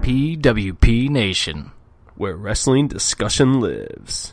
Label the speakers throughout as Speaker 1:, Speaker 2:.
Speaker 1: PWP Nation.
Speaker 2: where wrestling discussion lives.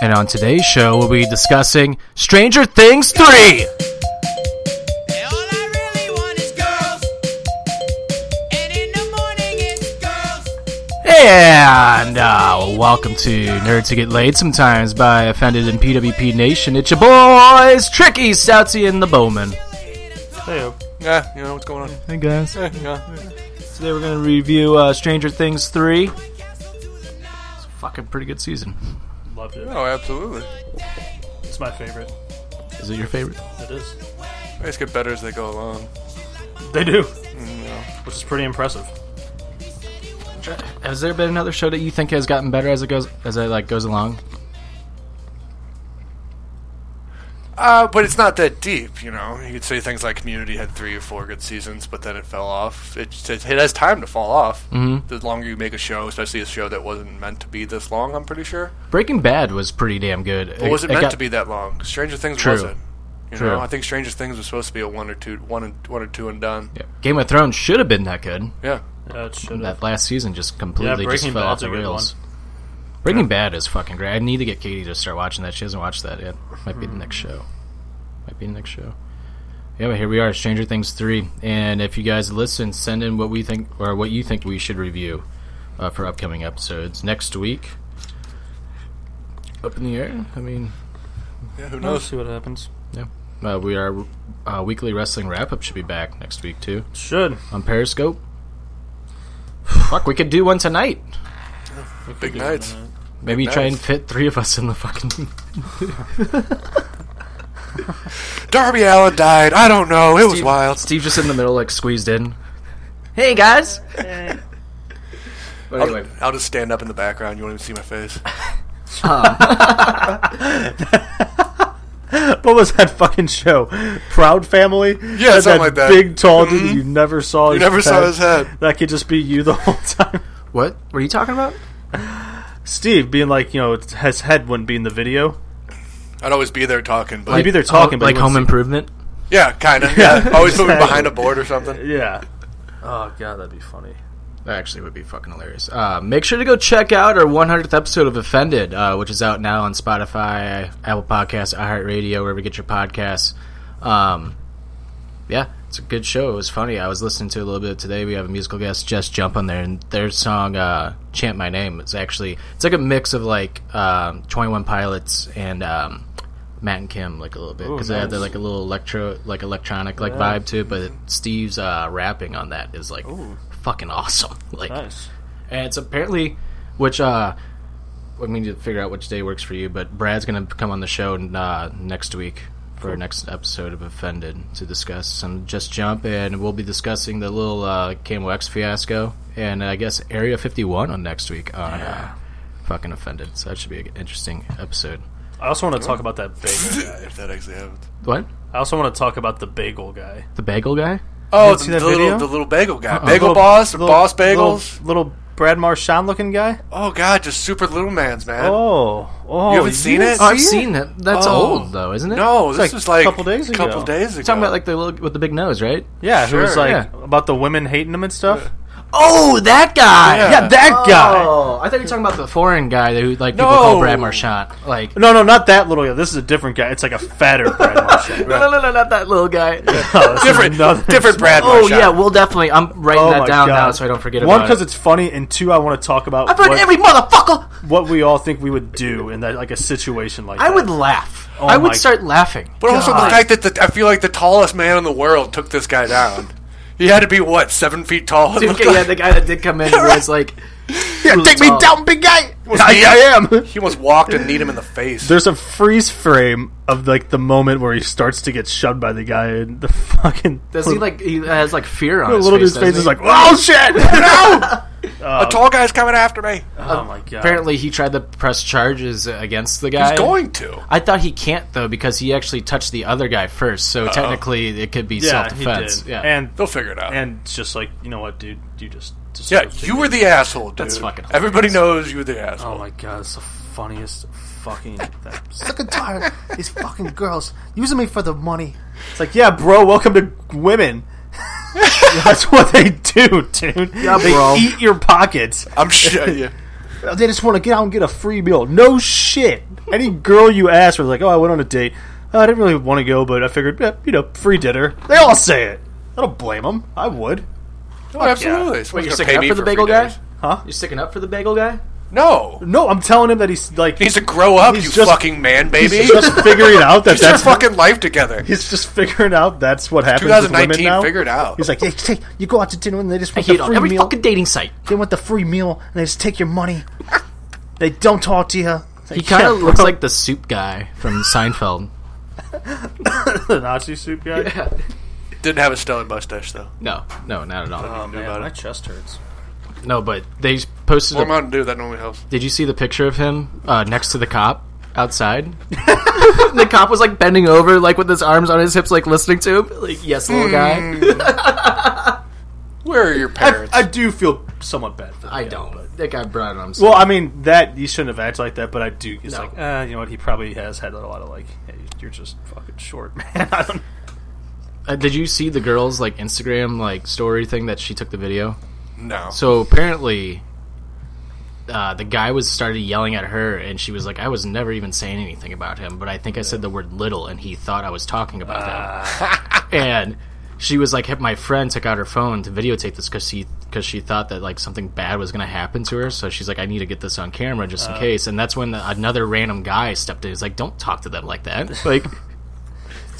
Speaker 1: And on today's show, we'll be discussing Stranger Things 3!
Speaker 3: And all I really want is girls. And in the morning it's girls.
Speaker 1: And uh, welcome to Nerds Who Get Laid Sometimes by Offended and PWP Nation. It's your boys, Tricky, Stoutsy, and the Bowman.
Speaker 4: Yeah, you know what's going on.
Speaker 1: Hey guys.
Speaker 4: Eh, yeah.
Speaker 1: Today we're going to review uh, Stranger Things 3. It's a fucking pretty good season.
Speaker 5: Loved it.
Speaker 4: Oh, absolutely.
Speaker 5: It's my favorite.
Speaker 1: Is it your favorite?
Speaker 5: It is.
Speaker 4: They just get better as they go along.
Speaker 5: They do.
Speaker 6: Mm,
Speaker 5: Which is pretty impressive.
Speaker 1: Has there been another show that you think has gotten better as it goes as it like goes along?
Speaker 4: Uh, but it's not that deep, you know. You could say things like Community had three or four good seasons, but then it fell off. It just- it has time to fall off. Mm-hmm. The longer you make a show, especially a show that wasn't meant to be this long, I'm pretty sure.
Speaker 1: Breaking Bad was pretty damn good.
Speaker 4: But was it
Speaker 1: it
Speaker 4: meant
Speaker 1: got-
Speaker 4: to be that long? Stranger Things
Speaker 1: True.
Speaker 4: wasn't. You
Speaker 1: True.
Speaker 4: know, I think Stranger Things was supposed to be a one or two, one and one or two and done.
Speaker 1: Yeah. Game of Thrones should have been that good.
Speaker 4: Yeah,
Speaker 5: Yeah, it should have.
Speaker 1: That last season just completely just
Speaker 5: Breaking
Speaker 1: fell off
Speaker 5: Bad's a
Speaker 1: the
Speaker 5: good
Speaker 1: rails. Breaking Bad is fucking great. I need to get Katie to start watching that. She hasn't watched that yet. Might be the next show. Might be the next show. Yeah, but here we are, Stranger Things three. And if you guys listen, send in what we think or what you think we should review uh, for upcoming episodes next week. Up in the air. I mean,
Speaker 4: yeah. Who
Speaker 5: We'll
Speaker 4: knows?
Speaker 5: see what happens.
Speaker 1: yeah. Uh, we are uh, weekly wrestling wrap up should be back next week too
Speaker 5: Should.
Speaker 1: on Periscope. Fuck, we could do one tonight.
Speaker 4: Big nights.
Speaker 1: Maybe try and
Speaker 4: nice.
Speaker 1: fit three of us in the fucking.
Speaker 4: Darby Allen died. I don't know. It was
Speaker 1: Steve-
Speaker 4: wild.
Speaker 1: Steve just in the middle, like squeezed in. Hey guys. but anyway,
Speaker 4: I'll just stand up in the background. You won't even see my face.
Speaker 6: What was that fucking show? Proud Family?
Speaker 4: Yeah,
Speaker 6: Had
Speaker 4: something like that. Mm-hmm.
Speaker 6: Big tall dude that you never saw.
Speaker 4: You
Speaker 6: his
Speaker 4: never saw
Speaker 6: head.
Speaker 4: his head.
Speaker 6: That could just be you the whole time.
Speaker 1: what were you talking about?
Speaker 6: Steve being like, you know, it's- his head wouldn't be in the video.
Speaker 4: I'd always be there talking, but
Speaker 6: Like- Maybe they're talking, but
Speaker 1: like
Speaker 6: you wouldn't
Speaker 1: Home
Speaker 6: see-
Speaker 1: Improvement.
Speaker 4: yeah, kind of. Yeah, always moving behind a board or something.
Speaker 6: Yeah. Oh god, that'd be funny.
Speaker 1: That actually would be fucking hilarious. Uh, make sure to go check out our 100th episode of Offended, uh, which is out now on Spotify, Apple Podcasts, iHeartRadio, wherever you get your podcasts. Um, yeah, it's a good show. It was funny. I was listening to it a little bit today. We have a musical guest, Jess Jump, on there, and their song uh, "Chant My Name" is actually it's like a mix of like um, Twenty One Pilots and um, Matt and Kim, like a little bit because they have the, like a little electro, like electronic like vibe to it. But Steve's uh, rapping on that is like fucking awesome. Like,
Speaker 5: Nice.
Speaker 1: and it's apparently which uh, we need to figure out which day works for you. But Brad's gonna come on the show uh, next week for our next episode of Offended to discuss some Just Jump, and we'll be discussing the little uh, Camo X fiasco, and I guess Area 51 on next week on uh, fucking Offended. So that should be an interesting episode.
Speaker 5: I also want to talk about that bagel.
Speaker 4: Yeah, if that actually happens.
Speaker 1: What
Speaker 5: I also want to talk about the bagel guy.
Speaker 1: the bagel guy?
Speaker 4: Oh,
Speaker 6: see
Speaker 4: the,
Speaker 6: that
Speaker 4: the little
Speaker 6: video?
Speaker 4: the little bagel guy, bagel
Speaker 6: Little-
Speaker 4: boss, or
Speaker 6: little-
Speaker 4: boss bagels.
Speaker 6: Little, little Brad Marchand looking guy.
Speaker 4: oh god, just super little man's man.
Speaker 6: Oh, oh,
Speaker 4: you haven't seen it?
Speaker 1: Oh, I've seen that. That's
Speaker 4: Oh.
Speaker 1: old though, isn't it?
Speaker 4: No, this
Speaker 6: like
Speaker 4: was like
Speaker 6: couple days ago.
Speaker 4: Couple days ago.
Speaker 1: You're talking about like the little with the big nose, right?
Speaker 6: Yeah, who was
Speaker 4: Sure.
Speaker 6: like
Speaker 1: Yeah.
Speaker 6: about the women hating him and stuff.
Speaker 1: Oh, that guy.
Speaker 4: Yeah.
Speaker 6: Yeah, that guy.
Speaker 1: Oh, I thought you were talking about the foreign guy who like people
Speaker 4: No.
Speaker 1: call Brad Marchand. Like
Speaker 6: No, no, not that little guy. This is a different guy. It's like a fatter Brad Marchand.
Speaker 1: no, no, no, no, not that little guy.
Speaker 4: different,
Speaker 6: another-
Speaker 4: different Brad.
Speaker 1: oh
Speaker 4: Marchand.
Speaker 1: yeah, we'll definitely. I'm writing
Speaker 6: Oh
Speaker 1: that
Speaker 6: my
Speaker 1: down
Speaker 6: God.
Speaker 1: now so I don't forget
Speaker 2: One,
Speaker 1: about
Speaker 6: Because
Speaker 1: it.
Speaker 6: it's funny, and two, I want to talk about
Speaker 1: I've heard
Speaker 6: what,
Speaker 1: every motherfucker.
Speaker 6: what we all think we would do in that, like a situation like
Speaker 1: I
Speaker 6: that.
Speaker 1: would laugh. I
Speaker 6: my-
Speaker 1: would start laughing.
Speaker 4: But also the fact that the, I feel like the tallest man in the world took this guy down. he had to be what seven feet tall.
Speaker 1: Dude, yeah, the guy that did come in was like,
Speaker 2: Yeah,
Speaker 1: take me down,
Speaker 2: big guy. I, am.
Speaker 4: He almost walked and kneed him in the face.
Speaker 6: There's a freeze frame of like the moment where he starts to get shoved by the guy, and the fucking
Speaker 1: does he like? He has like fear on
Speaker 6: the
Speaker 1: his
Speaker 6: little
Speaker 1: face.
Speaker 6: dude's face
Speaker 1: doesn't
Speaker 6: is
Speaker 1: he?
Speaker 6: like, oh shit!
Speaker 4: a tall guy's coming after me.
Speaker 6: oh my god!
Speaker 1: Apparently, he tried to press charges against the guy.
Speaker 4: He's going to.
Speaker 1: I thought he can't though because he actually touched the other guy first, so technically it could be
Speaker 6: yeah, he
Speaker 1: self-defense.
Speaker 6: did.
Speaker 1: Yeah,
Speaker 6: and
Speaker 4: They'll figure it out.
Speaker 6: and it's just like you know what, dude, you just
Speaker 4: yeah,
Speaker 6: deserve to
Speaker 4: you
Speaker 6: be-
Speaker 4: were the asshole, dude.
Speaker 1: That's fucking hilarious.
Speaker 4: Everybody knows you were the asshole.
Speaker 6: Oh my god, it's the funniest fucking. Thing.
Speaker 7: Sick and tired of these fucking girls using me for the money.
Speaker 6: It's like, yeah, bro, welcome to women. That's what they do, dude. Yeah, they
Speaker 1: bro.
Speaker 6: eat your pockets.
Speaker 4: I'm sure. Yeah.
Speaker 6: They just want to get out and get a free meal. No shit. Any girl you ask was like, "Oh, I went on a date. Uh, I didn't really want to go, but I figured, eh, you know, free dinner." They all say it. I don't blame them. I would.
Speaker 4: Oh, absolutely. Someone's
Speaker 1: Wait,
Speaker 4: gonna
Speaker 1: you're
Speaker 4: pay
Speaker 1: sticking up
Speaker 4: me
Speaker 1: for the
Speaker 4: free
Speaker 1: bagel guy?
Speaker 4: days.
Speaker 6: Huh?
Speaker 1: You're sticking up for the bagel guy?
Speaker 4: No.
Speaker 6: No, I'm telling him that he's like
Speaker 4: He needs to grow up,
Speaker 6: He's
Speaker 4: you
Speaker 6: just-
Speaker 4: fucking man, baby.
Speaker 6: he's just figuring out that
Speaker 4: Get your
Speaker 6: that's
Speaker 4: fucking life together.
Speaker 6: he's just figuring out that's what happens. with women
Speaker 4: 2019,
Speaker 6: now.
Speaker 4: figure it out.
Speaker 7: He's like, hey, take, you go out to dinner and they just
Speaker 1: I
Speaker 7: want
Speaker 1: hate
Speaker 7: the
Speaker 1: on
Speaker 7: free
Speaker 1: every
Speaker 7: meal.
Speaker 1: fucking dating site.
Speaker 7: They want the free meal and they just take your money. they don't talk to you. It's like,
Speaker 1: He kind
Speaker 7: yeah,
Speaker 1: of looks
Speaker 7: bro.
Speaker 1: like the soup guy from Seinfeld.
Speaker 6: the Nazi soup guy.
Speaker 4: Didn't have a stellar mustache though.
Speaker 1: No, no, not at all.
Speaker 4: Uh-huh.
Speaker 6: Oh man, my chest hurts.
Speaker 1: no, but they posted.
Speaker 4: Or
Speaker 1: A,
Speaker 4: Mountain Dew, that normally helps.
Speaker 1: did you see the picture of him uh, next to the cop outside? the cop was like bending over, like with his arms on his hips, like listening to him. Like, yes, little guy.
Speaker 4: Where are your
Speaker 6: I,
Speaker 4: parents?
Speaker 6: I do feel somewhat bad for that.
Speaker 1: I don't. That guy brought him.
Speaker 6: Well, I mean that you shouldn't have acted like that, but I do. It's
Speaker 1: No.
Speaker 6: like, uh, you know what? He probably has had a lot of like, hey, you're just fucking short, man. I don't.
Speaker 1: Uh, did you see the girl's like Instagram like story thing that she took the video?
Speaker 4: no.
Speaker 1: So apparently, uh, the guy was started yelling at her, and she was like, "I was never even saying anything about him, but I think I said the word little, and he thought I was talking about him." and she was like, "My friend took out her phone to videotape this because she because she thought that like something bad was going to happen to her. So she's like, I need to get this on camera just in case." And that's when the, another random guy stepped in. He's like, "Don't talk to them like that." Like,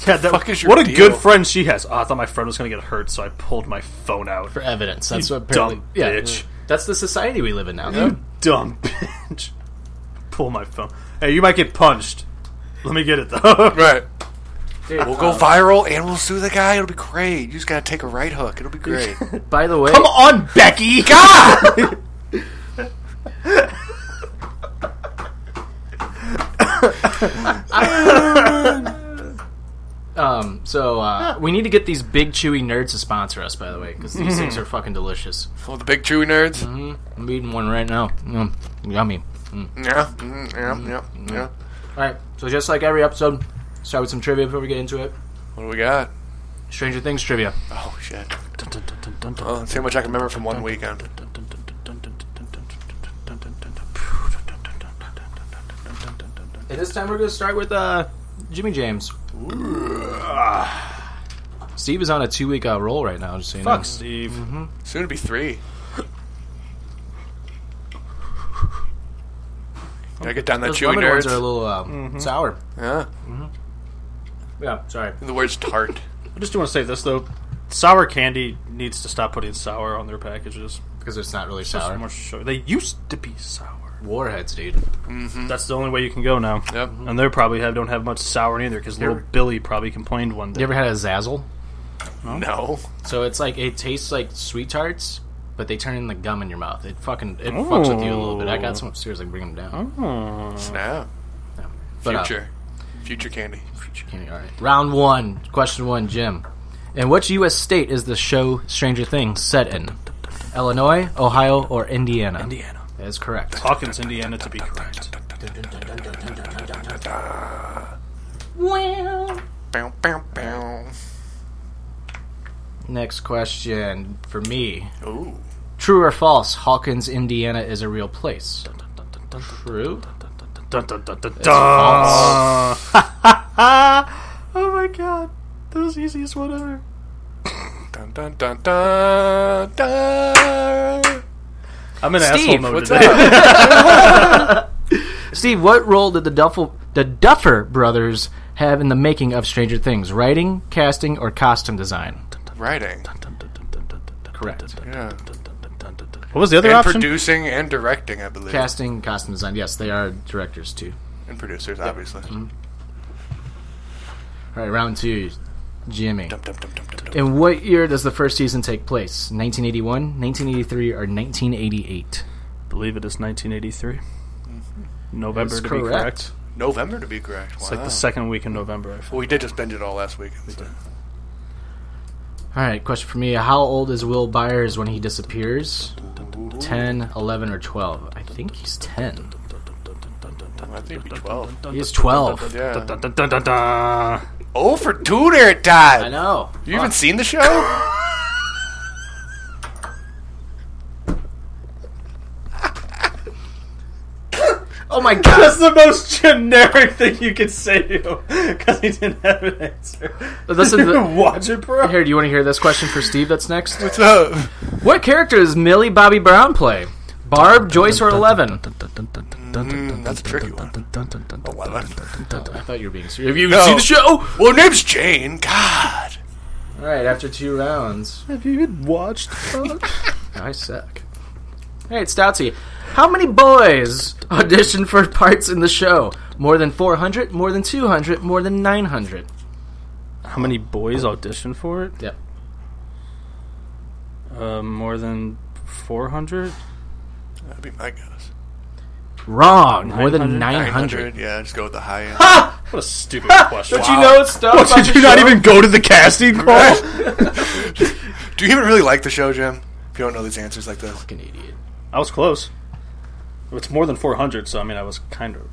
Speaker 6: Yeah, that,
Speaker 4: fuck is your
Speaker 6: what a
Speaker 4: deal?
Speaker 6: good friend she has. Oh, I thought my friend was gonna get hurt, so I pulled my phone out.
Speaker 1: for evidence, that's
Speaker 6: You
Speaker 1: what apparently,
Speaker 6: dumb
Speaker 1: yeah,
Speaker 6: bitch. Mm.
Speaker 1: that's the society we live in now.
Speaker 6: Dumb bitch. Pull my phone. Hey, you might get punched. Let me get it though.
Speaker 4: right. We'll go viral and we'll sue the guy. It'll be great. You just gotta take a right hook. It'll be great.
Speaker 1: By the way,
Speaker 6: Come on, Becky.
Speaker 1: Um, so uh, we need to get these big chewy nerds to sponsor us, by the way, because these things
Speaker 6: Mm-hmm.
Speaker 1: are fucking delicious.
Speaker 4: Well, Oh, the big chewy nerds.
Speaker 1: I'm eating one right now. Mm, yummy.
Speaker 4: Yeah, mm, yeah, yeah, yeah.
Speaker 1: All right, so just like every episode, start with some trivia before we get into it.
Speaker 4: What do we got?
Speaker 1: Stranger Things trivia.
Speaker 4: Oh shit! Well, let's see how much I can remember from one weekend.
Speaker 1: And this time we're gonna start with uh, Jimmy James. Steve is on a two-week uh, roll right now. Just so you
Speaker 6: Fuck,
Speaker 1: know.
Speaker 6: Steve.
Speaker 4: Soon to be three. Gotta get down that
Speaker 1: Those
Speaker 4: chewy
Speaker 1: lemon
Speaker 4: nerds.
Speaker 1: ones are a little uh,
Speaker 6: Mm-hmm.
Speaker 1: sour.
Speaker 4: yeah.
Speaker 1: Yeah, sorry.
Speaker 4: The word's tart.
Speaker 6: I just do want to say this though. Sour candy needs to stop putting sour on their packages.
Speaker 1: Because it's not really
Speaker 6: Just
Speaker 1: sour.
Speaker 6: more sugar. They used to be sour.
Speaker 1: Warheads, dude.
Speaker 6: That's the only way you can go now.
Speaker 4: Yep.
Speaker 6: And they probably have, don't have much sour either because little Billy probably complained one day.
Speaker 1: You ever had a Zazzle?
Speaker 4: No.
Speaker 1: So it's like it tastes like sweet tarts, but they turn into gum in your mouth. It fucking it fucks with you a little bit. I got some upstairs. I can bring them down.
Speaker 4: Snap.
Speaker 1: But, uh,
Speaker 4: Future. Future candy.
Speaker 1: candy, all right. Round one, question one, Jim. In which U.S. state is the show Stranger Things set in? Illinois, Ohio, or Indiana?
Speaker 6: Indiana.
Speaker 1: That is correct.
Speaker 6: Hawkins, Indiana, to be correct.
Speaker 4: Bow, bow, bow.
Speaker 1: Next question for me.
Speaker 4: Ooh.
Speaker 1: True or false? Hawkins, Indiana is a real place. True.
Speaker 5: Dun, dun, dun, dun, dun.
Speaker 1: Ah,
Speaker 6: Oh my god, that was the easiest one ever.
Speaker 4: Dun, dun, dun, dun, dun.
Speaker 6: I'm in asshole
Speaker 1: Steve,
Speaker 6: mode
Speaker 4: What's
Speaker 6: today.
Speaker 4: up?
Speaker 1: Steve, what role did the Duffel the Duffer brothers have in the making of Stranger Things? Writing, casting, or costume design?
Speaker 4: Writing.
Speaker 1: Correct.
Speaker 4: Yeah.
Speaker 6: What was the other
Speaker 4: And
Speaker 6: option?
Speaker 4: producing and directing, I believe.
Speaker 1: Casting, costume design. Yes, they are directors too.
Speaker 4: And producers, obviously.
Speaker 1: Mm-hmm. All right, round two. Jimmy.
Speaker 4: Dum, dum, dum, dum, dum, dum.
Speaker 1: In what year does the first season take place? 1981, 1983, or 1988?
Speaker 5: I believe it is 1983.
Speaker 6: Mm-hmm.
Speaker 5: November
Speaker 1: That's
Speaker 5: to be
Speaker 1: correct.
Speaker 5: correct.
Speaker 4: November, to be correct.
Speaker 5: It's
Speaker 4: wow.
Speaker 5: like the second week in November. I think.
Speaker 4: Well, we did just bend it all last week. so-
Speaker 1: All right, question for me. How old is Will Byers when he disappears? 10, 11, or 12? I think he's 10.
Speaker 4: I think it'd be 12.
Speaker 1: He's 12.
Speaker 4: Yeah.
Speaker 5: Dun, dun, dun, dun, dun.
Speaker 4: Oh, for two there, Todd.
Speaker 1: I know.
Speaker 4: You even seen the show?
Speaker 1: Oh my god.
Speaker 5: That's the most generic thing you could say to him because he didn't have an answer.
Speaker 1: This is the-
Speaker 5: Watch it, bro.
Speaker 1: Here, do you want to hear this question for Steve that's next?
Speaker 4: What's up?
Speaker 1: What character does Millie Bobby Brown play? Barb, Joyce, or Eleven?
Speaker 4: Mm, that's a tricky one. Eleven.
Speaker 1: I thought you were being serious. Have you
Speaker 4: No.
Speaker 1: seen the show? All
Speaker 4: Well, her name's Jane. God.
Speaker 1: right, after two rounds.
Speaker 6: Have you even watched?
Speaker 1: I suck. All right, Stoutsy. How many boys auditioned for parts in the show? More than 400, more than 200, more than 900?
Speaker 5: How many boys auditioned for it?
Speaker 1: Yep.
Speaker 5: Uh,
Speaker 6: Um,
Speaker 5: more than 400?
Speaker 4: That'd be my guess.
Speaker 1: Wrong. More than 900.
Speaker 4: 900. Yeah, just go with the high end.
Speaker 5: What a stupid question.
Speaker 1: Don't you know stuff about
Speaker 6: Did
Speaker 1: the
Speaker 6: you not
Speaker 1: show?
Speaker 6: even go to the casting call?
Speaker 4: Do you even really like the show, Jim? If you don't know these answers like this.
Speaker 1: Fucking idiot.
Speaker 5: I was close. It's more than 400, so I mean, I was kind of.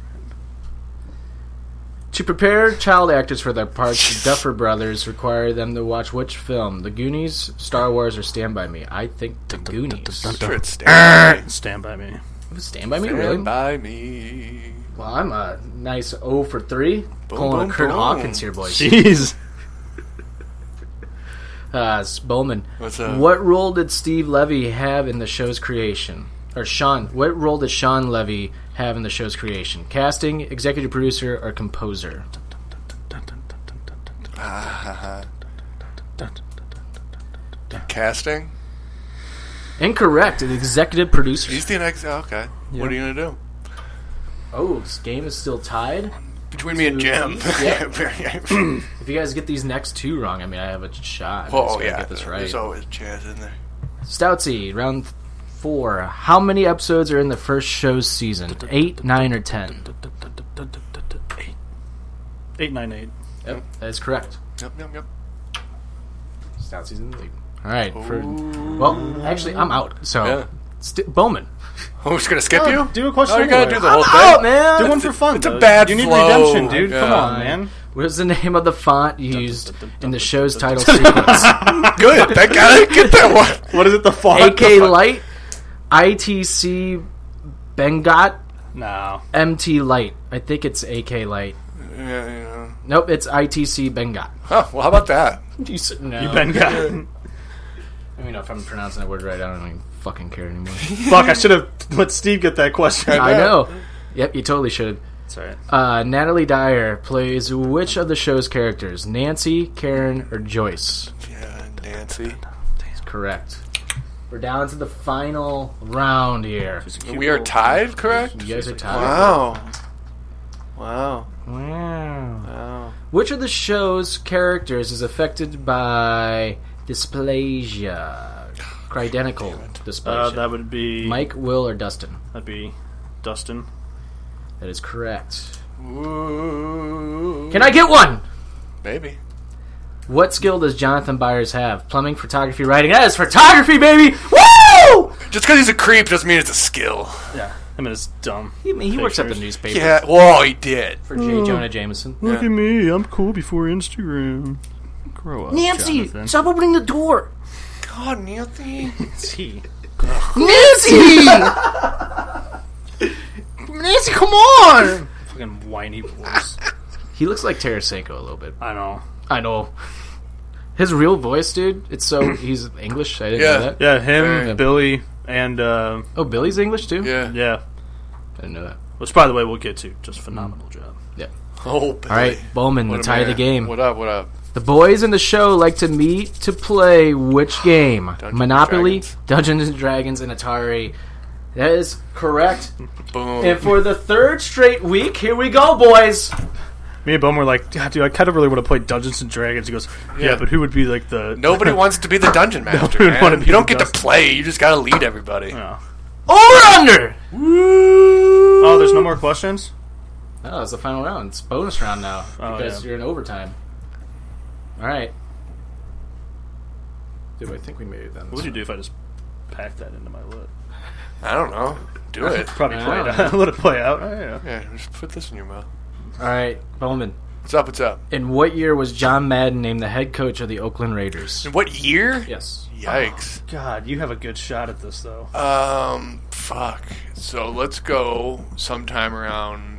Speaker 1: To prepare child actors for their parts, the Duffer Brothers require them to watch which film? The Goonies, Star Wars, or Stand By Me? I think The Goonies.
Speaker 4: I'm sure it's Stand
Speaker 5: Stand by me.
Speaker 1: Stand By Me,
Speaker 4: by, me.
Speaker 1: really?
Speaker 4: Stand by me.
Speaker 1: Well, I'm a nice 0 for 3. Pulling
Speaker 4: boom,
Speaker 1: a Kurt
Speaker 4: boom.
Speaker 1: Hawkins here, boys.
Speaker 5: Jeez.
Speaker 1: Uh, it's Bowman.
Speaker 4: What's up?
Speaker 1: What role did Steve Levy have in the show's creation? Or Sean, what role did Sean Levy have in the show's creation? Casting, executive producer, or composer?
Speaker 4: Casting?
Speaker 1: Incorrect. The executive producer.
Speaker 4: He's the next. oh, okay. What are you going to do?
Speaker 1: Oh, this game is still tied.
Speaker 4: Between me and Jim.
Speaker 1: If you guys get these next two wrong, I mean, I have a shot. I just
Speaker 4: oh,
Speaker 1: gotta
Speaker 4: yeah.
Speaker 1: get this right.
Speaker 4: There's always a chance in there.
Speaker 1: Stoutsy, round th- four. How many episodes are in the first show's season? Eight, nine, or ten?
Speaker 5: 898.
Speaker 1: Yep, that is correct.
Speaker 4: Yep, yep, yep.
Speaker 1: Stoutsy's in the lead. All right. For, well, actually, I'm out. So, St- Bowman.
Speaker 4: Oh, just going to skip you?
Speaker 6: Do a question.
Speaker 4: Oh, you got to
Speaker 6: anyway.
Speaker 4: do the whole thing?
Speaker 1: Out, man.
Speaker 6: Do one for fun.
Speaker 4: It's a
Speaker 6: though.
Speaker 4: bad
Speaker 6: You need
Speaker 4: flow.
Speaker 6: redemption, dude. Come
Speaker 4: Yeah.
Speaker 6: on, man.
Speaker 1: What is the name of the font used in the show's title sequence?
Speaker 4: Good. That guy get that one.
Speaker 6: What is it? The font.
Speaker 1: AK Light, ITC Bengot,
Speaker 5: No.
Speaker 1: MT Light. I think it's AK Light.
Speaker 4: Yeah, yeah.
Speaker 1: Nope, it's ITC Bengot.
Speaker 4: Huh, well, how about that?
Speaker 1: You said no.
Speaker 5: Ben got.
Speaker 1: I mean, if I'm pronouncing that word right, I don't even fucking care anymore.
Speaker 6: Fuck, I should have let Steve get that question.
Speaker 1: I know. Yep, you totally should.
Speaker 5: It's alright.
Speaker 1: Uh, Natalie Dyer plays which of the show's characters? Nancy, Karen, or Joyce?
Speaker 4: Yeah, Nancy.
Speaker 1: That's correct. We're down to the final round here.
Speaker 4: We are tied, correct?
Speaker 1: You guys are tied.
Speaker 4: Wow. Wow.
Speaker 1: Wow.
Speaker 4: Wow.
Speaker 1: Oh. Which of the show's characters is affected by dysplasia? Cridentical
Speaker 5: Uh,
Speaker 1: dysplasia.
Speaker 5: that would be.
Speaker 1: Mike, Will, or Dustin?
Speaker 5: That'd be Dustin.
Speaker 1: That is correct.
Speaker 4: Ooh.
Speaker 1: Can I get one?
Speaker 4: Maybe.
Speaker 1: What skill does Jonathan Byers have? Plumbing, photography, writing. That is photography, baby! Woo!
Speaker 4: Just because he's a creep doesn't mean it's a skill.
Speaker 5: Yeah. I mean, it's dumb.
Speaker 1: He, he works at the
Speaker 5: Pictures.
Speaker 1: newspaper
Speaker 4: Yeah. Whoa, Oh, he did.
Speaker 1: for
Speaker 7: Mm.
Speaker 1: J. Jonah Jameson.
Speaker 5: Look at me. I'm cool before Instagram. Grow up. Nancy!
Speaker 1: Stop opening the door!
Speaker 4: God, Nancy.
Speaker 5: It's he.
Speaker 7: Nancy! Nancy, come on!
Speaker 5: Fucking whiny voice.
Speaker 1: He looks like Tarasenko a little bit.
Speaker 5: I know.
Speaker 1: I know. His real voice, dude. It's so he's English. I didn't
Speaker 4: Yeah.
Speaker 1: know that. Mm.
Speaker 6: Yeah, him,
Speaker 4: Yeah.
Speaker 6: Billy, and uh,
Speaker 1: Oh, Billy's English too.
Speaker 4: Yeah.
Speaker 6: yeah.
Speaker 1: I didn't know that.
Speaker 6: Which, by the way, we'll get to. Just phenomenal job.
Speaker 4: Oh,
Speaker 1: All right, Bowman, the tie of the game.
Speaker 4: What up? What up?
Speaker 1: The boys in the show like to meet to play which game?
Speaker 4: and
Speaker 1: Monopoly,
Speaker 4: Dragons.
Speaker 1: Dungeons and Dragons, and Atari. That is correct.
Speaker 4: Boom.
Speaker 1: and for the third straight week, here we go, boys.
Speaker 6: Me and Bum were like, "God, dude, I kind of really want to play Dungeons and Dragons. He goes, yeah,
Speaker 4: Yeah.
Speaker 6: but who would be like the
Speaker 4: Nobody wants to be the dungeon master.
Speaker 6: Nobody
Speaker 4: man.
Speaker 6: wanna be
Speaker 4: You don't
Speaker 6: the
Speaker 4: get to
Speaker 6: dungeon-
Speaker 4: play. You just gotta lead everybody.
Speaker 1: Over under.
Speaker 6: Oh, there's no more questions.
Speaker 1: Oh, that's the final round. It's bonus round now
Speaker 6: Oh,
Speaker 1: because
Speaker 6: yeah.
Speaker 1: you're in overtime. All right. Dude, I think we made it then.
Speaker 6: What would you do if I just packed that into my lip?
Speaker 4: I don't know. Do it.
Speaker 6: Probably play it
Speaker 1: Yeah.
Speaker 6: out. Let it play out. Oh, yeah.
Speaker 4: Yeah, just put this in your mouth.
Speaker 1: All right, Bowman.
Speaker 4: What's up? What's up?
Speaker 1: In what year was John Madden named the head coach of the Oakland Raiders?
Speaker 4: In what year?
Speaker 1: Yes.
Speaker 4: Yikes.
Speaker 6: God, you have a good shot at this though.
Speaker 4: Um, fuck. So let's go sometime around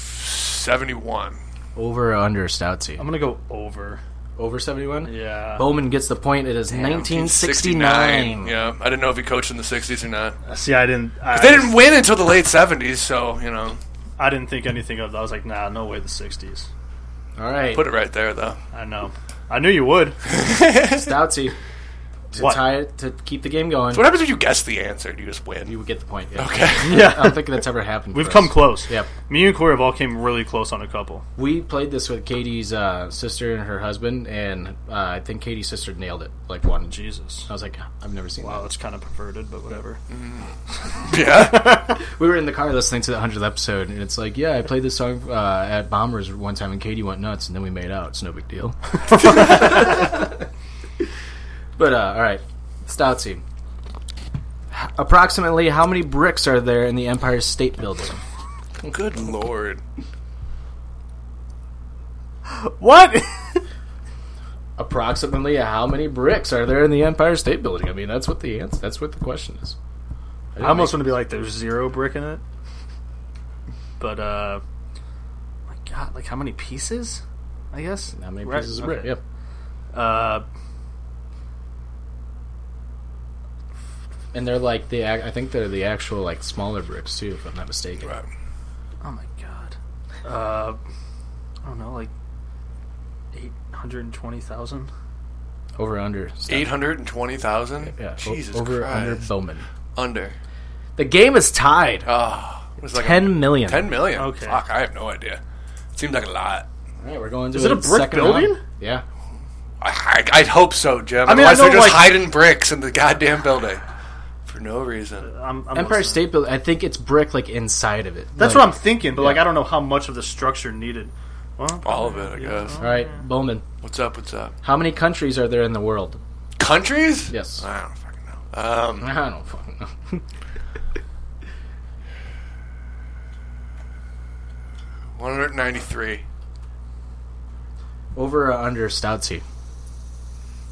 Speaker 4: 1971.
Speaker 1: Over or under Stoutsy?
Speaker 6: I'm gonna go over.
Speaker 1: Over 71?
Speaker 6: Yeah,
Speaker 1: Bowman gets the point. It is 1969.
Speaker 4: Yeah, I didn't know if he coached in the 60s or not.
Speaker 5: Oh.
Speaker 6: see, I didn't. I,
Speaker 4: They didn't win until the late 70s, so, you know,
Speaker 6: I didn't think anything of that. I was like, nah, no way, the '60s.
Speaker 1: All right.
Speaker 4: put it right there, though.
Speaker 6: I know. I knew you would.
Speaker 1: Stoutsy. To
Speaker 6: What?
Speaker 1: tie it, to keep the game going,
Speaker 4: What happens if you guess the answer? Do you just win?
Speaker 1: you would get the point. Yeah.
Speaker 4: okay.
Speaker 1: I don't
Speaker 6: Yeah,
Speaker 1: think that's ever happened.
Speaker 6: we've
Speaker 1: for
Speaker 6: come
Speaker 1: us.
Speaker 6: close.
Speaker 1: Yep.
Speaker 6: me and Corey have all came really close on a couple.
Speaker 1: We played this with Katie's uh, sister and her husband, and uh, I think Katie's sister nailed it. Like one. G.
Speaker 6: Jesus.
Speaker 1: I was like, I've never seen
Speaker 6: Wow, that's kind of perverted, but whatever.
Speaker 4: yeah.
Speaker 1: that. We were in the car listening to the 100th episode, and it's like, yeah, I played this song uh, at Bombers one time, and Katie went nuts, and then we made out. It's no big deal. but, uh, all right. Stoutsy. H- Approximately how many bricks are there in the Empire State Building?
Speaker 4: Good lord.
Speaker 6: What?
Speaker 1: Approximately how many bricks are there in the Empire State Building? I mean, that's what the answer, that's what the question is.
Speaker 6: I almost want to be like, there's zero brick in it. But, uh. My god, like how many pieces? I guess?
Speaker 1: How many
Speaker 6: Right,
Speaker 1: pieces of
Speaker 6: okay.
Speaker 1: brick? Yep.
Speaker 6: Uh,
Speaker 1: And they're like the ac- I think they're the actual like smaller bricks too, if I'm not mistaken.
Speaker 4: Right.
Speaker 6: oh my god. Uh, I don't know, like 820,000?
Speaker 1: Over under.
Speaker 4: 820,000?
Speaker 1: Yeah. o-
Speaker 4: Jesus
Speaker 1: over under
Speaker 4: Christ.
Speaker 1: Bowman.
Speaker 4: Under.
Speaker 1: The game is tied.
Speaker 4: Oh, it was like a-
Speaker 1: Ten million.
Speaker 4: 10 million.
Speaker 6: Okay.
Speaker 4: Fuck, I have no idea. It seemed like a lot.
Speaker 1: All right, we're going to
Speaker 6: Is it a
Speaker 1: the
Speaker 6: brick
Speaker 1: second
Speaker 6: building?
Speaker 1: round. Yeah.
Speaker 4: I, I, would hope so, Jim.
Speaker 6: mean, I
Speaker 4: Otherwise, they're
Speaker 6: know,
Speaker 4: just
Speaker 6: like-
Speaker 4: hiding bricks in the goddamn building for no reason.
Speaker 6: I'm, I'm
Speaker 1: Empire
Speaker 6: listening.
Speaker 1: State Building. I think it's brick like inside of it.
Speaker 6: That's
Speaker 1: Like-
Speaker 6: what I'm thinking, but like I don't know how much of the structure needed. Well,
Speaker 4: All of it, I guess.
Speaker 1: All right, Bowman.
Speaker 4: What's up? What's up?
Speaker 1: How many countries are there in the world?
Speaker 4: Countries?
Speaker 1: Yes.
Speaker 4: I don't fucking know. Um,
Speaker 1: I don't fucking know.
Speaker 4: one hundred ninety-three.
Speaker 1: Over or under Stoutsy?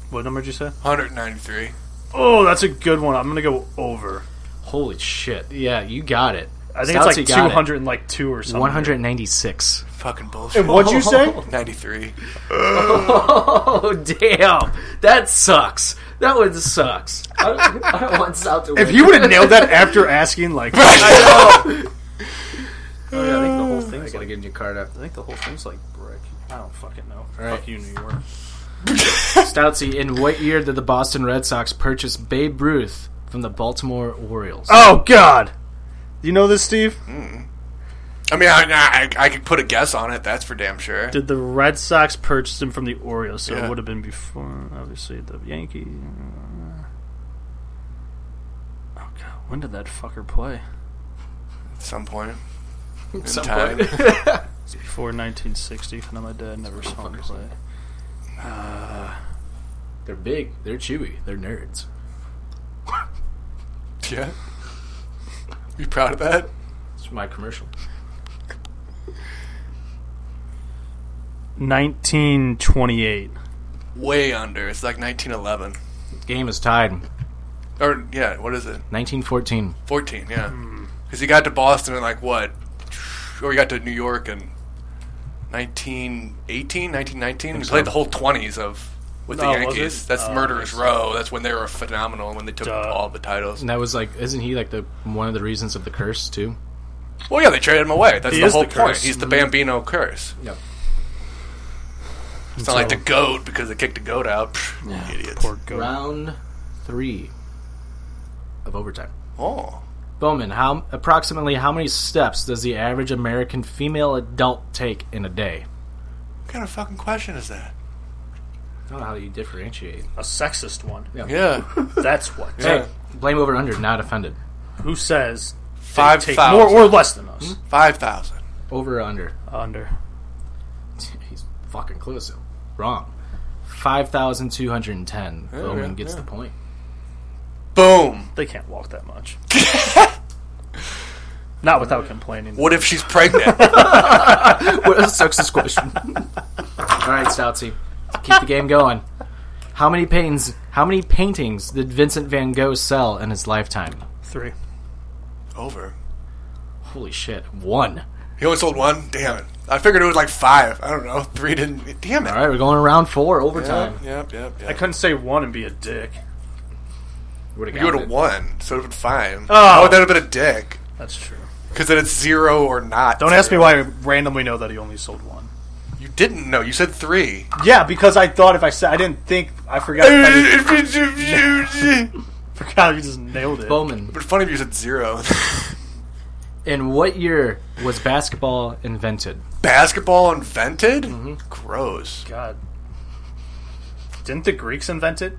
Speaker 6: what number did you say?
Speaker 4: One hundred ninety-three.
Speaker 6: Oh, that's a good one. I'm gonna go over.
Speaker 1: Holy shit! Yeah, you got it.
Speaker 6: I think
Speaker 1: Stoutsy
Speaker 6: it's like
Speaker 1: got it.
Speaker 6: 200 and like two or something.
Speaker 1: 196.
Speaker 4: Fucking bullshit.
Speaker 6: What'd you say?
Speaker 4: Ninety-three.
Speaker 1: Oh damn! That sucks. That one sucks. I don't, I don't want South to win.
Speaker 6: If you would have nailed that after asking, like,
Speaker 5: Oh, yeah, I think the whole
Speaker 1: I
Speaker 5: thing's
Speaker 1: gotta
Speaker 5: like
Speaker 1: give you card up.
Speaker 5: I think the whole thing's like brick.
Speaker 6: I don't fucking know.
Speaker 1: right.
Speaker 6: Fuck you, New York.
Speaker 1: Stoutsy, in what year did the Boston Red Sox purchase Babe Ruth from the Baltimore Orioles?
Speaker 6: Oh God, you know this, Steve?
Speaker 4: I mean, I, I I could put a guess on it. That's for damn sure.
Speaker 6: Did the Red Sox purchase him from the Orioles? So
Speaker 4: Yeah.
Speaker 6: it would have been before, obviously, the Yankees. Oh God, when did that fucker play?
Speaker 4: At some point. In
Speaker 1: Some
Speaker 4: time.
Speaker 1: point.
Speaker 6: It's before 1960. I know my dad never saw him play.
Speaker 1: They're big. They're chewy. They're nerds.
Speaker 4: yeah. You proud of that?
Speaker 1: It's my commercial.
Speaker 6: 1928.
Speaker 4: Way under. It's like nineteen eleven.
Speaker 1: Game is tied.
Speaker 4: Or yeah, what is it?
Speaker 1: 1914.
Speaker 4: Fourteen. Yeah, because he got to Boston in like what? Or he got to New York in 1918, 1919. He played the whole twenties of with the
Speaker 5: No, was
Speaker 4: Yankees.
Speaker 5: it?
Speaker 4: That's
Speaker 5: Oh,
Speaker 4: Murderers Row. That's when they were phenomenal. When they took
Speaker 5: Duh.
Speaker 4: all the titles.
Speaker 1: And that was like, isn't he like the one of the reasons of the curse too?
Speaker 4: Well, yeah, they traded him away. That's
Speaker 5: He
Speaker 4: the
Speaker 5: is
Speaker 4: whole
Speaker 5: the
Speaker 4: point.
Speaker 5: curse. Mm-hmm.
Speaker 4: He's the Bambino curse.
Speaker 1: Yep.
Speaker 4: It's not like the goat because they kicked the goat out. Pfft, idiots.
Speaker 1: Round three of overtime.
Speaker 4: Oh,
Speaker 1: Bowman, how approximately how many steps does the average American female adult take in a day?
Speaker 4: what kind of fucking question is that?
Speaker 1: I don't know how you differentiate.
Speaker 5: A sexist one.
Speaker 4: Yeah,
Speaker 5: That's what.
Speaker 1: Hey, blame over under, not offended.
Speaker 5: Who says
Speaker 4: five
Speaker 5: take more
Speaker 4: thousand.
Speaker 5: or less than us?
Speaker 4: Five thousand.
Speaker 1: Over or under?
Speaker 6: Hmm?
Speaker 5: Under.
Speaker 1: He's fucking close. though. Wrong. Five thousand two hundred and ten. Bowman gets the point.
Speaker 4: Boom.
Speaker 5: They can't walk that much. Not without complaining.
Speaker 4: What if she's pregnant?
Speaker 1: what a sexist question. All right, Stoutsy, keep the game going. How many paintings? How many paintings did Vincent Van Gogh sell in his lifetime?
Speaker 5: Three.
Speaker 4: Over.
Speaker 1: Holy shit, one.
Speaker 4: He only sold one. Damn it. I figured it was like five. I don't know. Three didn't. Damn it.
Speaker 1: All right, we're going to round four overtime.
Speaker 4: Yep, yep, yep.
Speaker 5: I
Speaker 4: yep.
Speaker 5: couldn't say one and be a dick.
Speaker 1: Would've
Speaker 4: You would
Speaker 1: counted.
Speaker 4: have won, so it would have been five.
Speaker 5: Oh.
Speaker 4: Oh, that would have been a dick.
Speaker 5: That's true.
Speaker 4: Because then it's zero or not.
Speaker 6: Don't ask me why I randomly know that he only sold one.
Speaker 4: You didn't know. You said three.
Speaker 6: Yeah, because I thought if I said I didn't think I forgot. if I
Speaker 4: it would
Speaker 6: forgot you just nailed it.
Speaker 1: Bowman,
Speaker 4: be funny if you said zero.
Speaker 1: in what year was basketball invented?
Speaker 4: Basketball invented? Gross.
Speaker 5: God.
Speaker 6: Didn't the Greeks invent it?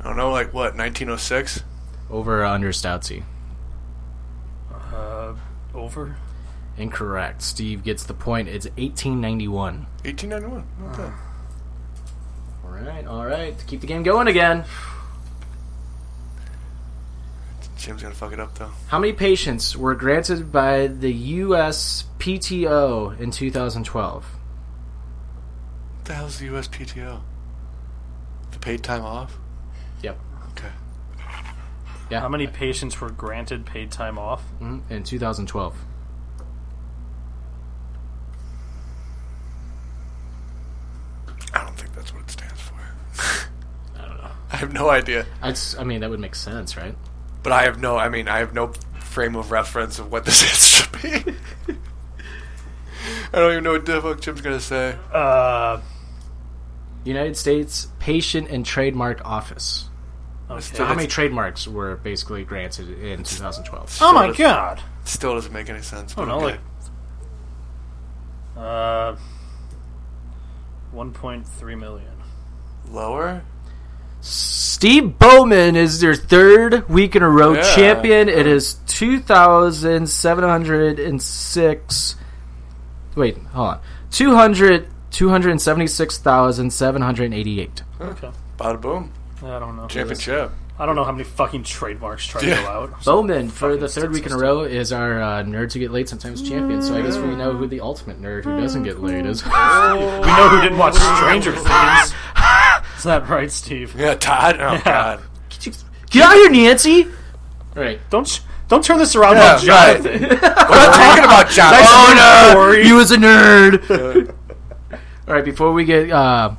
Speaker 4: I don't know, like what, 1906?
Speaker 1: Over or under Stoutsy?
Speaker 5: Uh, over.
Speaker 1: Incorrect. Steve gets the point. It's 1891.
Speaker 4: 1891. Not bad.
Speaker 1: All right, all right. Keep the game going again.
Speaker 4: Jim's gonna fuck it up, though.
Speaker 1: How many patients were granted by the U.S. PTO in 2012?
Speaker 4: What the hell's the USPTO? The paid time off?
Speaker 1: Yep.
Speaker 4: Okay.
Speaker 5: How many patients were granted paid time off?
Speaker 1: Mhm, In 2012.
Speaker 4: I don't think that's what it stands for. I don't know. I have no idea.
Speaker 1: I, s- I mean, that would make sense, right?
Speaker 4: But I have no, I mean, I have no frame of reference of what this is to be. I don't even know what the fuck Jim's gonna say.
Speaker 5: Uh,
Speaker 1: United States Patient and Trademark Office. So
Speaker 5: okay.
Speaker 1: how many trademarks were basically granted in 2012?
Speaker 5: Oh my god.
Speaker 4: Still doesn't make any sense.
Speaker 5: I
Speaker 4: But
Speaker 5: don't know,
Speaker 4: okay.
Speaker 5: like. Uh, 1.3 million.
Speaker 4: Lower?
Speaker 1: Steve Bowman is their third week in a row
Speaker 4: Yeah.
Speaker 1: champion. It is 2,706. Wait, hold on. 200, 276,788.
Speaker 5: Okay.
Speaker 4: Bada boom.
Speaker 5: I don't know.
Speaker 4: Championship.
Speaker 5: I don't know how many fucking trademarks try to
Speaker 4: Yeah.
Speaker 5: go out.
Speaker 1: Bowman, for the third week in a row, is our uh, nerd to get late sometimes champion. So I guess we know who the ultimate nerd who doesn't get laid is.
Speaker 5: We know who didn't watch Stranger Things. Is that right, Steve?
Speaker 4: Yeah, Todd. Oh, God.
Speaker 1: get out of here, Nancy! All right.
Speaker 5: Don't sh- don't turn this around
Speaker 6: Oh,
Speaker 5: on
Speaker 4: Yeah, right.
Speaker 5: Jonathan.
Speaker 4: We're not talking about Oh, John.
Speaker 1: He was a nerd. All right, before we get uh,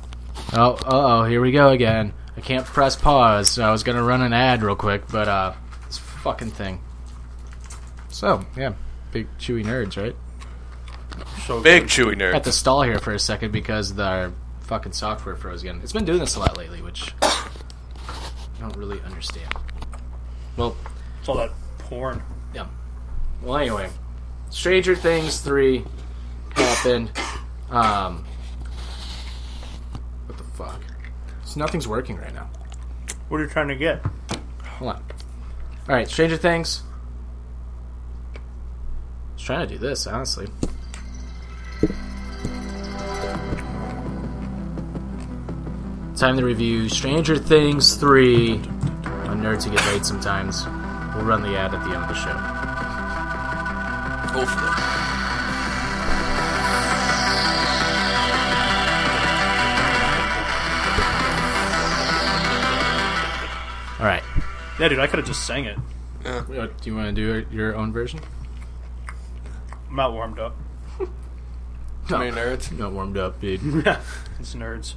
Speaker 1: oh oh here we go again. I can't press pause. So I was gonna run an ad real quick, but uh, this fucking thing. So yeah, big chewy nerds, right?
Speaker 4: Big chewy
Speaker 1: At
Speaker 4: nerd.
Speaker 1: the stall here for a second because the our fucking software froze again. It's been doing this a lot lately, which I don't really understand. Well,
Speaker 5: It's all that porn.
Speaker 1: Yeah. Well, anyway, Stranger Things three happened. Um, what the fuck? So nothing's working right now.
Speaker 5: What are you trying to get?
Speaker 1: Hold on. All right, Stranger Things. I was trying to do this honestly. Time to review Stranger Things three. I'm nerd to get late sometimes. We'll run the ad at the end of the show.
Speaker 4: Hopefully.
Speaker 1: All right.
Speaker 6: Yeah, dude, I could have just sang it.
Speaker 1: Uh, Do you want to do your own version?
Speaker 6: I'm not warmed up.
Speaker 4: Too many nerds.
Speaker 1: Not warmed up, dude.
Speaker 6: It's nerds.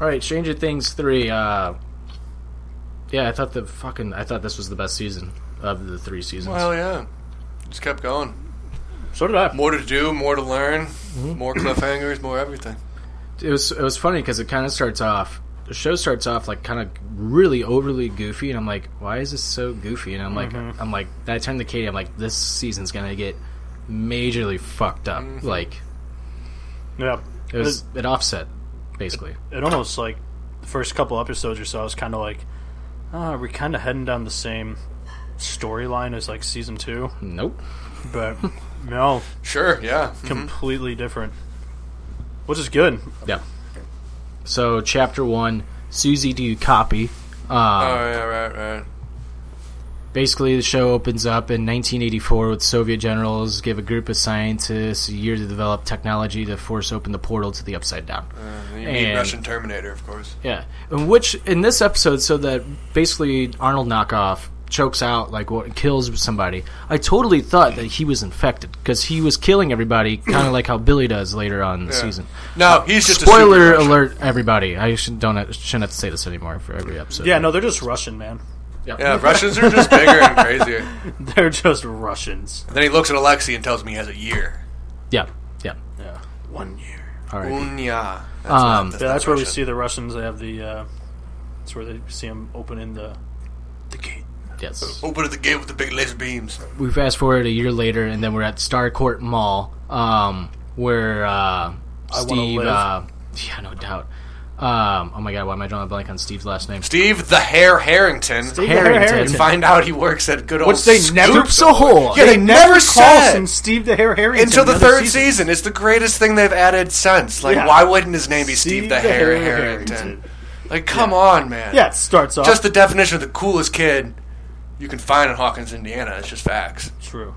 Speaker 1: All right, Stranger Things three. Uh, yeah, I thought the fucking I thought this was the best season of the three seasons.
Speaker 4: Well, yeah. Just kept going.
Speaker 6: So did I.
Speaker 4: More to do, more to learn, more cliffhangers, more everything.
Speaker 1: it was it was funny because it kind of starts off. The show starts off like kind of really overly goofy, and I'm like, why is this so goofy? And I'm like, I'm like, I turned to Katie. I'm like, this season's gonna get majorly fucked up. Like
Speaker 6: Yeah.
Speaker 1: it was an offset, basically.
Speaker 6: it almost like the first couple episodes or so, I was kind of like, ah, we're kind of heading down the same storyline as like season two,
Speaker 1: Nope.
Speaker 6: but no,
Speaker 4: Sure, yeah.
Speaker 6: completely different, which is good.
Speaker 1: Yeah. So chapter one, Susie, do you copy? Uh,
Speaker 4: Oh, yeah, right, right.
Speaker 1: Basically, the show opens up in 1984 with Soviet generals give a group of scientists a year to develop technology to force open the portal to the Upside Down.
Speaker 4: And you
Speaker 1: And-
Speaker 4: mean Russian Terminator, of course.
Speaker 1: Yeah, in which in this episode, so that basically Arnold knockoff chokes out like what kills somebody. I totally thought that he was infected because he was killing everybody, kind of like how Billy does later on in the
Speaker 4: Yeah.
Speaker 1: season.
Speaker 4: No, he's just
Speaker 1: Spoiler
Speaker 4: a super Russian.
Speaker 1: alert, everybody! I should, don't shouldn't have to say this anymore for every episode.
Speaker 6: Yeah, no, they're just Russian, man.
Speaker 4: Yeah, Russians are just bigger and crazier.
Speaker 6: They're just Russians.
Speaker 4: Then he looks at Alexei and tells him he has a year.
Speaker 1: yeah, yeah.
Speaker 6: One year.
Speaker 1: All right.
Speaker 4: Unya. That's
Speaker 1: Um,
Speaker 6: Yeah, that's where we
Speaker 4: Russian.
Speaker 6: see the Russians. They have the. Uh, that's where they see them opening the the gate.
Speaker 1: Yes.
Speaker 4: Open at the gate with the big laser beams.
Speaker 1: we fast forward a year later, and then we're at Starcourt Mall, um, where uh, Steve.
Speaker 6: live.
Speaker 1: Uh, yeah, no doubt. Um, oh my god, why am I drawing a blank on Steve's last name?
Speaker 4: Steve the Hare Harrington.
Speaker 1: Harrington.
Speaker 4: And find out he works at good old
Speaker 6: Which they
Speaker 4: Scoops
Speaker 6: never-
Speaker 4: a Hole. Yeah, they, never
Speaker 6: Calls
Speaker 4: said
Speaker 6: him Steve the Hare Harrington
Speaker 4: until the
Speaker 6: another
Speaker 4: third season. It's the greatest thing they've added since. Like,
Speaker 6: Yeah.
Speaker 4: why wouldn't his name be Steve,
Speaker 6: Steve
Speaker 4: the
Speaker 6: the
Speaker 4: Hare
Speaker 6: Hare
Speaker 4: Harrington?
Speaker 6: Harrington.
Speaker 4: Like, come on, man.
Speaker 6: Yeah, it starts off
Speaker 4: Just the definition of the coolest kid you can find in Hawkins, Indiana. It's just facts.
Speaker 6: true.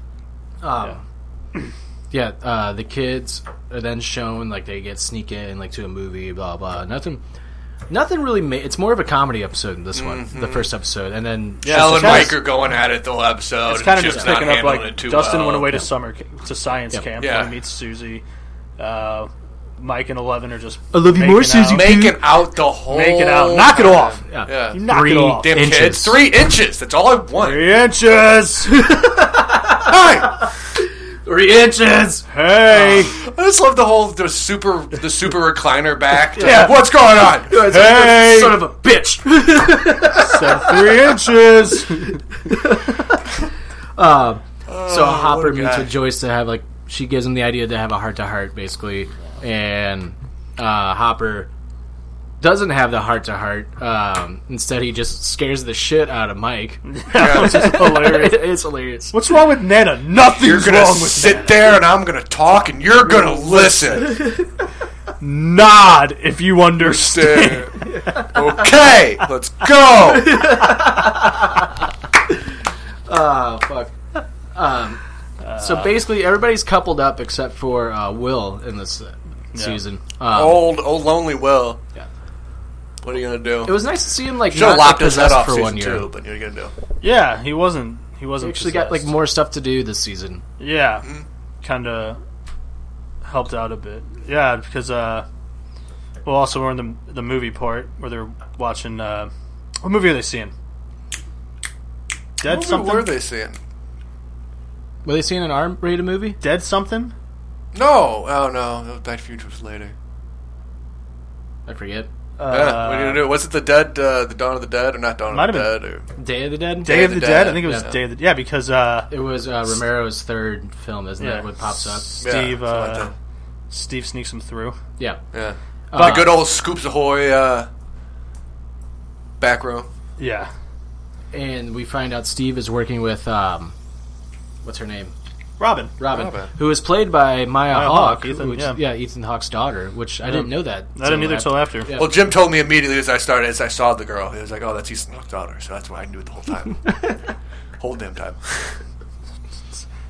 Speaker 1: Yeah, uh, the kids are then shown like they get sneak in like to a movie, blah blah. Nothing, nothing really. Ma- it's more of a comedy episode in this one, the first episode, and then
Speaker 4: Shell and
Speaker 6: it's kinda-
Speaker 4: Mike are going at it the whole episode.
Speaker 6: it's kind of
Speaker 4: and
Speaker 6: just
Speaker 4: Chip's
Speaker 6: picking
Speaker 4: not
Speaker 6: up
Speaker 4: handling
Speaker 6: like
Speaker 4: it too
Speaker 6: Dustin
Speaker 4: well.
Speaker 6: went away to summer ca- to science camp
Speaker 4: Yeah.
Speaker 6: when he meets Susie. Uh, Mike and Eleven are just
Speaker 1: I love you
Speaker 6: making
Speaker 1: more, Susie.
Speaker 6: out.
Speaker 4: making out the whole
Speaker 6: making out, knock it off,
Speaker 1: yeah.
Speaker 4: Yeah.
Speaker 6: you knock
Speaker 1: Three
Speaker 6: it off.
Speaker 4: Damn
Speaker 1: Inches.
Speaker 4: kids, three inches. That's all I want.
Speaker 6: Three inches.
Speaker 4: Hi.
Speaker 1: three inches.
Speaker 6: Hey,
Speaker 4: I just love the whole the super the super recliner back.
Speaker 6: Yeah.
Speaker 4: what's going on?
Speaker 6: Hey!
Speaker 1: son of a bitch.
Speaker 6: said three inches.
Speaker 1: Um,
Speaker 4: Oh,
Speaker 1: so Hopper meets
Speaker 4: guy.
Speaker 1: with Joyce to have like she gives him the idea to have a heart to heart basically, and uh, Hopper doesn't have the heart to heart. Instead, he just scares the shit out of Mike.
Speaker 6: Hilarious.
Speaker 1: it's hilarious.
Speaker 6: What's wrong with Nana? Nothing's
Speaker 4: You're gonna
Speaker 6: wrong with
Speaker 4: sit there and I'm gonna talk and you're gonna listen.
Speaker 6: Nod if you understand.
Speaker 4: okay, let's go.
Speaker 1: fuck. Um,
Speaker 4: Uh.
Speaker 1: so basically, everybody's coupled up except for uh, Will in this uh, season. Um,
Speaker 4: Old old lonely Will.
Speaker 1: Yeah.
Speaker 4: What are you gonna
Speaker 1: It
Speaker 4: do?
Speaker 1: was nice to see him like
Speaker 4: Joe
Speaker 1: not
Speaker 4: lopped his head
Speaker 1: possessed
Speaker 4: off
Speaker 1: for
Speaker 4: season
Speaker 1: one year.
Speaker 4: two, but you're gonna do.
Speaker 6: Yeah, he wasn't. He wasn't.
Speaker 1: He actually got like
Speaker 6: possessed.
Speaker 1: more stuff to do this season.
Speaker 6: Yeah, kind of helped out a bit. Yeah, because uh, well, also we're in the the movie part where they're watching. Uh, what movie are they seeing? Dead
Speaker 4: What
Speaker 6: something.
Speaker 4: were they seeing?
Speaker 1: Were they seeing an R-rated movie?
Speaker 6: Dead something.
Speaker 4: No, oh no, that future was later.
Speaker 1: I forget.
Speaker 4: yeah, what are you gonna do? Was it the dead, uh, the Dawn of the Dead, or not Dawn
Speaker 6: Might
Speaker 4: of the
Speaker 6: have
Speaker 4: Dead? Or
Speaker 1: Day of the Dead.
Speaker 6: Day, of the, Dead. I think it was
Speaker 1: Yeah.
Speaker 6: Day of the Yeah, because uh,
Speaker 1: It was uh, Romero's third film, isn't
Speaker 6: yeah,
Speaker 1: it? What pops up?
Speaker 4: Yeah,
Speaker 6: Steve.
Speaker 4: something like
Speaker 6: uh,
Speaker 4: that.
Speaker 6: Steve sneaks him through.
Speaker 1: Yeah.
Speaker 4: Yeah.
Speaker 1: Uh,
Speaker 4: the good old Scoops Ahoy uh, back row.
Speaker 6: Yeah,
Speaker 1: And we find out Steve is working with um, what's her name?
Speaker 6: Robin.
Speaker 1: Robin,
Speaker 4: Robin.
Speaker 1: who is played by Maya,
Speaker 6: Maya
Speaker 1: Hawke,
Speaker 6: Hawke, Ethan,
Speaker 1: which,
Speaker 6: yeah.
Speaker 1: Ethan Hawke's daughter, which I didn't know that.
Speaker 6: I didn't either
Speaker 1: after-
Speaker 6: till after.
Speaker 1: Yeah.
Speaker 4: Well, Jim told me immediately as I started, as I saw the girl, he was like, "Oh, that's Ethan Hawke's daughter," so that's why I knew it the whole time, whole damn time.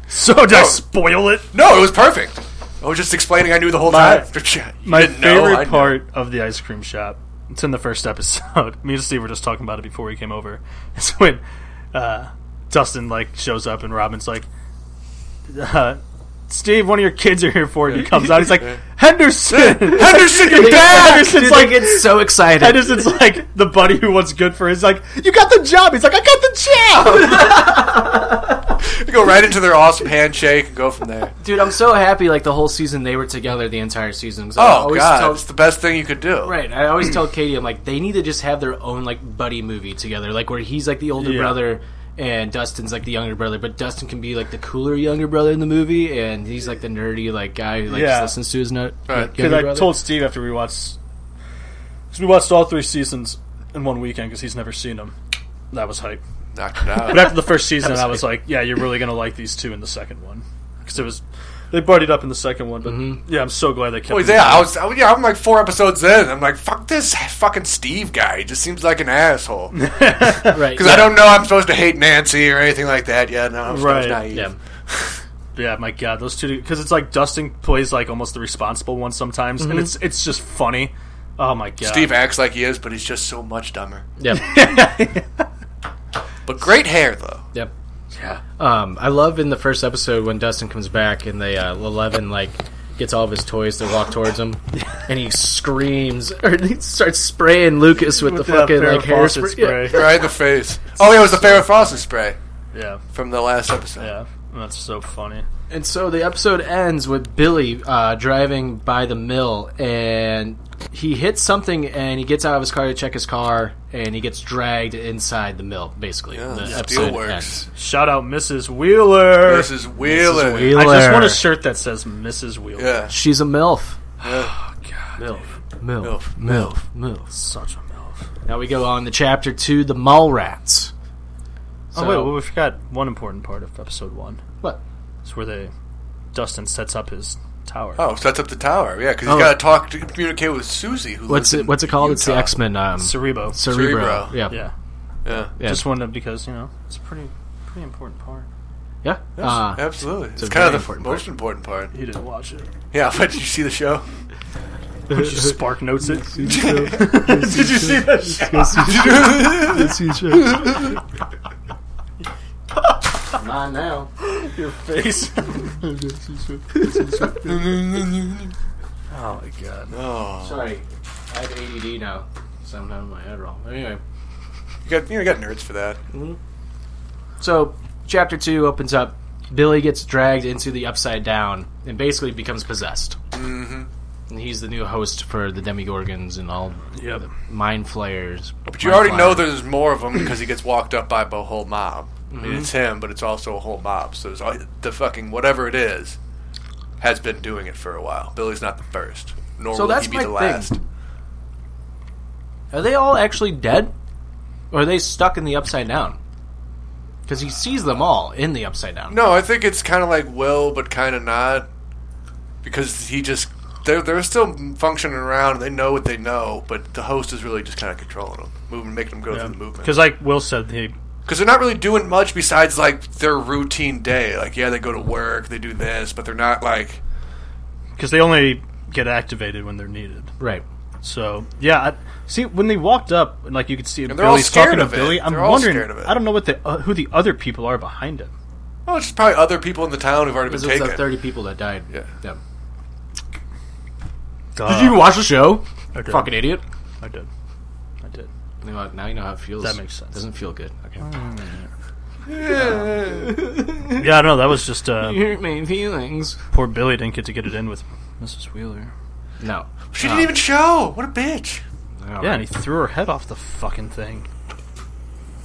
Speaker 6: So did I spoil it?
Speaker 4: No, it was perfect. I was just explaining I knew the whole
Speaker 6: My-
Speaker 4: time. Yeah, you
Speaker 6: My
Speaker 4: didn't know, I
Speaker 6: favorite
Speaker 4: knew.
Speaker 6: part of the ice cream shop It's in the first episode. Me and Steve were just talking about it before we came over. It's when uh, Dustin like shows up and Robin's like, uh, "Steve, one of your kids are here for you." He comes out. He's like, "Henderson, Henderson, your dad." Henderson's like,
Speaker 1: it's so excited.
Speaker 6: Henderson's like the buddy who wants good for. Is like, "You got the job." He's like, "I got the job."
Speaker 4: You go right into their awesome handshake and go from there.
Speaker 1: Dude, I'm so happy. Like the whole season, they were together the entire season. 'cause I
Speaker 4: Oh
Speaker 1: always
Speaker 4: god,
Speaker 1: tell-
Speaker 4: it's the best thing you could do.
Speaker 1: right. I always tell Katie, I'm like, they need to just have their own like buddy movie together, like where he's like the older
Speaker 6: Yeah.
Speaker 1: brother and Dustin's like the younger brother, but Dustin can be like the cooler younger brother in the movie, and he's like the nerdy like guy who like
Speaker 6: Yeah.
Speaker 1: just listens to his nut.
Speaker 4: Right.
Speaker 1: like,
Speaker 6: Because
Speaker 1: younger
Speaker 6: I
Speaker 1: brother.
Speaker 6: told Steve after we watched, because we watched all three seasons in one weekend because he's never seen them. That was hype.
Speaker 4: Knock it
Speaker 6: But
Speaker 4: out.
Speaker 6: after the first season, I was like, yeah, you're really gonna like these two in the second one because it was they partied up in the second one. But
Speaker 1: Mm-hmm.
Speaker 6: yeah, I'm so glad they kept.
Speaker 4: Oh,
Speaker 6: it
Speaker 4: yeah, I
Speaker 6: going.
Speaker 4: was. I, yeah, I'm like four episodes in. I'm like, fuck this fucking Steve guy. He just seems like an asshole. Because
Speaker 1: right.
Speaker 4: I don't know I'm supposed to hate Nancy or anything like that yet. No, I'm just- I
Speaker 6: Right.
Speaker 4: was naive.
Speaker 1: Yeah.
Speaker 6: yeah, my god, those two because it's like Dustin plays like almost the responsible one sometimes,
Speaker 1: Mm-hmm.
Speaker 6: and it's it's just funny. Oh my god,
Speaker 4: Steve acts like he is, but he's just so much dumber.
Speaker 1: Yep.
Speaker 4: But great hair though.
Speaker 1: yep. Um, I love in the first episode when Dustin comes back and they uh, Eleven like gets all of his toys to walk towards him, and he screams or he starts spraying Lucas with, the
Speaker 6: that
Speaker 1: fucking
Speaker 6: Farrah
Speaker 1: like
Speaker 6: Fawcett
Speaker 1: hairspray.
Speaker 6: spray.
Speaker 4: Right in the face. Oh yeah, it was the Farrah Fawcett spray
Speaker 6: Yeah,
Speaker 4: from the last episode.
Speaker 6: yeah, that's so funny.
Speaker 1: And so the episode ends with Billy uh, driving by the mill, and he hits something, and he gets out of his car to check his car, and he gets dragged inside the mill. Basically, the
Speaker 4: Yeah,
Speaker 1: episode
Speaker 4: Steelworks.
Speaker 1: ends.
Speaker 6: Shout out Mrs. Wheeler.
Speaker 4: This is Wheeler.
Speaker 1: Wheeler.
Speaker 6: I just want a shirt that says Mrs. Wheeler.
Speaker 4: Yeah.
Speaker 1: She's a milf.
Speaker 6: Milf.
Speaker 1: Milf.
Speaker 4: Oh, Milf.
Speaker 1: Milf. Milf.
Speaker 6: Such a milf.
Speaker 1: Now we go on to chapter two, the mall rats.
Speaker 6: oh wait, well, we forgot one important part of episode one.
Speaker 1: What?
Speaker 6: It's where they Dustin sets up his tower.
Speaker 4: Oh, sets up the tower. Yeah, because
Speaker 1: Oh.
Speaker 4: he's got to talk to communicate with Susie. Who
Speaker 1: What's
Speaker 4: lives
Speaker 1: it?
Speaker 4: in
Speaker 1: What's it called? It's the
Speaker 4: Utah.
Speaker 1: X Men. Um,
Speaker 6: Cerebo.
Speaker 1: Cerebro.
Speaker 4: Cerebro.
Speaker 1: Yeah.
Speaker 6: yeah.
Speaker 4: Yeah,
Speaker 1: Yeah.
Speaker 6: Just wanted because, you know, it's a pretty pretty important part.
Speaker 1: Yeah. Uh,
Speaker 4: absolutely.
Speaker 1: a
Speaker 4: It's, kind
Speaker 1: very
Speaker 4: of the
Speaker 1: important
Speaker 4: most important part.
Speaker 6: He didn't watch it.
Speaker 4: Yeah, but did you see the show?
Speaker 6: Did you spark notes it?
Speaker 4: Did you see that? Show?
Speaker 1: Come on now.
Speaker 6: Face. oh my god.
Speaker 4: Oh,
Speaker 1: Sorry, I have ADD now, so I'm having my head roll. Anyway,
Speaker 4: you got you, know, you got nerds for that.
Speaker 1: Oh, so chapter two opens up. Billy gets dragged into the Upside Down and basically becomes possessed. Mm-hmm. And he's the new host for the Demigorgons and all
Speaker 6: Yep.
Speaker 1: mind flayers.
Speaker 4: But you already know there's more of them because he gets walked up by a whole mob. I
Speaker 1: Mm-hmm.
Speaker 4: mean, it's him, but it's also a whole mob. So it's all, the fucking whatever it is has been doing it for a while. Billy's not the first, nor
Speaker 1: So
Speaker 4: will
Speaker 1: that's
Speaker 4: he be
Speaker 1: my
Speaker 4: the
Speaker 1: thing.
Speaker 4: last.
Speaker 1: Are they all actually dead? Or are they stuck in the upside down? Because he sees them all in the upside down.
Speaker 4: No, I think it's kind of like Will, but kind of not, because he just they're they're still functioning around. They know what they know, but the host is really just kind of controlling them, moving, making them go through the movement.
Speaker 6: Because like Will said, he
Speaker 4: Because they're not really doing much besides like their routine day. Like yeah, they go to work, they do this, but they're not like
Speaker 6: because they only get activated when they're needed.
Speaker 1: Right.
Speaker 6: So yeah, I, see when they walked up, and like you could see
Speaker 4: they're all
Speaker 6: Billy's
Speaker 4: scared
Speaker 6: talking to
Speaker 4: of it.
Speaker 6: Billy. I'm
Speaker 4: They're all
Speaker 6: wondering,
Speaker 4: scared of it.
Speaker 6: I don't know what the uh, who the other people are behind him.
Speaker 4: oh, it's just probably other people in the town who've already been
Speaker 1: Because it was the
Speaker 4: taken.
Speaker 1: 30 people that died.
Speaker 4: Yeah.
Speaker 6: Uh,
Speaker 1: Did you watch the show? Fucking idiot.
Speaker 6: I did, I did.
Speaker 1: You know what, Now you know how it feels.
Speaker 6: That makes sense. Oh,
Speaker 1: Doesn't feel good. Okay.
Speaker 6: Yeah, I know that was just uh,
Speaker 1: You hurt my feelings.
Speaker 6: poor Billy didn't get to get it in with Mrs. Wheeler.
Speaker 1: No.
Speaker 4: she didn't even show. What a bitch.
Speaker 1: No.
Speaker 6: Yeah, and he threw her head off the fucking thing.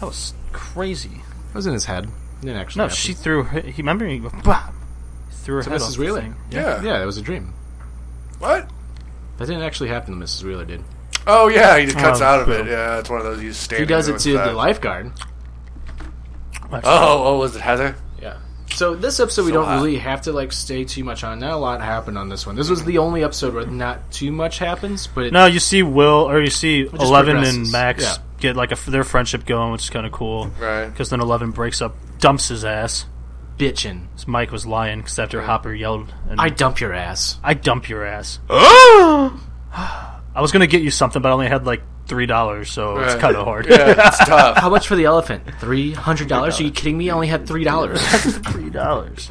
Speaker 6: That was crazy.
Speaker 1: It was in his head. It didn't actually.
Speaker 6: No,
Speaker 1: happen.
Speaker 6: she threw. Her, he remember he bah, threw her
Speaker 1: To
Speaker 6: head
Speaker 1: Mrs.
Speaker 6: off
Speaker 1: Wheeler.
Speaker 6: the thing.
Speaker 4: Yeah.
Speaker 1: Yeah, that was a dream.
Speaker 4: What?
Speaker 1: That didn't actually happen to Mrs. Wheeler, did?
Speaker 4: Oh yeah, he just cuts
Speaker 6: Oh,
Speaker 4: out of it.
Speaker 6: cool.
Speaker 4: Yeah, it's one of those you stand.
Speaker 1: He does it to the lifeguard.
Speaker 4: Oh, oh, was it Heather?
Speaker 1: Yeah. So this episode we
Speaker 4: So
Speaker 1: don't
Speaker 4: hot.
Speaker 1: really have to like stay too much on. Not a lot happened on this one. This was the only episode where not too much happens, but it,
Speaker 6: No, you see Will or you see
Speaker 1: just
Speaker 6: Eleven
Speaker 1: progresses.
Speaker 6: and Max
Speaker 1: Yeah.
Speaker 6: get like a, their friendship going, which is kind of cool.
Speaker 4: Right.
Speaker 6: Because then Eleven breaks up, dumps his ass.
Speaker 1: bitching.
Speaker 6: 'Cause Mike was lying because after Hopper yelled, and,
Speaker 1: I
Speaker 6: I,
Speaker 1: dump your ass.
Speaker 6: "I dump your ass." I was gonna get you something, but I only had like three dollars, so it's
Speaker 4: Right.
Speaker 6: kind of hard.
Speaker 4: Yeah, it's tough.
Speaker 1: How much for the elephant? Three hundred dollars? Are you kidding me? I only had three dollars.
Speaker 6: three dollars.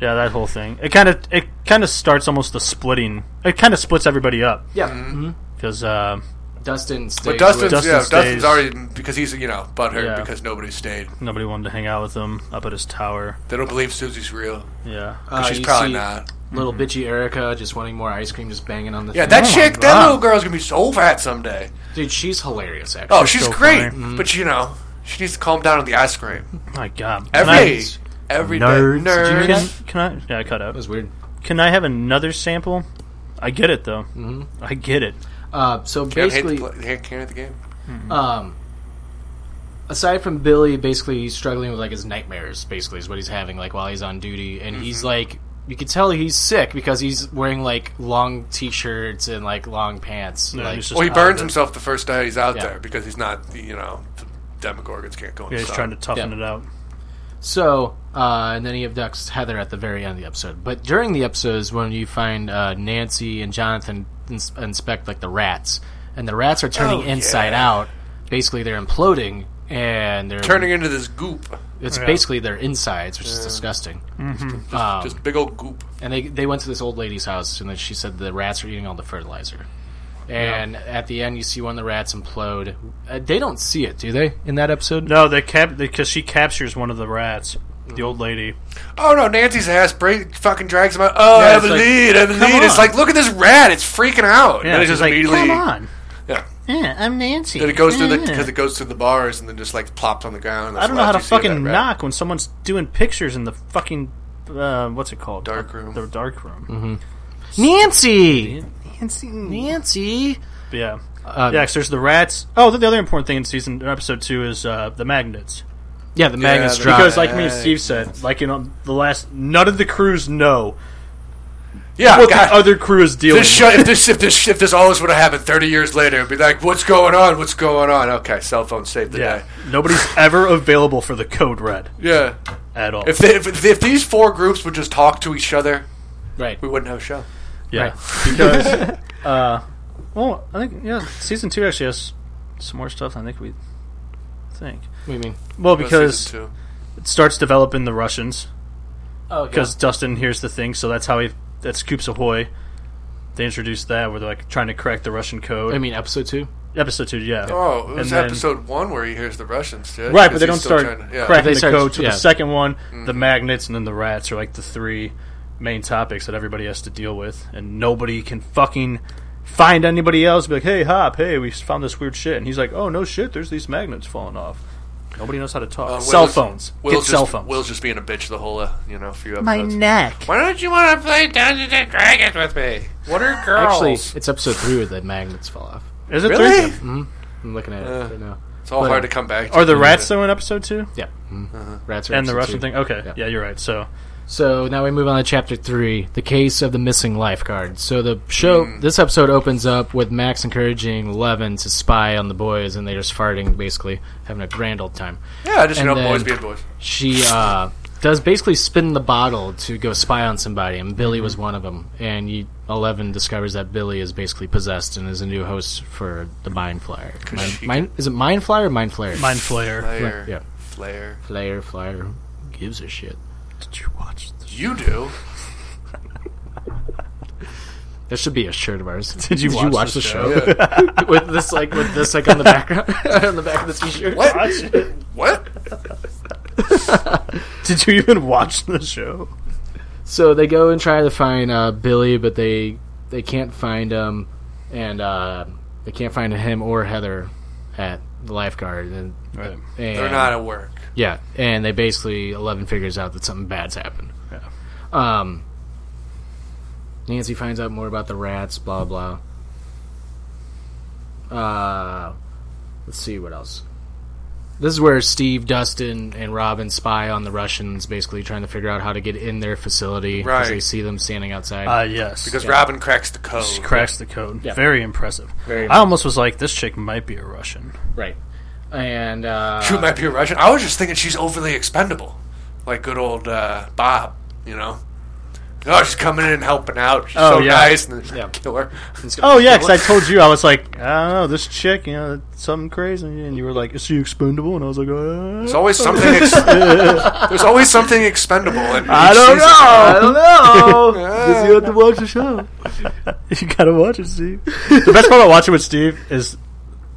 Speaker 6: Yeah, that whole thing. It kind of it kind of starts almost the splitting. It kind of splits everybody up
Speaker 1: yeah, Mm-hmm.
Speaker 6: because uh,
Speaker 1: Dustin. Stays
Speaker 4: But Dustin's,
Speaker 1: with-
Speaker 6: Dustin
Speaker 4: yeah,
Speaker 6: stays.
Speaker 4: Dustin's already because he's you know butthurt
Speaker 6: Yeah.
Speaker 4: because nobody stayed.
Speaker 6: nobody wanted to hang out with him up at his tower.
Speaker 4: They don't believe Susie's real.
Speaker 6: Yeah,
Speaker 1: uh,
Speaker 4: She's
Speaker 1: you
Speaker 4: probably
Speaker 1: see
Speaker 4: not.
Speaker 1: Little bitchy Erica just wanting more ice cream, just banging on the.
Speaker 4: Yeah,
Speaker 1: thing.
Speaker 6: Oh
Speaker 4: that chick, that little girl's gonna be so fat someday.
Speaker 1: dude, she's hilarious. Actually,
Speaker 4: Oh, she's
Speaker 6: so
Speaker 4: great,
Speaker 6: funny.
Speaker 4: but you know she needs to calm down on the ice cream
Speaker 6: my God.
Speaker 4: every
Speaker 6: Nice.
Speaker 4: every day.
Speaker 8: Nerds. Did
Speaker 4: Nerds.
Speaker 6: Can, can I? Yeah, I cut
Speaker 1: that
Speaker 6: out.
Speaker 1: was weird.
Speaker 6: Can I have another sample? I get it though. Mm-hmm. I get it.
Speaker 1: Uh, so
Speaker 4: Can't hate the
Speaker 1: basically,
Speaker 4: pla- can't hate the game.
Speaker 1: um, aside from Billy, basically he's struggling with like his nightmares. Basically, is what he's having like while he's on duty, and he's
Speaker 4: Mm-hmm.
Speaker 1: like, you can tell he's sick because he's wearing like long t-shirts and like long pants.
Speaker 6: No,
Speaker 1: like,
Speaker 6: he's just
Speaker 4: Well, he
Speaker 6: out
Speaker 4: burns
Speaker 6: of it.
Speaker 4: himself the first day he's out
Speaker 1: Yeah.
Speaker 4: there because he's not, you know, the Demogorgons can't go
Speaker 6: Yeah, he's
Speaker 4: inside.
Speaker 6: trying to toughen
Speaker 1: Yeah.
Speaker 6: it out.
Speaker 1: So, uh, and then he abducts Heather at the very end of the episode. But during the episode is when you find uh, Nancy and Jonathan ins- inspect like the rats, and the rats are turning
Speaker 4: Oh,
Speaker 1: inside
Speaker 4: yeah.
Speaker 1: out. Basically, they're imploding and they're
Speaker 4: Turning into this goop,
Speaker 1: It's basically their insides, which is disgusting.
Speaker 4: Mm-hmm.
Speaker 1: Um,
Speaker 4: just big old goop.
Speaker 1: And they they went to this old lady's house, and then she said the rats are eating all the fertilizer. And at the end, you see one of the rats implode. Uh, they don't see it, do they? In that episode,
Speaker 6: No, they cap because she captures one of the rats.
Speaker 4: Mm-hmm.
Speaker 6: The old lady.
Speaker 4: Oh no, Nancy's ass break, fucking drags him out. Oh,
Speaker 1: Yeah, it's
Speaker 4: Eveline, Eveline. It's
Speaker 6: on.
Speaker 4: like, look at this rat. It's freaking out.
Speaker 6: Yeah,
Speaker 4: and it
Speaker 6: she's
Speaker 4: just
Speaker 6: like,
Speaker 4: immediately.
Speaker 6: come on.
Speaker 4: Yeah.
Speaker 6: Yeah, I'm Nancy.
Speaker 4: Then it goes through the
Speaker 6: Yeah.
Speaker 4: because it goes through the bars and then just like plops on the ground.
Speaker 6: I
Speaker 4: That's
Speaker 6: don't know
Speaker 4: why
Speaker 6: how to
Speaker 4: you see that
Speaker 6: fucking
Speaker 4: rat.
Speaker 6: knock when someone's doing pictures in the fucking uh, what's it called?
Speaker 4: Dark room. Mm-hmm.
Speaker 6: The dark room.
Speaker 1: Nancy,
Speaker 6: Nancy.
Speaker 1: Nancy.
Speaker 6: Yeah.
Speaker 1: Um,
Speaker 6: yeah, 'cause there's the rats. Oh, the, the other important thing in season episode two is uh, the magnets.
Speaker 1: Yeah, the magnets
Speaker 4: the-
Speaker 1: drop.
Speaker 6: Because, like me and Steve said, like in um, the last, none of the crews know
Speaker 4: Yeah.
Speaker 6: what
Speaker 4: God.
Speaker 6: the other crew is dealing.
Speaker 4: this show, if this if this if this all this would have happened thirty years later, it'd be like, what's going on? What's going on? Okay, cell phone saved the
Speaker 6: with. Yeah,
Speaker 4: day.
Speaker 6: nobody's ever available for the code red
Speaker 4: Yeah.
Speaker 6: at all.
Speaker 4: If, they, if, if these four groups would just talk to each other,
Speaker 1: right.
Speaker 4: we wouldn't have a show.
Speaker 6: yeah, because uh, well, I think yeah, season two actually has some more stuff. I think we think
Speaker 1: What do you mean?
Speaker 6: well
Speaker 4: That's season
Speaker 6: because
Speaker 4: two.
Speaker 6: it starts developing the Russians.
Speaker 1: Oh,
Speaker 6: because Dustin hears the thing, so that's how he that's Scoops Ahoy. They introduced that where they're like trying to correct the Russian code.
Speaker 1: I mean episode two.
Speaker 6: episode two, yeah,
Speaker 4: oh, it was
Speaker 6: and then-
Speaker 4: episode one where he hears the Russians, yeah,
Speaker 6: right, but
Speaker 4: because
Speaker 6: they
Speaker 4: he's
Speaker 6: don't
Speaker 4: still
Speaker 6: start
Speaker 4: trying to- yeah. Mm-hmm.
Speaker 6: cracking
Speaker 1: They
Speaker 6: the
Speaker 1: start-
Speaker 6: code to
Speaker 1: yeah.
Speaker 6: the second one. The magnets and then the rats are like the three main topics that everybody has to deal with, and nobody can fucking find anybody else. Be like, hey, Hop, hey, we found this weird shit, and he's like, oh no shit, there's these magnets falling off. Nobody knows how to talk.
Speaker 4: Uh,
Speaker 6: cell
Speaker 4: Will's-
Speaker 6: phones.
Speaker 4: Will's
Speaker 6: Get
Speaker 4: just,
Speaker 6: cell phones.
Speaker 4: Will's just being a bitch the whole, uh, you know, few episodes.
Speaker 7: neck.
Speaker 4: Why don't you want to play Dungeons and Dragons with me? What are girls?
Speaker 1: Actually, it's episode three where the magnets fall off.
Speaker 6: Is it
Speaker 4: really?
Speaker 6: three?
Speaker 1: I'm looking at it right now.
Speaker 4: It's all
Speaker 1: But,
Speaker 4: hard
Speaker 1: uh,
Speaker 4: to come back. to.
Speaker 6: Are the rats though in episode two?
Speaker 1: Yeah, Mhm. rats are
Speaker 6: And the
Speaker 1: episode
Speaker 6: Russian
Speaker 1: two.
Speaker 6: thing. Okay,
Speaker 1: Yeah.
Speaker 6: yeah, you're right. So
Speaker 1: So now we move on to chapter three, the case of the missing lifeguard. So the show, this episode opens up with Max encouraging Levin to spy on the boys, and they're just farting, basically having a grand old time.
Speaker 4: Yeah, just you
Speaker 1: and
Speaker 4: know,
Speaker 1: then-
Speaker 4: boys being boys.
Speaker 1: She uh, does basically spin the bottle to go spy on somebody, and Billy was one of them. And you, Eleven discovers that Billy is basically possessed and is a new host for the Mind Flyer. Mind,
Speaker 4: she
Speaker 1: Mind- is it Mind Flyer or Mind Flayer?
Speaker 6: Mind Flayer.
Speaker 4: Flair,
Speaker 1: yeah.
Speaker 4: Flair.
Speaker 1: Flyer, Flyer. Who gives a shit?
Speaker 4: You do.
Speaker 1: That should be a shirt of ours.
Speaker 6: Did you watch
Speaker 1: the
Speaker 6: the
Speaker 1: show? with this like with this like on the background on the back of the t-shirt.
Speaker 4: What? what?
Speaker 6: Did you even watch the show?
Speaker 1: So they go and try to find uh, Billy, but they they can't find him, and uh, they can't find him or Heather at the lifeguard. And,
Speaker 6: Right.
Speaker 1: and-
Speaker 4: They're not at work.
Speaker 1: Yeah, and they basically Eleven figures out that something bad's happened.
Speaker 6: Yeah.
Speaker 1: Um. Nancy finds out more about the rats. Blah blah. Uh, let's see what else. This is where Steve, Dustin, and Robin spy on the Russians, basically trying to figure out how to get in their facility because
Speaker 4: Right.
Speaker 1: they see them standing outside.
Speaker 6: Uh, yes.
Speaker 4: Because Robin cracks the code.
Speaker 6: she cracks the code.
Speaker 1: Yeah.
Speaker 6: Very impressive.
Speaker 1: Very
Speaker 6: I almost was like, this chick might be a Russian.
Speaker 1: right, and uh,
Speaker 4: She might be a Russian. I was just thinking she's overly expendable, like good old uh, Bob. You know, oh, she's coming in and helping out. She's
Speaker 6: Oh,
Speaker 4: so
Speaker 6: yeah.
Speaker 4: nice. And then
Speaker 1: Yeah.
Speaker 4: kill her.
Speaker 6: Oh yeah, because I told you I was like, I don't know, this chick, you know, something crazy, and you were like, is she expendable? And I was like, uh,
Speaker 4: There's always something. Ex- there's always something expendable. In
Speaker 6: I don't know, I don't know.
Speaker 4: Yeah.
Speaker 6: Just you have to watch the show. you gotta watch it, Steve. The best part about watching with Steve is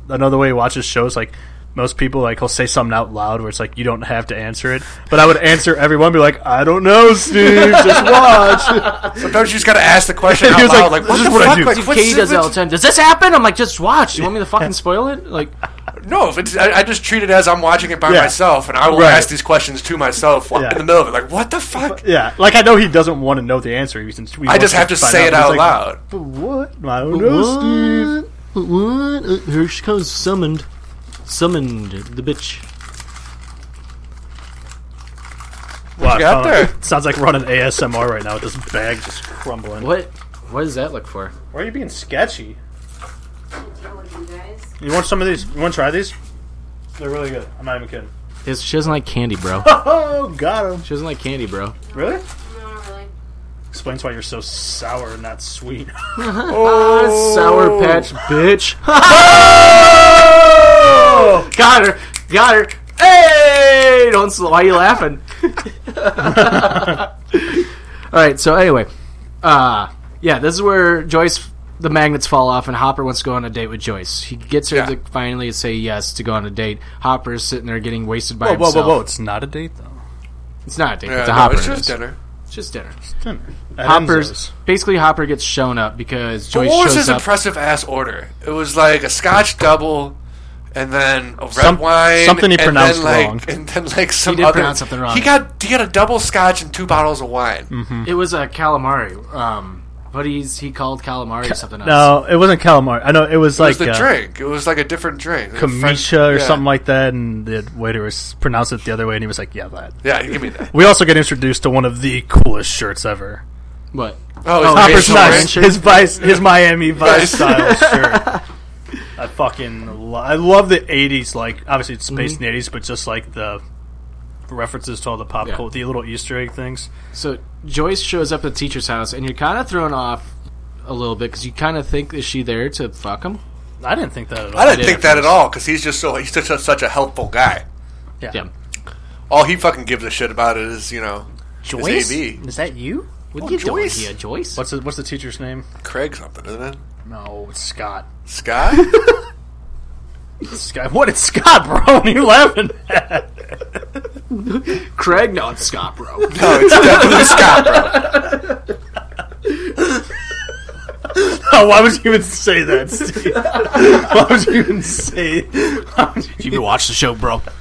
Speaker 6: another way he watches shows. Like most people, like he'll say something out loud where it's like you don't have to answer it, but I would answer everyone, be like, I don't know, Steve, just watch.
Speaker 4: Sometimes you just gotta ask the question
Speaker 6: He
Speaker 4: out
Speaker 6: was
Speaker 4: loud.
Speaker 6: like,
Speaker 4: Like, what
Speaker 6: this
Speaker 4: the
Speaker 6: is what I
Speaker 4: fuck?
Speaker 6: do.
Speaker 4: Like,
Speaker 1: Dude,
Speaker 4: what's-
Speaker 1: Katie does that all the
Speaker 4: what's-
Speaker 1: time. Does this happen? I'm like, just watch. You want me to fucking spoil it? Like,
Speaker 4: No, if it's, I, I just treat it as I'm watching it by
Speaker 6: Yeah.
Speaker 4: myself, and I will
Speaker 6: Right.
Speaker 4: ask these questions to myself while
Speaker 6: Yeah.
Speaker 4: in the middle of it. Like, what the fuck?
Speaker 6: Yeah, like I know he doesn't want to know the answer. He since
Speaker 4: I just have to say it out loud.
Speaker 6: But what? I don't know, Steve.
Speaker 1: What? what? Uh, Here she comes, summoned. Summoned the bitch.
Speaker 6: Wow,
Speaker 4: you
Speaker 6: I found-
Speaker 4: got there?
Speaker 6: Sounds like we're on an ASMR right now with this bag just crumbling.
Speaker 1: What? What does that look for?
Speaker 6: Why are you being sketchy?
Speaker 3: You guys,
Speaker 6: You want some of these? You want to try these? They're really good. I'm not even kidding.
Speaker 1: It's- she doesn't like candy, bro.
Speaker 6: Oh, got him.
Speaker 1: She doesn't like candy, bro.
Speaker 6: Really?
Speaker 3: no, not really.
Speaker 6: Explains why you're so sour and not sweet.
Speaker 1: Sour patch, bitch. Got her. Got her. Hey! Don't. sl- Why are you laughing? All right. So anyway, uh, yeah, this is where Joyce the magnets fall off, and Hopper wants to go on a date with Joyce. He gets her
Speaker 4: Yeah.
Speaker 1: to finally say yes to go on a date. Hopper's sitting there getting wasted by
Speaker 6: whoa, whoa,
Speaker 1: himself.
Speaker 6: whoa, whoa! It's not a date though.
Speaker 1: It's not a date.
Speaker 4: Yeah,
Speaker 1: it's a
Speaker 4: no,
Speaker 1: Hopper.
Speaker 4: it's
Speaker 1: it
Speaker 4: just
Speaker 1: is.
Speaker 4: dinner.
Speaker 1: It's just dinner.
Speaker 6: Dinner. At
Speaker 1: Hopper's
Speaker 6: Enzo's.
Speaker 1: basically Hopper gets shown up because
Speaker 4: But
Speaker 1: Joyce
Speaker 4: what was
Speaker 1: shows
Speaker 4: his
Speaker 1: up.
Speaker 4: impressive ass order? It was like a Scotch double, and then a red
Speaker 6: Some-
Speaker 4: wine.
Speaker 6: something he
Speaker 4: and
Speaker 6: pronounced
Speaker 4: then like,
Speaker 6: wrong.
Speaker 4: And then like some
Speaker 1: did
Speaker 4: other.
Speaker 1: pronounce something wrong.
Speaker 4: He got he got a double Scotch and two bottles of wine.
Speaker 6: Mm-hmm.
Speaker 1: it was a calamari, um, but he's he called calamari something else.
Speaker 6: No, it wasn't calamari. I know it was
Speaker 4: It
Speaker 6: like
Speaker 4: was the
Speaker 6: uh,
Speaker 4: drink. It was like a different drink. Like a French-
Speaker 6: Kamisha or
Speaker 4: yeah.
Speaker 6: something like that, and the waiter was pronounced it the other way, and he was like, "Yeah, that."
Speaker 4: Yeah, give me that.
Speaker 6: We also get introduced to one of the coolest shirts ever.
Speaker 1: What?
Speaker 4: Oh,
Speaker 1: Oh,
Speaker 4: it's
Speaker 1: Rachel
Speaker 6: Hopper's
Speaker 4: Rachel
Speaker 6: nice.
Speaker 4: Rand.
Speaker 1: Rancher?
Speaker 6: His vice, his Miami Vice style
Speaker 4: Yes.
Speaker 6: shirt. I fucking, lo- I love the '80s. Like, obviously, it's based
Speaker 4: Mm-hmm.
Speaker 6: in the '80s, but just like the references to all the pop
Speaker 1: Yeah.
Speaker 6: culture, the little Easter egg things.
Speaker 1: So Joyce shows up at the teacher's house, and you're kind of thrown off a little bit because you kind of think is she there to fuck him?
Speaker 6: I didn't think that at all.
Speaker 4: I didn't
Speaker 1: Yeah,
Speaker 4: think that at all because he's just so he's such a, such a helpful guy.
Speaker 6: yeah.
Speaker 1: Yeah.
Speaker 4: All he fucking gives a shit about is you know Joyce? AB.
Speaker 6: Is that you?
Speaker 1: What
Speaker 4: Oh,
Speaker 1: are you
Speaker 4: Joyce.
Speaker 1: doing here, Joyce?
Speaker 6: What's the, what's the teacher's name?
Speaker 4: Craig something, isn't it?
Speaker 6: No, it's Scott.
Speaker 4: Scott.
Speaker 6: Scott. What? It's Scott, bro. What are you laughing at?
Speaker 1: Craig? No, it's Scott, bro.
Speaker 4: no, it's definitely Scott, bro.
Speaker 6: Oh, why would you even say that, Steve? why would you even say? Why would you
Speaker 1: you can watch the show, bro.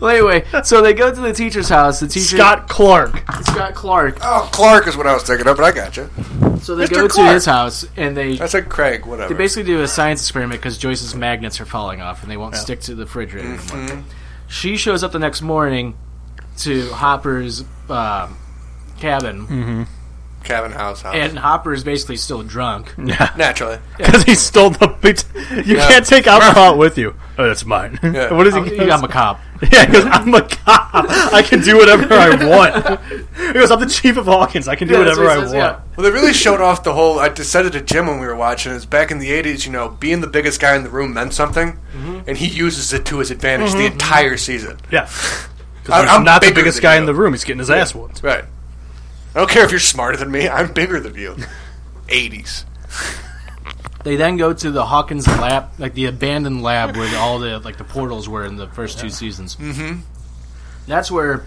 Speaker 1: well, anyway, so they go to the teacher's house. The teacher
Speaker 6: Scott Clark.
Speaker 1: Scott Clark.
Speaker 4: Oh, Clark is what I was thinking of, but I gotcha.
Speaker 1: So they
Speaker 4: Mr.
Speaker 1: go to
Speaker 4: Clark.
Speaker 1: his house and they
Speaker 4: I said Craig, whatever.
Speaker 1: They basically do a science experiment because Joyce's magnets are falling off and they won't stick to the refrigerator. anymore. She shows up the next morning to Hopper's um, cabin,
Speaker 4: Cabin House House.
Speaker 1: and Hopper is basically still drunk.
Speaker 4: Naturally.
Speaker 6: Because he stole the. Bit- you can't take alcohol with you. Oh, that's mine.
Speaker 4: Yeah.
Speaker 6: what is he?
Speaker 1: I'm a cop.
Speaker 6: yeah, he goes, I'm a cop. I can do whatever I want. he goes, I'm the chief of Hawkins. I can do
Speaker 1: Yeah, that's
Speaker 6: whatever
Speaker 1: what
Speaker 6: I
Speaker 1: he
Speaker 6: want.
Speaker 1: says, yeah.
Speaker 4: Well, they really showed off the whole. I decided to Jim when we were watching. Is back in the '80s, you know, being the biggest guy in the room meant something, and he uses it to his advantage the entire season.
Speaker 6: Yeah.
Speaker 4: I,
Speaker 6: I'm not the
Speaker 4: bigger
Speaker 6: biggest
Speaker 4: than
Speaker 6: guy
Speaker 4: you.
Speaker 6: in the room. He's getting his ass whooped.
Speaker 4: Right. I don't care if you're smarter than me. I'm bigger than you. '80s.
Speaker 1: They then go to the Hawkins lab, like the abandoned lab where all the like the portals were in the first two seasons. Mm-hmm. That's where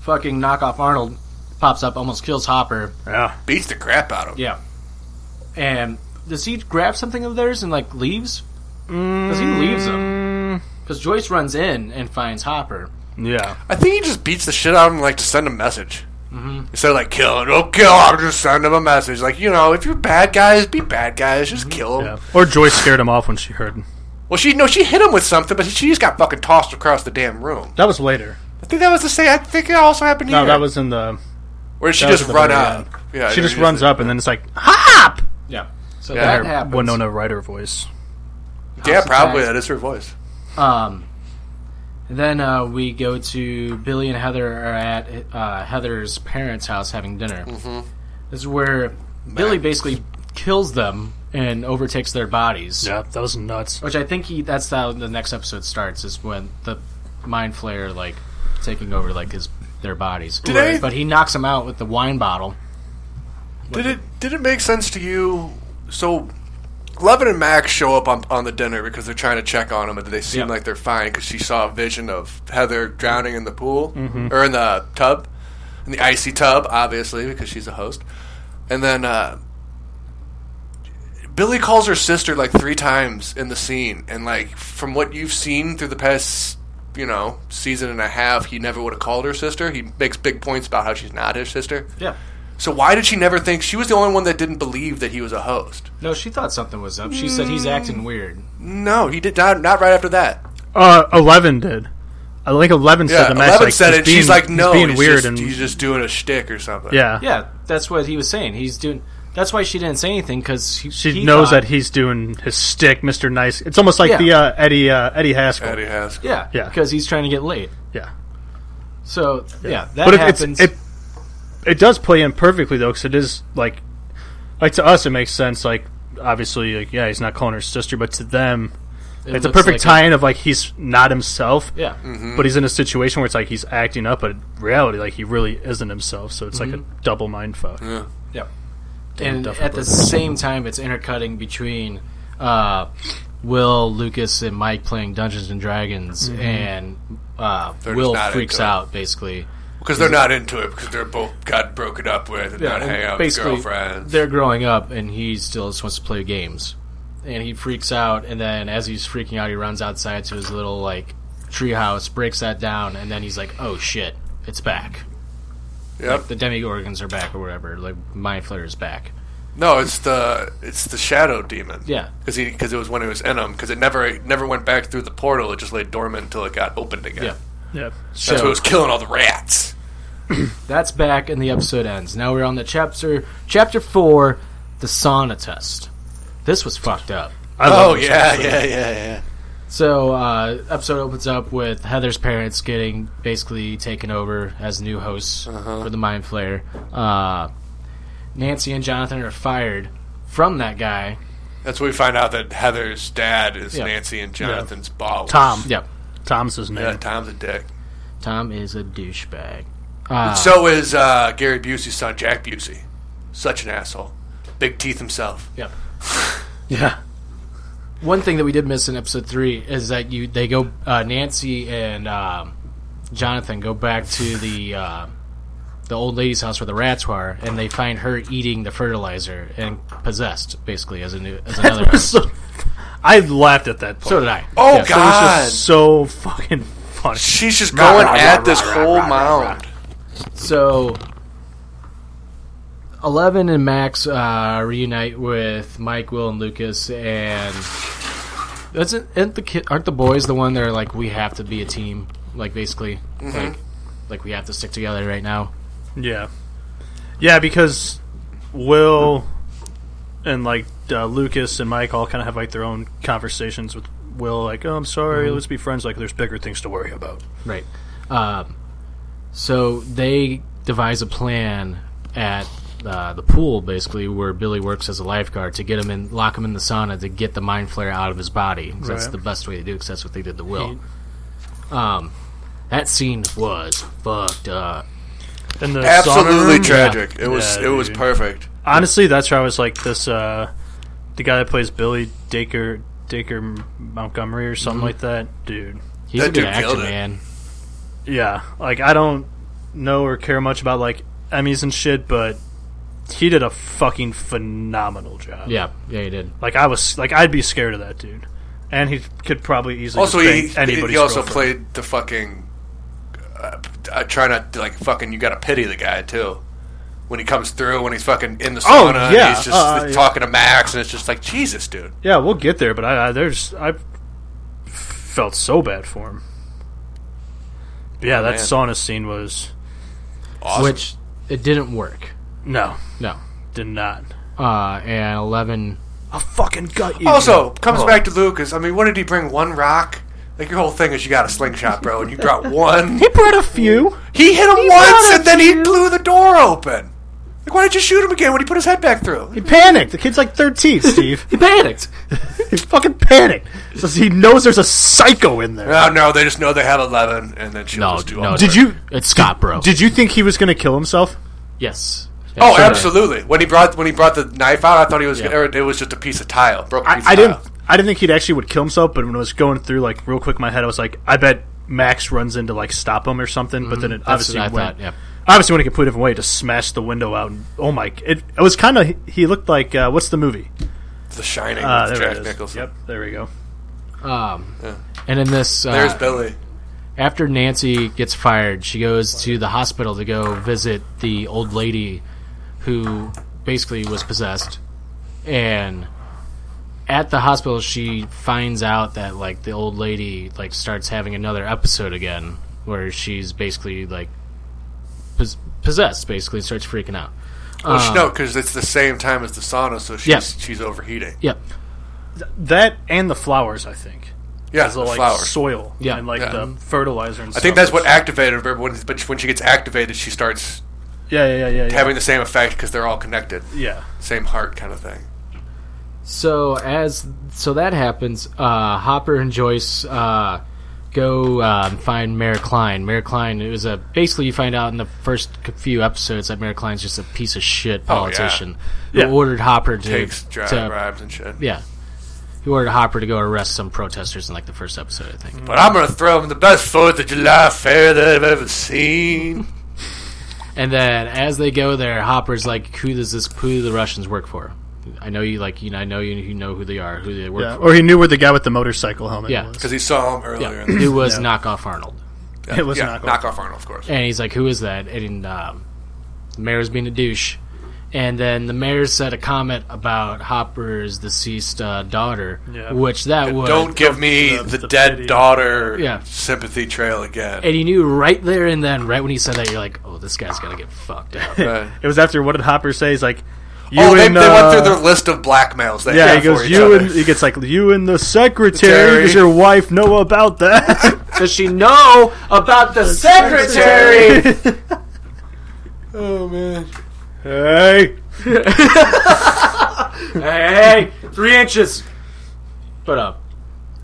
Speaker 1: fucking knockoff Arnold pops up, almost kills Hopper.
Speaker 6: Yeah.
Speaker 4: Beats the crap out of him.
Speaker 1: Yeah. And does he grab something of theirs and like leaves? Because he leaves them. Because Joyce runs in and finds Hopper.
Speaker 6: Yeah.
Speaker 4: I think he just beats the shit out of him, like to send a message. Instead of like kill, don't kill. I'm just send him a message. Like you know, if you're bad guys, be bad guys. Just kill him.
Speaker 6: Yeah. Or Joyce scared him off when she heard. him.
Speaker 4: Well, she no, she hit him with something, but she just got fucking tossed across the damn room.
Speaker 6: That was later.
Speaker 4: I think that was the same. I think it also happened
Speaker 6: No,
Speaker 4: here.
Speaker 6: that was in the.
Speaker 4: Or did she
Speaker 6: that was
Speaker 4: just
Speaker 6: the
Speaker 4: run
Speaker 6: very
Speaker 4: out?
Speaker 6: end.
Speaker 4: Yeah,
Speaker 6: She just
Speaker 4: did-
Speaker 6: runs up and then it's like
Speaker 1: Yeah. So
Speaker 4: Yeah.
Speaker 1: that happens.
Speaker 6: Winona Ryder voice.
Speaker 4: Yeah, probably
Speaker 1: House
Speaker 4: that is her voice.
Speaker 1: Um, And then uh, we go to Billy and Heather are at uh, Heather's parents' house having dinner. Mm-hmm. This is where Billy basically kills them and overtakes their bodies.
Speaker 6: Yeah, that was nuts.
Speaker 1: Which I think he that's how the next episode starts is when the mind flayer like taking over like his their bodies.
Speaker 4: Did I-
Speaker 1: but he knocks them out with the wine bottle.
Speaker 4: Did it did it make sense to you? So, Levin and Max show up on, on the dinner because they're trying to check on them, and they seem
Speaker 1: Yeah.
Speaker 4: like they're fine because she saw a vision of Heather drowning in the pool or in the tub, in the icy tub, obviously because she's a host. And then uh, Billy calls her sister like three times in the scene, and like from what you've seen through the past. You know, season and a half, he never would have called her sister. He makes big points about how she's not his sister.
Speaker 1: Yeah.
Speaker 4: So why did she never think she was the only one that didn't believe that he was a host?
Speaker 1: No, she thought something was up. She said he's acting weird.
Speaker 4: No, he did not. Not right after that.
Speaker 6: Uh, Eleven did. I think Eleven
Speaker 4: Yeah,
Speaker 6: said the match.
Speaker 4: Eleven
Speaker 6: like,
Speaker 4: said
Speaker 6: he's
Speaker 4: it.
Speaker 6: Being,
Speaker 4: she's like, no,
Speaker 6: he's being weird
Speaker 4: just,
Speaker 6: and
Speaker 4: he's just doing a shtick or something.
Speaker 6: yeah,
Speaker 1: Yeah, that's what he was saying. He's doing. That's why she didn't say anything because
Speaker 6: She knows that he's doing his stick, Mister Nice. It's almost like
Speaker 1: Yeah.
Speaker 6: the uh, Eddie uh, Eddie Haskell.
Speaker 4: Eddie has.
Speaker 1: yeah,
Speaker 6: Yeah.
Speaker 1: because he's trying to get laid.
Speaker 6: Yeah,
Speaker 1: So yeah, that
Speaker 6: but it,
Speaker 1: happens.
Speaker 6: it's, it it does play in perfectly though, because it is like like to us it makes sense. Like obviously, like yeah, he's not calling her sister, but to them,
Speaker 1: It
Speaker 6: it's a
Speaker 1: looks
Speaker 6: perfect
Speaker 1: like
Speaker 6: tie-in of like he's not himself.
Speaker 1: Yeah,
Speaker 4: Mm-hmm.
Speaker 6: But he's in a situation where it's like he's acting up, but in reality, like he really isn't himself. So it's like
Speaker 1: Mm-hmm.
Speaker 6: a double mind fuck.
Speaker 1: yeah. And
Speaker 6: Duffer
Speaker 1: at the
Speaker 6: Brothers.
Speaker 1: same time, it's intercutting between uh, Will, Lucas, and Mike playing Dungeons and Dragons,
Speaker 6: Mm-hmm.
Speaker 1: and uh,
Speaker 4: They're just
Speaker 1: Will
Speaker 4: not
Speaker 1: freaks
Speaker 4: into it.
Speaker 1: out basically.
Speaker 4: Because they're not into it because they're both got broken up with and not
Speaker 1: and
Speaker 4: hang out with
Speaker 1: basically,
Speaker 4: girlfriends.
Speaker 1: They're growing up, and he still just wants to play games. And he freaks out, and then as he's freaking out, he runs outside to his little like treehouse, breaks that down, and then he's like, "Oh shit, it's back!
Speaker 4: Yep.
Speaker 1: The Demigorgons are back, or whatever. Like Mind Flayer is back."
Speaker 4: No, it's the it's the shadow demon.
Speaker 1: Yeah.
Speaker 4: Because he because it was when it was in him because it never it never went back through the portal. It just lay dormant until it got opened again.
Speaker 1: Yeah.
Speaker 6: Yeah,
Speaker 4: That's
Speaker 1: So-
Speaker 4: what was killing all the rats.
Speaker 1: That's back, and the episode ends. Now we're on the chapter chapter four, the sauna test. This was fucked up.
Speaker 6: I
Speaker 4: Oh
Speaker 6: love this
Speaker 4: yeah,
Speaker 6: episode.
Speaker 4: yeah, yeah, yeah.
Speaker 1: So uh, episode opens up with Heather's parents getting basically taken over as new hosts
Speaker 4: Uh-huh.
Speaker 1: for the Mind Flayer. Uh, Nancy and Jonathan are fired from that guy.
Speaker 4: That's when we find out that Heather's dad is
Speaker 1: Yeah.
Speaker 4: Nancy and Jonathan's boss.
Speaker 6: Tom.
Speaker 1: Yep,
Speaker 6: Tom's his name.
Speaker 4: Yeah, Tom's a dick.
Speaker 1: Tom is a douchebag.
Speaker 4: So is uh, Gary Busey's son, Jack Busey. Such an asshole. Big teeth himself.
Speaker 1: Yep.
Speaker 6: yeah.
Speaker 1: One thing that we did miss in episode three is that you they go uh, Nancy and um, Jonathan go back to the uh, the old lady's house where the rats were, and they find her eating the fertilizer and possessed basically as a new as another. host.
Speaker 6: So, I laughed at that. Part.
Speaker 1: So did I.
Speaker 4: Oh,
Speaker 1: Yeah.
Speaker 6: It was
Speaker 4: God.
Speaker 6: just so fucking funny.
Speaker 4: She's just going at this whole mound.
Speaker 1: So, Eleven and Max uh, reunite with Mike, Will, and Lucas, and isn't, isn't the ki- aren't the boys the one that are like we have to be a team? Like basically, like like we have to stick together right now.
Speaker 6: Yeah, yeah, because Will and like uh, Lucas and Mike all kind of have like their own conversations with Will. Like, oh, I'm sorry, let's be friends. Like, there's bigger things to worry about.
Speaker 1: Right. Um, so they devise a plan at uh, the pool, basically, where Billy works as a lifeguard to get him in, lock him in the sauna to get the mind flare out of his body. 'cause That's
Speaker 6: Right.
Speaker 1: the best way to do. it, 'cause that's what they did to Will. Um, that scene was fucked up.
Speaker 6: And the sauna
Speaker 4: Absolutely
Speaker 6: room-
Speaker 4: tragic. It was
Speaker 6: Yeah,
Speaker 4: it was
Speaker 6: dude.
Speaker 4: perfect.
Speaker 6: Honestly, that's where I was like this. uh The guy that plays Billy Dacre Dacre Montgomery or something like that, dude.
Speaker 1: He's
Speaker 4: That
Speaker 1: a good
Speaker 4: dude killed
Speaker 1: actor,
Speaker 4: it.
Speaker 1: man.
Speaker 6: Yeah, like I don't know or care much about like Emmys and shit, but he did a fucking phenomenal job.
Speaker 1: Yeah, yeah, he did.
Speaker 6: Like I was like I'd be scared of that dude. And he could probably easily
Speaker 4: Also,
Speaker 6: just
Speaker 4: he,
Speaker 6: bang anybody's
Speaker 4: he also
Speaker 6: girlfriend.
Speaker 4: played the fucking. Uh, I try not to, like, fucking, you gotta pity the guy, too. When he comes through, when he's fucking in the
Speaker 6: Oh,
Speaker 4: sauna, and
Speaker 6: yeah,
Speaker 4: he's just
Speaker 6: uh, yeah.
Speaker 4: talking to Max, and it's just like, Jesus, dude.
Speaker 6: Yeah, we'll get there, but I, I there's I felt so bad for him. But yeah, that
Speaker 4: Oh, man.
Speaker 6: sauna scene was
Speaker 4: Awesome.
Speaker 1: Which it didn't work.
Speaker 6: no,
Speaker 1: No.
Speaker 6: did not.
Speaker 1: Uh, and Eleven
Speaker 6: I fucking gut you.
Speaker 4: Oh. Also, comes back to Lucas. I mean, what did he bring? One rock? Like your whole thing is you got a slingshot, bro, and you drop one.
Speaker 6: He brought a few.
Speaker 4: He hit him once,
Speaker 6: brought a
Speaker 4: and then he blew the door open. Like, why did you shoot him again when he put his head back through?
Speaker 6: He panicked. The kid's like 13, Steve.
Speaker 1: He panicked.
Speaker 6: he fucking panicked. So he knows there's a psycho in there.
Speaker 4: No, no, they just know they have eleven, and then she'll
Speaker 1: No,
Speaker 4: just do
Speaker 1: no.
Speaker 4: all
Speaker 6: Did
Speaker 4: the-
Speaker 6: you
Speaker 1: It's Scott, bro.
Speaker 6: did you think he was going to kill himself?
Speaker 1: yes.
Speaker 4: Oh, absolutely. When he brought when he brought the knife out, I thought he was.
Speaker 1: Yeah.
Speaker 4: or It was just a piece of tile. Broke piece of
Speaker 6: I, I didn't.
Speaker 4: tile.
Speaker 6: I didn't think he'd actually would kill himself, but when I was going through like real quick in my head, I was like, I bet Max runs in to like stop him or something. But then it obviously
Speaker 1: Mm, what I
Speaker 6: went.
Speaker 1: thought, yeah.
Speaker 6: Obviously went a complete different way to smash the window out. And, oh my! It, it was kind of. He looked like uh, what's the movie?
Speaker 4: The Shining.
Speaker 6: Uh,
Speaker 4: with
Speaker 6: there
Speaker 4: Jack
Speaker 6: it is.
Speaker 4: Nicholson.
Speaker 6: Yep, there we go.
Speaker 1: Um, And in this, uh,
Speaker 4: There's Billy.
Speaker 1: after Nancy gets fired, she goes to the hospital to go visit the old lady who basically was possessed. And at the hospital, she finds out that like the old lady like starts having another episode again where she's basically like pos- possessed. Basically, and starts freaking out.
Speaker 4: Well, she- no, because it's the same time as the sauna, so she's she's overheating.
Speaker 1: Yep.
Speaker 6: That and the flowers, I think,
Speaker 4: Yeah,
Speaker 6: as
Speaker 4: the
Speaker 6: the like
Speaker 4: flowers.
Speaker 6: soil
Speaker 1: Yeah.
Speaker 6: and like
Speaker 4: Yeah.
Speaker 6: the fertilizer. And
Speaker 4: I think that's what activated her. But when, but when she gets activated, she starts
Speaker 6: Yeah, yeah, yeah, yeah, yeah.
Speaker 4: having the same effect because they're all connected,
Speaker 6: yeah.
Speaker 4: same heart kind of thing.
Speaker 1: So as so that happens, uh, Hopper and Joyce uh, go uh, and find Mayor Klein. Mayor Klein it was a basically you find out in the first c- few episodes that Mayor Klein's just a piece of shit
Speaker 4: Oh, yeah.
Speaker 1: politician
Speaker 6: Yeah. uh,
Speaker 1: who ordered Hopper to,
Speaker 4: Takes dri-
Speaker 1: to-
Speaker 4: bribes and shit.
Speaker 1: yeah. He ordered Hopper to go arrest some protesters in like the first episode, I think.
Speaker 4: But I'm gonna throw him the best Fourth of July fair that I've ever seen.
Speaker 1: And then as they go there, Hopper's like, "Who does this? Who do the Russians work for? I know you like you. know- I know you. You know who they are. Who they work
Speaker 6: Yeah,
Speaker 1: for?
Speaker 6: Or he knew where the guy with the motorcycle helmet
Speaker 1: Yeah.
Speaker 6: was.
Speaker 4: Because he saw him earlier.
Speaker 1: yeah.
Speaker 4: In the,
Speaker 1: Who was knockoff Arnold?"
Speaker 6: It was
Speaker 4: yeah,
Speaker 6: not.
Speaker 4: knock off Arnold, of course.
Speaker 1: and he's like, "Who is that?" And um, the mayor's being a douche. And then the mayor said a comment about Hopper's deceased uh, daughter,
Speaker 6: Yeah.
Speaker 1: which that would
Speaker 4: Don't give me
Speaker 6: the-
Speaker 4: the,
Speaker 6: the
Speaker 4: dead
Speaker 6: pity.
Speaker 4: daughter
Speaker 1: Yeah.
Speaker 4: sympathy trail again.
Speaker 1: And you knew right there and then, right when he said that, you're like, "Oh, this guy's gonna get fucked up."
Speaker 4: Uh,
Speaker 6: It was after what did Hopper say? He's like, you
Speaker 4: oh, they,
Speaker 6: and,
Speaker 4: they
Speaker 6: uh,
Speaker 4: went through their list of blackmails. They
Speaker 6: yeah,
Speaker 4: had
Speaker 6: he
Speaker 4: for
Speaker 6: goes,
Speaker 4: each
Speaker 6: you
Speaker 4: other.
Speaker 6: and he gets like, you and the secretary.
Speaker 4: Secretary.
Speaker 6: Does your wife know about that?
Speaker 1: Does she know about the secretary?
Speaker 4: Oh man.
Speaker 6: hey,
Speaker 1: hey, three inches. But uh,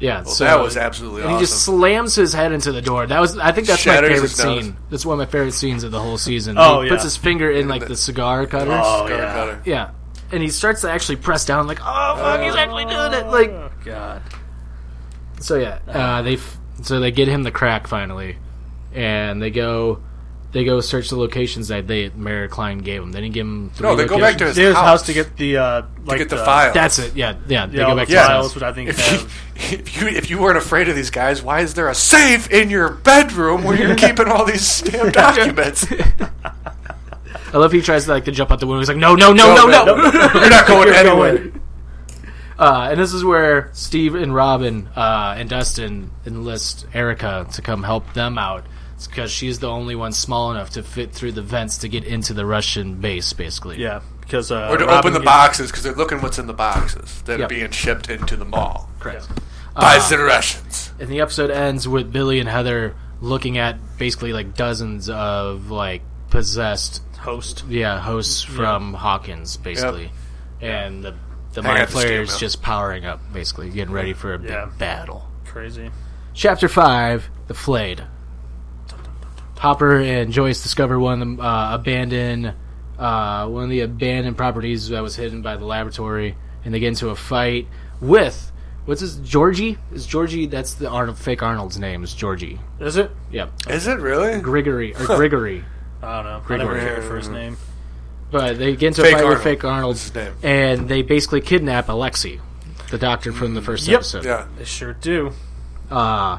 Speaker 1: yeah. so
Speaker 4: that was absolutely
Speaker 1: And
Speaker 4: awesome.
Speaker 1: he just slams his head into the door. That was, I think, that's
Speaker 4: Shatters
Speaker 1: my favorite
Speaker 4: his nose.
Speaker 1: scene. That's one of my favorite scenes of the whole season.
Speaker 6: Oh,
Speaker 1: he
Speaker 6: yeah.
Speaker 1: puts his finger in like the cigar cutter.
Speaker 6: Oh,
Speaker 4: Scar
Speaker 6: yeah.
Speaker 4: cutter.
Speaker 1: Yeah, and he starts to actually press down, like, oh fuck, he's actually doing it. Like,
Speaker 6: God.
Speaker 1: so yeah, uh, they f- so they get him the crack finally, and they go. They go search the locations that they Mayor Klein gave him. They didn't give him. Three
Speaker 4: No, they go back to
Speaker 1: locations.
Speaker 4: his
Speaker 6: There's
Speaker 4: house,
Speaker 6: house to get the uh, like
Speaker 4: get the, file.
Speaker 1: That's it. Yeah, yeah. They
Speaker 6: Yeah,
Speaker 1: go
Speaker 6: all
Speaker 1: back
Speaker 6: the
Speaker 1: to his
Speaker 6: files,
Speaker 1: house.
Speaker 6: which I think
Speaker 4: If
Speaker 6: have-
Speaker 4: you, if you if you weren't afraid of these guys, why is there a safe in your bedroom where you're keeping all these stamped documents?
Speaker 1: I love he tries to like to jump out the window. He's like, no, no, no, no,
Speaker 4: No,
Speaker 1: no.
Speaker 4: man, You're not going anywhere.
Speaker 1: Uh, and this is where Steve and Robin uh, and Dustin enlist Erica to come help them out because she's the only one small enough to fit through the vents to get into the Russian base, basically.
Speaker 6: yeah, because uh,
Speaker 4: Or to
Speaker 6: Robin
Speaker 4: open the
Speaker 6: gets-
Speaker 4: boxes because they're looking what's in the boxes that are
Speaker 1: Yep.
Speaker 4: being shipped into the mall
Speaker 1: correct.
Speaker 4: by
Speaker 6: Uh,
Speaker 4: the Russians.
Speaker 1: And the episode ends with Billy and Heather looking at basically like dozens of like possessed
Speaker 6: host.
Speaker 1: yeah hosts from Hawkins, basically, and the the
Speaker 4: Hang
Speaker 1: mind
Speaker 4: out the
Speaker 1: flayer is
Speaker 4: steamboat.
Speaker 1: just powering up, basically getting ready for a big
Speaker 6: Yeah.
Speaker 1: battle.
Speaker 6: Crazy.
Speaker 1: Chapter 5 The Flayed. Hopper and Joyce discover one of the uh, abandoned uh, one of the abandoned properties that was hidden by the laboratory, and they get into a fight with what's his Georgie? Is Georgie? That's the Arnold, fake Arnold's name is Georgie.
Speaker 6: Is it?
Speaker 1: Yeah,
Speaker 4: Is it really?
Speaker 1: Grigory or Grigory.
Speaker 6: I don't know. I never
Speaker 1: Gregory.
Speaker 6: cared for his name.
Speaker 1: But they get into
Speaker 4: Fake
Speaker 1: a fight
Speaker 4: Arnold.
Speaker 1: with fake Arnold,
Speaker 4: That's his name.
Speaker 1: and they basically kidnap Alexi, the doctor from the first episode.
Speaker 4: Yeah.
Speaker 6: They sure do.
Speaker 1: Uh,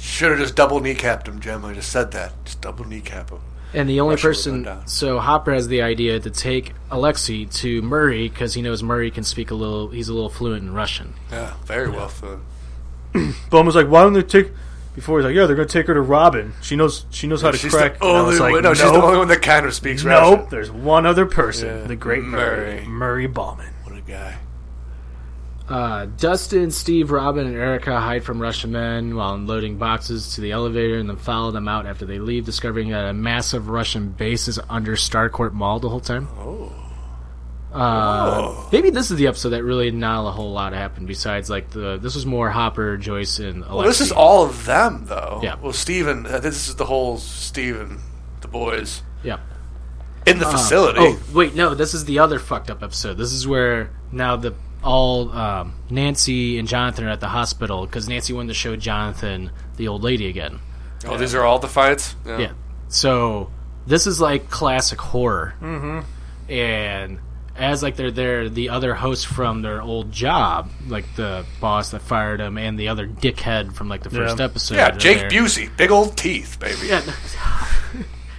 Speaker 4: Should have just double kneecapped him, Jim. I just said that. Just double kneecap him.
Speaker 1: And the only
Speaker 4: Russia would
Speaker 1: person,
Speaker 4: go down.
Speaker 1: so Hopper has the idea to take Alexei to Murray because he knows Murray can speak a little. He's a little fluent in Russian.
Speaker 4: Yeah, very well thought.
Speaker 6: Bum was like, why don't they take? Before he's like, yeah, they're gonna take her to Robin. She knows. She knows how to
Speaker 4: She's
Speaker 6: crack.
Speaker 4: the
Speaker 6: And I was
Speaker 4: only
Speaker 6: like,
Speaker 4: one. No, she's the
Speaker 6: nope.
Speaker 4: only one that kind of speaks
Speaker 6: Nope,
Speaker 4: Russian.
Speaker 6: there's one other person, the great
Speaker 4: Murray.
Speaker 6: Murray, Murray Bauman.
Speaker 4: What a guy.
Speaker 1: Uh, Dustin, Steve, Robin, and Erica hide from Russian men while unloading boxes to the elevator and then follow them out after they leave, discovering that a massive Russian base is under Starcourt Mall the whole time. Oh.
Speaker 4: Oh.
Speaker 1: Uh, maybe this is the episode that really not a whole lot happened besides like the this was more Hopper, Joyce, and Alexi.
Speaker 4: Well, this is all of them, though.
Speaker 1: Yeah.
Speaker 4: Well, Steven, uh, this is the whole Steven, the boys,
Speaker 1: yeah.
Speaker 4: in the facility.
Speaker 1: Oh wait, no, this is the other fucked up episode. This is where now the all um, Nancy and Jonathan are at the hospital because Nancy wanted to show Jonathan the old lady again.
Speaker 4: Oh, these are all the fights?
Speaker 1: Yeah. So this is like classic horror. Mm-hmm. And as like they're there, the other host from their old job, like the boss that fired him, and the other dickhead from like the first episode.
Speaker 4: Yeah,
Speaker 1: are
Speaker 4: Jake
Speaker 1: there.
Speaker 4: Busey, big old teeth, baby. Yeah,
Speaker 1: Yeah.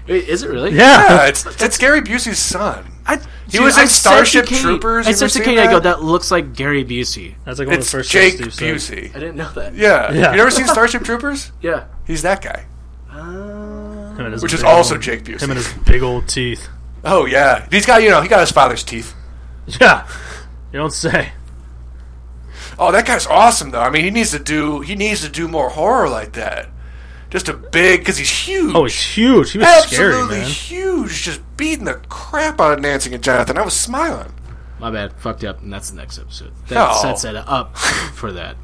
Speaker 1: Wait, is it really?
Speaker 4: it's, it's Gary Busey's son.
Speaker 1: I,
Speaker 4: He was in
Speaker 1: I said to
Speaker 4: Starship
Speaker 1: Katie-
Speaker 4: Troopers,
Speaker 1: I
Speaker 4: you
Speaker 1: said
Speaker 4: ever
Speaker 1: to
Speaker 4: seen
Speaker 1: Katie, I go,
Speaker 4: that?
Speaker 1: that looks like Gary Busey.
Speaker 5: That's like one of
Speaker 4: It's
Speaker 5: the first
Speaker 4: Jake
Speaker 5: things Steve said.
Speaker 4: Busey.
Speaker 1: I didn't know that.
Speaker 4: Yeah.
Speaker 5: Yeah.
Speaker 4: you never seen Starship Troopers?
Speaker 1: Yeah.
Speaker 4: He's that guy,
Speaker 6: Him and his
Speaker 4: which is
Speaker 6: big
Speaker 4: also
Speaker 6: old-
Speaker 4: Jake Busey.
Speaker 6: him and his big old teeth.
Speaker 4: oh yeah, he's got you know he got his father's teeth.
Speaker 6: Yeah, you don't say.
Speaker 4: Oh, that guy's awesome though. I mean, he needs to do he needs to do more horror like that. Just a big because he's huge.
Speaker 6: Oh, he's huge. He was scary,
Speaker 4: absolutely
Speaker 6: man.
Speaker 4: huge, just beating the crap out of Nancy and Jonathan. I was smiling.
Speaker 1: My bad. Fucked up, and that's the next episode. That
Speaker 4: No.
Speaker 1: sets it up for that.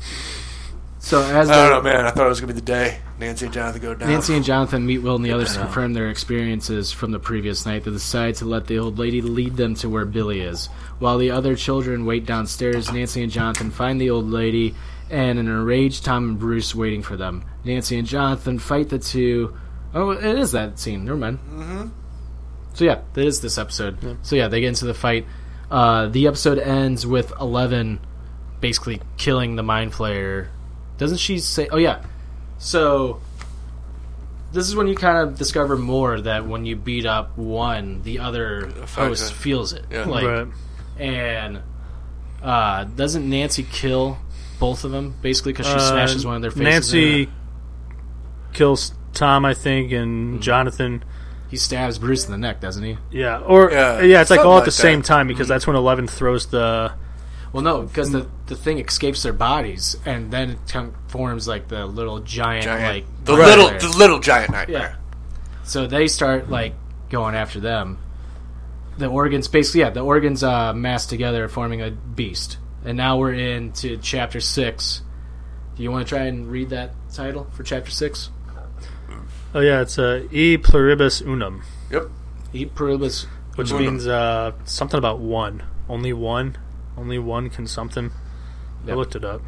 Speaker 1: So as
Speaker 4: I
Speaker 1: they're-
Speaker 4: don't know, man. I thought it was gonna be the day Nancy and Jonathan go down.
Speaker 1: Nancy and Jonathan meet Will and the others to confirm their experiences from the previous night. They decide to let the old lady lead them to where Billy is. While the other children wait downstairs, Nancy and Jonathan find the old lady and an enraged Tom and Bruce waiting for them. Nancy and Jonathan fight the two oh it is that scene. Never mind. Mm-hmm. So yeah, that is this episode. So yeah, they get into the fight. Uh, the episode ends with Eleven basically killing the mind flayer. Doesn't she say? Oh yeah. So this is when you kind of discover more that when you beat up one, the other host
Speaker 4: it.
Speaker 1: feels it.
Speaker 4: Yeah.
Speaker 1: Like,
Speaker 6: Right.
Speaker 1: and uh, doesn't Nancy kill both of them basically because she smashes
Speaker 6: Uh,
Speaker 1: one of their faces? in
Speaker 6: Nancy
Speaker 1: it?
Speaker 6: kills Tom, I think,
Speaker 1: Mm-hmm.
Speaker 6: and Jonathan.
Speaker 1: he stabs Bruce in the neck, doesn't he?
Speaker 6: Yeah, or
Speaker 4: Yeah,
Speaker 6: yeah, it's like
Speaker 4: something
Speaker 6: all
Speaker 4: like
Speaker 6: at the
Speaker 4: that.
Speaker 6: same time
Speaker 1: Mm-hmm.
Speaker 6: because that's when Eleven throws the.
Speaker 1: Well, no, because the the thing escapes their bodies and then it com- forms like the little giant,
Speaker 4: giant,
Speaker 1: like
Speaker 4: the
Speaker 1: right
Speaker 4: little
Speaker 1: there.
Speaker 4: the little giant nightmare.
Speaker 1: Yeah. So they start like going after them. The organs, basically, yeah, the organs uh, massed together, forming a beast. And now we're into chapter six. Do you want to try and read that title for chapter six?
Speaker 6: Oh yeah, it's uh, E pluribus unum,
Speaker 4: Yep.
Speaker 1: E pluribus.
Speaker 6: which
Speaker 4: Unum.
Speaker 6: means uh, something about one, only one, only one can something. I
Speaker 1: Yep.
Speaker 6: looked it up.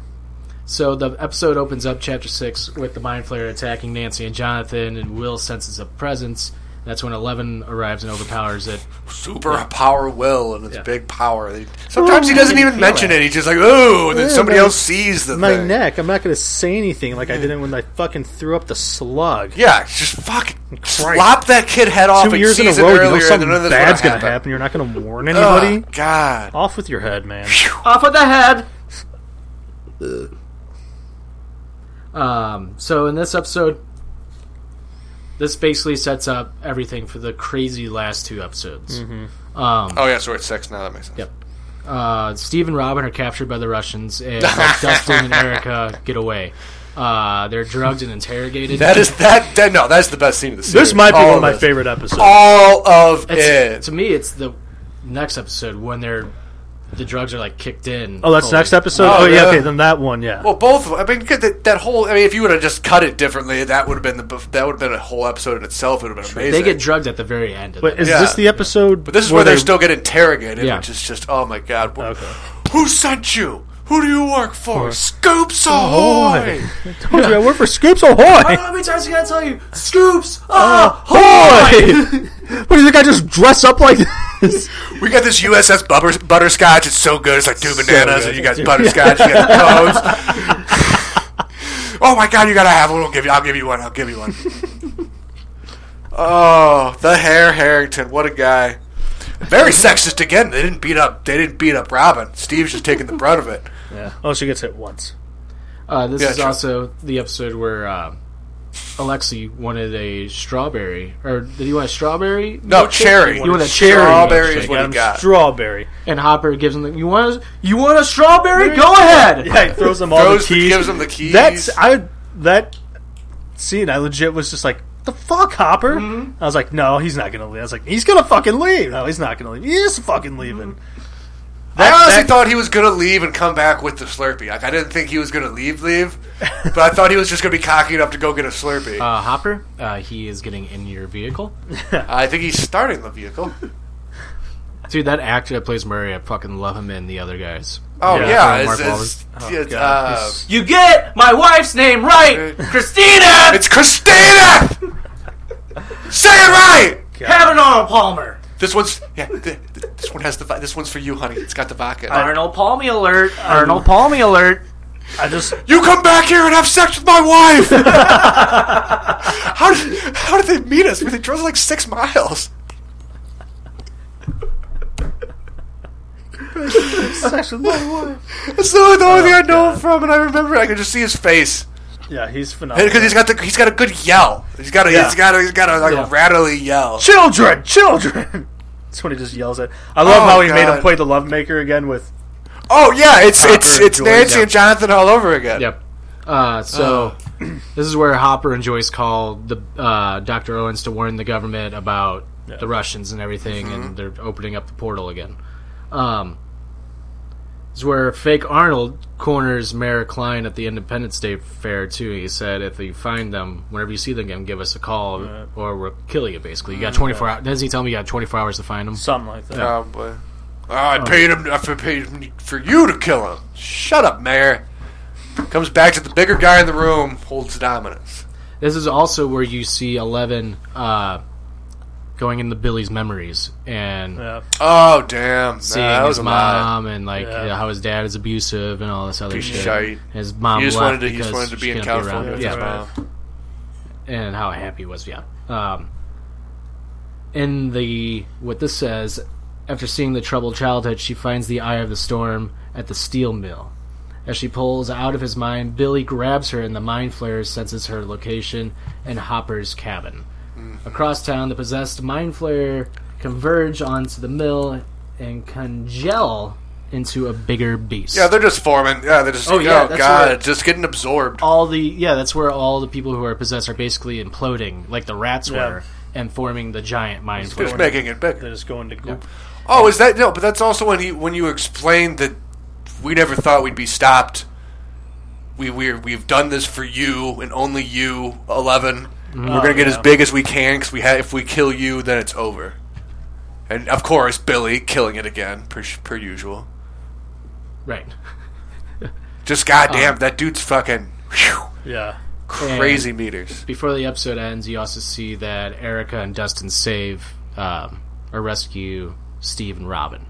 Speaker 1: So the episode opens up chapter six with the mind flayer attacking Nancy and Jonathan, and Will senses a presence. That's when Eleven arrives and overpowers it.
Speaker 4: Super power will and it's
Speaker 1: Yeah.
Speaker 4: big power. They- Sometimes
Speaker 6: Oh,
Speaker 4: he doesn't even mention it. He's just like, oh, and then
Speaker 6: Yeah,
Speaker 4: somebody
Speaker 6: my-
Speaker 4: else sees the
Speaker 6: My
Speaker 4: thing.
Speaker 6: neck. I'm not going to say anything like I
Speaker 4: Hmm.
Speaker 6: didn't when I fucking threw up the slug.
Speaker 4: Yeah, just fucking slop that kid head off
Speaker 6: Two
Speaker 4: and
Speaker 6: years in a
Speaker 4: seize it
Speaker 6: row, you
Speaker 4: earlier,
Speaker 6: know
Speaker 4: and
Speaker 6: something
Speaker 4: none of this
Speaker 6: bad's
Speaker 4: would've
Speaker 6: going to happen. You're not going to warn
Speaker 4: Ugh,
Speaker 6: anybody.
Speaker 4: Oh, God,
Speaker 6: Off with your head, man.
Speaker 1: Off of the head. Um, so in this episode, this basically sets up everything for the crazy last two episodes.
Speaker 6: Mm-hmm.
Speaker 4: Oh yeah, so we're at six now. That makes sense.
Speaker 1: Yep. Uh, Steve and Robin are captured by the Russians, and like, Dustin and Erica get away. Uh, they're drugged and interrogated.
Speaker 4: That is that, that. No, that's the best scene of the series.
Speaker 6: This might be
Speaker 4: All
Speaker 6: one of my
Speaker 4: this.
Speaker 6: favorite episodes.
Speaker 4: All of
Speaker 1: It's-
Speaker 4: it.
Speaker 1: to me. It's the next episode when they're the drugs are like kicked in.
Speaker 6: oh, that's
Speaker 1: Holy-
Speaker 6: next episode.
Speaker 4: Oh,
Speaker 6: Oh, yeah,
Speaker 4: yeah.
Speaker 6: okay, then that one, yeah.
Speaker 4: well, both. of 'em. I mean, get that, that whole. I mean, if you would have just cut it differently, that would have been the. bef- That would have been a whole episode in itself. It would have been amazing.
Speaker 1: They get drugged at the very end. Of
Speaker 6: but
Speaker 1: that.
Speaker 6: is
Speaker 4: yeah.
Speaker 6: this the episode?
Speaker 4: But this is where, they still get interrogated,
Speaker 1: Yeah.
Speaker 4: which is just oh my god. Wh-
Speaker 6: Okay.
Speaker 4: Who sent you? Who do you work for? Scoops
Speaker 6: Ahoy.
Speaker 4: ahoy!
Speaker 6: Told you I work for Scoops Oh, Ahoy.
Speaker 1: How many times I gotta tell you? Scoops! Ah!
Speaker 6: Ahoy! what do you think I just dress up like this?
Speaker 4: We got this USS butter- butterscotch. It's so good. It's like two bananas,
Speaker 6: good.
Speaker 4: and you got butterscotch. You got the cones. oh my god, you gotta have one. I'll give you. I'll give you one. I'll give you one. oh, the hair Harrington. What a guy. Very sexist again. They didn't beat up. They didn't beat up Robin. Steve's just taking the brunt of it.
Speaker 6: Oh, she gets hit once.
Speaker 1: Uh, this
Speaker 4: Yeah,
Speaker 1: is
Speaker 4: true.
Speaker 1: also the episode where uh, Alexi wanted a strawberry, or did he want a strawberry?
Speaker 4: No,
Speaker 1: milkshake?
Speaker 4: cherry.
Speaker 1: You want a cherry?
Speaker 4: Strawberry
Speaker 1: milkshake.
Speaker 4: is what he
Speaker 6: Adam
Speaker 4: got.
Speaker 6: Strawberry.
Speaker 1: And Hopper gives him the. You want a? You want a strawberry? Go ahead.
Speaker 6: Yeah, he throws them all
Speaker 4: Throws
Speaker 6: the
Speaker 4: the,
Speaker 6: keys.
Speaker 4: gives him the keys.
Speaker 6: That's I that scene. I legit was just like, the fuck, Hopper.
Speaker 4: Mm-hmm.
Speaker 6: I was like, no, he's not gonna leave. I was like, he's gonna fucking leave. No, he's not gonna leave. He is fucking
Speaker 4: Mm-hmm.
Speaker 6: leaving.
Speaker 4: I honestly
Speaker 6: that-
Speaker 4: thought he was gonna leave and come back with the Slurpee. Like I didn't think he was gonna leave, leave, but I thought he was just gonna be cocky enough to go get a Slurpee.
Speaker 1: Uh, Hopper, uh, he is getting in your vehicle.
Speaker 4: I think he's starting the vehicle.
Speaker 1: Dude, that actor that plays Murray, I fucking love him and the other guys.
Speaker 4: Oh yeah,
Speaker 1: from Mark
Speaker 4: it's, it's, it's, uh,
Speaker 1: You get my wife's name right, Christina.
Speaker 4: it's Christina. Say it right.
Speaker 1: Arnold Palmer.
Speaker 4: This one's yeah. Th- th- this one has the vi- this one's for you, honey. It's got the vodka.
Speaker 1: Arnold Palmy alert. Arnold Palmy alert.
Speaker 6: I just
Speaker 4: you come back here and have sex with my wife. how did how did they meet us? They drove like six miles. It's the only, the only thing I
Speaker 1: Oh,
Speaker 4: know him from, and I remember I can just see his face
Speaker 6: yeah, he's phenomenal.
Speaker 4: because he's got the he's got a good yell. He's got a
Speaker 6: Yeah.
Speaker 4: he's got a, he's got a like
Speaker 1: Yeah.
Speaker 4: rattly yell.
Speaker 6: children, children. That's when he just yells at. I love
Speaker 4: Oh,
Speaker 6: how he made
Speaker 4: God.
Speaker 6: him play the lovemaker again with.
Speaker 4: Oh yeah, it's it's
Speaker 6: Proper
Speaker 4: it's
Speaker 6: Jordan,
Speaker 4: Nancy
Speaker 6: yeah.
Speaker 4: and Jonathan all over again.
Speaker 1: Yep. Uh, so this is where Hopper and Joyce call the uh, Dr. Owens to warn the government about the Russians and everything, and they're opening up the portal again. Um, this is where fake Arnold corners Mayor Klein at the Independence Day Fair too. He said, "If you find them, whenever you see them again, give us a call, or we'll kill you." Basically, you got 24 hours. Doesn't he tell me you got 24 hours to find them?
Speaker 6: Something like that.
Speaker 4: Probably. Oh, I paid him. I paid him for you to kill him. Shut up, Mayor. Comes back to the bigger guy in the room, holds dominance.
Speaker 1: This is also where you see Eleven uh, going into Billy's memories and.
Speaker 6: Yeah.
Speaker 4: Oh damn!
Speaker 1: seeing
Speaker 4: nah, that was
Speaker 1: his
Speaker 4: a lie.
Speaker 1: mom and like
Speaker 6: Yeah.
Speaker 1: you know, how his dad is abusive and all this other
Speaker 4: Piece of
Speaker 1: shit.
Speaker 4: shite.
Speaker 1: His mom
Speaker 4: He just
Speaker 1: left
Speaker 4: wanted to. He just
Speaker 1: because
Speaker 4: wanted to
Speaker 1: she
Speaker 4: be in
Speaker 1: couldn't
Speaker 4: California
Speaker 1: around.
Speaker 4: with
Speaker 1: yeah,
Speaker 4: his mom.
Speaker 1: and how happy he was. Yeah. Um, in the what this says, after seeing the troubled childhood, she finds the eye of the storm at the steel mill. As she pulls out of his mind, Billy grabs her, and the mind flayer senses her location in Hopper's cabin. Across town, the possessed mind flayer converge onto the mill and congel into a bigger beast.
Speaker 4: Yeah, they're just forming. Yeah, they're just.
Speaker 1: Oh,
Speaker 4: Oh,
Speaker 1: yeah, that's
Speaker 4: god,
Speaker 1: where-
Speaker 4: just getting absorbed.
Speaker 1: all the yeah, that's where all the people who are possessed are basically imploding, like the rats
Speaker 6: Yeah.
Speaker 1: were, and forming the giant mind
Speaker 4: Just
Speaker 1: flayer.
Speaker 4: making it bigger.
Speaker 6: They're just going to goop.
Speaker 4: Oh, is that no? But that's also when he when you explained that we never thought we'd be stopped. We we we've done this for you and only you, 11 we We're gonna get as big as we can because we ha- if we kill you, then it's over. And of course, Billy killing it again per per usual.
Speaker 1: Right.
Speaker 4: Just goddamn, that dude's fucking whew,
Speaker 6: Yeah.
Speaker 4: crazy meters.
Speaker 1: Before the episode ends, you also see that Erica and Dustin save um, or rescue Steve and Robin.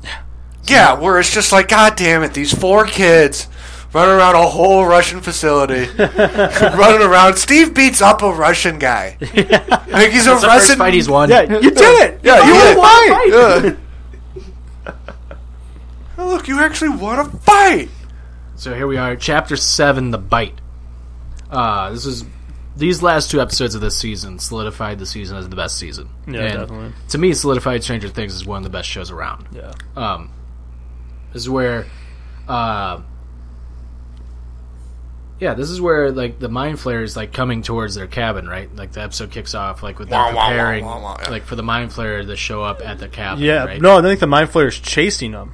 Speaker 4: Yeah, where it's just like, God damn it, these four kids running around a whole Russian facility, running around. Steve beats up a Russian guy. Like he's a
Speaker 1: That's the first
Speaker 4: Russian.
Speaker 1: fight he's won.
Speaker 6: Yeah, you did it.
Speaker 4: yeah, you
Speaker 6: won a
Speaker 4: fight. Yeah. Oh, Look, you actually won a fight.
Speaker 1: So here we are, chapter seven, the bite. Uh, this is these last two episodes of this season solidified the season as the best season.
Speaker 6: Yeah, definitely.
Speaker 1: To me, solidified Stranger Things is one of the best shows around.
Speaker 6: Yeah.
Speaker 1: Um, this is where, uh, yeah, this is where like the mind flayer is like coming towards their cabin, right? Like the episode kicks off like with them
Speaker 4: Wah, wah, wah,
Speaker 1: preparing,
Speaker 4: wah, wah, yeah.
Speaker 1: like for the mind flayer to show up at the cabin.
Speaker 6: Yeah.
Speaker 1: right?
Speaker 6: No, I think the mind flayer's chasing them,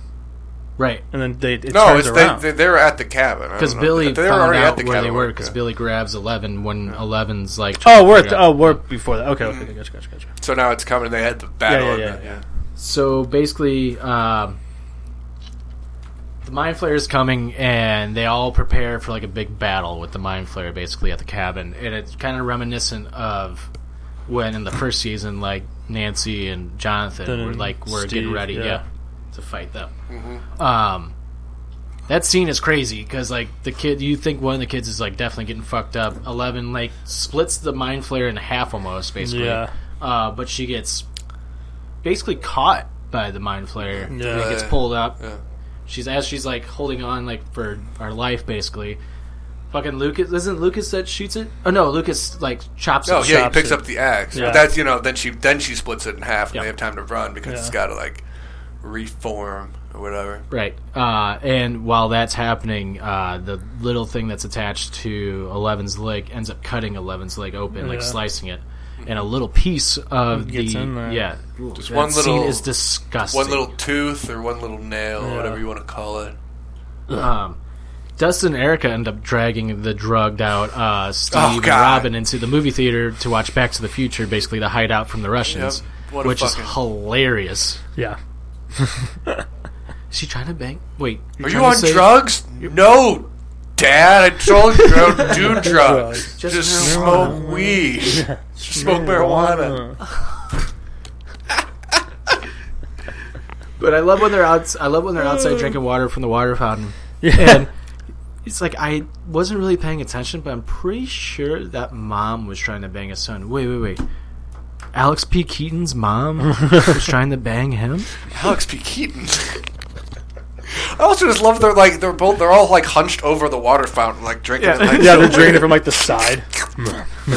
Speaker 1: right.
Speaker 6: and then they it
Speaker 4: No,
Speaker 6: turns
Speaker 4: it's
Speaker 6: around.
Speaker 4: they, they, they were at the cabin. I don't
Speaker 1: Because
Speaker 4: know.
Speaker 1: Billy
Speaker 4: they were
Speaker 1: found out
Speaker 4: already at the
Speaker 1: where they
Speaker 4: cabin.
Speaker 1: were. Because
Speaker 4: yeah.
Speaker 1: Billy grabs Eleven when Eleven's like.
Speaker 6: oh,
Speaker 1: trying to
Speaker 6: we're at
Speaker 1: figure
Speaker 6: the,
Speaker 1: out-
Speaker 6: oh we're before that. Okay,
Speaker 4: Mm-hmm.
Speaker 6: okay, gotcha, gotcha, gotcha.
Speaker 4: So now it's coming. They had the battle.
Speaker 6: Yeah,
Speaker 4: Yeah,
Speaker 6: yeah, yeah,
Speaker 4: yeah.
Speaker 1: So basically, um, the mind flayer is coming, and they all prepare for like a big battle with the mind flayer, basically at the cabin, and it's kind of reminiscent of when in the first season, like Nancy and Jonathan
Speaker 6: Then
Speaker 1: were like we're
Speaker 6: Steve,
Speaker 1: getting ready,
Speaker 6: yeah.
Speaker 1: yeah. to fight them. Um, that scene is crazy because like the kid, you think one of the kids is like definitely getting fucked up. Eleven like splits the mind flayer in half almost, basically
Speaker 6: Yeah.
Speaker 1: uh, but she gets basically caught by the mind flayer and it
Speaker 6: Yeah.
Speaker 1: gets pulled up. She's as she's like holding on like for our life basically. Fucking Lucas isn't Lucas that shoots it? Oh no, Lucas like chops. it,
Speaker 4: No, Oh, yeah, he
Speaker 1: chops
Speaker 4: picks
Speaker 1: it.
Speaker 4: up the axe.
Speaker 5: Yeah.
Speaker 4: But that's you know, then she then she splits it in half, and
Speaker 1: Yeah.
Speaker 4: they have time to run because it's
Speaker 5: Yeah.
Speaker 4: got to like reform or whatever.
Speaker 1: Right. Uh, and while that's happening, uh, the little thing that's attached to Eleven's leg ends up cutting Eleven's leg open, like
Speaker 5: Yeah.
Speaker 1: slicing it. And a little piece of
Speaker 5: Gets
Speaker 1: the
Speaker 5: in there.
Speaker 1: yeah,
Speaker 4: Just
Speaker 1: that
Speaker 4: one
Speaker 1: scene
Speaker 4: little-
Speaker 1: is disgusting.
Speaker 4: One little tooth or one little nail,
Speaker 5: Yeah.
Speaker 4: whatever you want to call it.
Speaker 1: Um, Dustin and Erica end up dragging the drugged out uh, Steve
Speaker 4: Oh,
Speaker 1: and
Speaker 4: God.
Speaker 1: Robin into the movie theater to watch Back to the Future, basically the hideout from the Russians,
Speaker 4: Yep. What a
Speaker 1: which is
Speaker 4: fucking-
Speaker 1: hilarious.
Speaker 5: Yeah.
Speaker 1: Is she trying to bang? Wait, you're
Speaker 4: Are
Speaker 1: trying
Speaker 4: you
Speaker 1: to
Speaker 4: on
Speaker 1: say-
Speaker 4: drugs? No, Dad. I told you I don't do drugs. Just, smoke weed. Just smoke marijuana.
Speaker 1: But I love when they're out. I love when they're
Speaker 4: Uh.
Speaker 1: outside drinking water from the water fountain. And it's like I wasn't really paying attention, but I'm pretty sure that mom was trying to bang his son. Wait, wait, wait. Alex P. Keaton's mom was trying to bang him.
Speaker 4: Alex P. Keaton. I also just love they're like they're both they're all like hunched over the water fountain like drinking. it, like,
Speaker 6: Yeah,
Speaker 4: so
Speaker 6: they're drinking
Speaker 4: weird.
Speaker 6: it from like the side.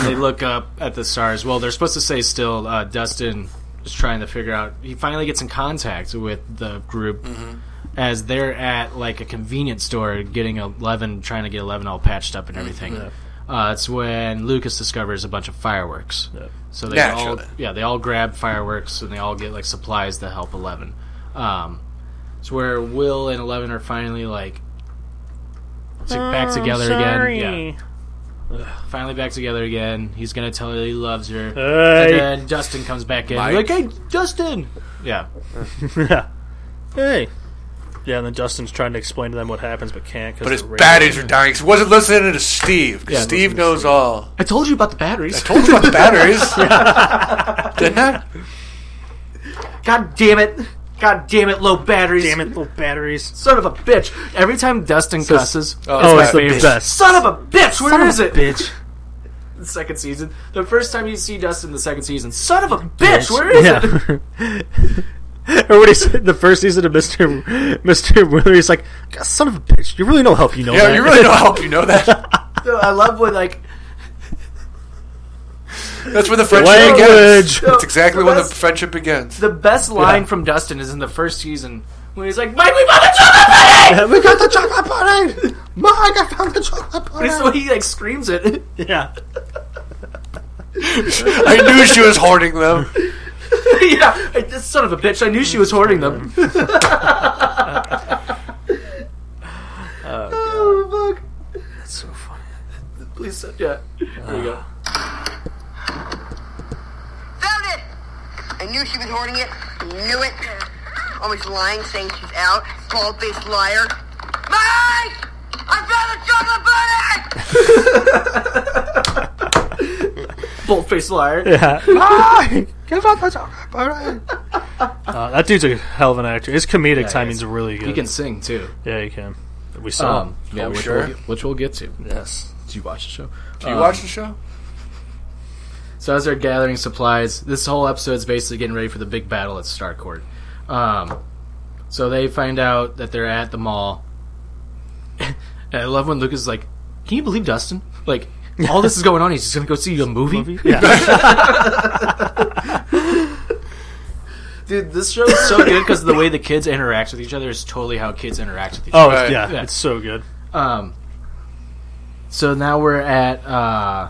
Speaker 1: they look up at the stars. Well, they're supposed to say still. Uh, Dustin is trying to figure out. He finally gets in contact with the group as they're at like a convenience store getting eleven, trying to get eleven all patched up and everything. Uh, it's when Lucas discovers a bunch of fireworks. So they all
Speaker 4: Naturally.
Speaker 1: yeah they all grab fireworks and they all get like supplies to help eleven. Um, it's where Will and Eleven are finally like to- back together again. Yeah finally back together again. He's gonna tell her he loves her.
Speaker 5: Hey.
Speaker 1: And then Dustin comes back in.
Speaker 4: Mike.
Speaker 1: Like, hey, Dustin. Yeah,
Speaker 5: Hey.
Speaker 6: Yeah, and then Dustin's trying to explain to them what happens, but can't. Cause
Speaker 4: But his
Speaker 6: they're
Speaker 4: batteries are dying. 'cause He wasn't listening to Steve. 'cause
Speaker 1: Yeah,
Speaker 4: Steve
Speaker 1: listen to
Speaker 4: knows all.
Speaker 1: I told you about the batteries.
Speaker 4: Told you about the batteries, didn't I?
Speaker 6: Oh,
Speaker 1: God damn it! God damn it! Low batteries.
Speaker 6: Damn it, little batteries.
Speaker 1: Son of a bitch! Every time Dustin cusses,
Speaker 6: Oh,
Speaker 4: my
Speaker 6: it's the
Speaker 4: favorite.
Speaker 6: best.
Speaker 1: son of a bitch. Where is it?
Speaker 6: Bitch.
Speaker 1: The second season. The first time you see Dustin, in the second season. Son of a bitch. Where is it?
Speaker 6: or when he said the first season of Mr. Mr. Wheeler, he's like, "God, son of a bitch, you really know help you know
Speaker 4: Yeah,
Speaker 6: that.
Speaker 4: you really don't help. You know that.
Speaker 1: No, I love when like
Speaker 4: That's when the friendship
Speaker 6: Language.
Speaker 4: begins. That's exactly when the
Speaker 1: That's-
Speaker 4: friendship begins.
Speaker 1: the best line from Dustin is in the first season when he's like, "Mike, we bought a chocolate party!"
Speaker 6: we got the chocolate party! Mike, I found the chocolate
Speaker 1: But it's the way he like screams it.
Speaker 6: Yeah.
Speaker 4: I knew she was hoarding them.
Speaker 1: yeah, I, this son of a bitch. I knew she was hoarding them. oh, fuck. That's so funny. Ah. Please, uh, yeah. Here we go.
Speaker 9: Found it! I knew she was hoarding it. Knew it. Always lying, saying she's out. Bald-faced liar. Mike! I found a chocolate bunny!
Speaker 1: Bold-faced liar.
Speaker 6: Uh, that dude's a hell of an actor. His comedic
Speaker 1: he
Speaker 6: timing's
Speaker 1: is.
Speaker 6: really good.
Speaker 1: He can sing too.
Speaker 6: yeah, he can. We saw
Speaker 1: Um, yeah,
Speaker 4: we
Speaker 1: which,
Speaker 4: sure?
Speaker 1: we'll get, which we'll get to.
Speaker 6: him. Yes.
Speaker 1: Did you watch the show?
Speaker 4: Do you
Speaker 6: Uh,
Speaker 4: watch the show?
Speaker 1: So as they're gathering supplies, this whole episode's basically getting ready for the big battle at Starcourt. Um, so they find out that they're at the mall. and I love when Lucas is like, "Can you believe Dustin? Like, all this is going on. He's just gonna go see a movie."
Speaker 6: Yeah.
Speaker 1: Dude, this show is so good because the way the kids interact with each other is totally how kids interact with each
Speaker 6: oh,
Speaker 1: other.
Speaker 6: it's,
Speaker 4: Right.
Speaker 6: yeah,
Speaker 1: Yeah.
Speaker 6: It's so good.
Speaker 1: Um, so now we're at uh,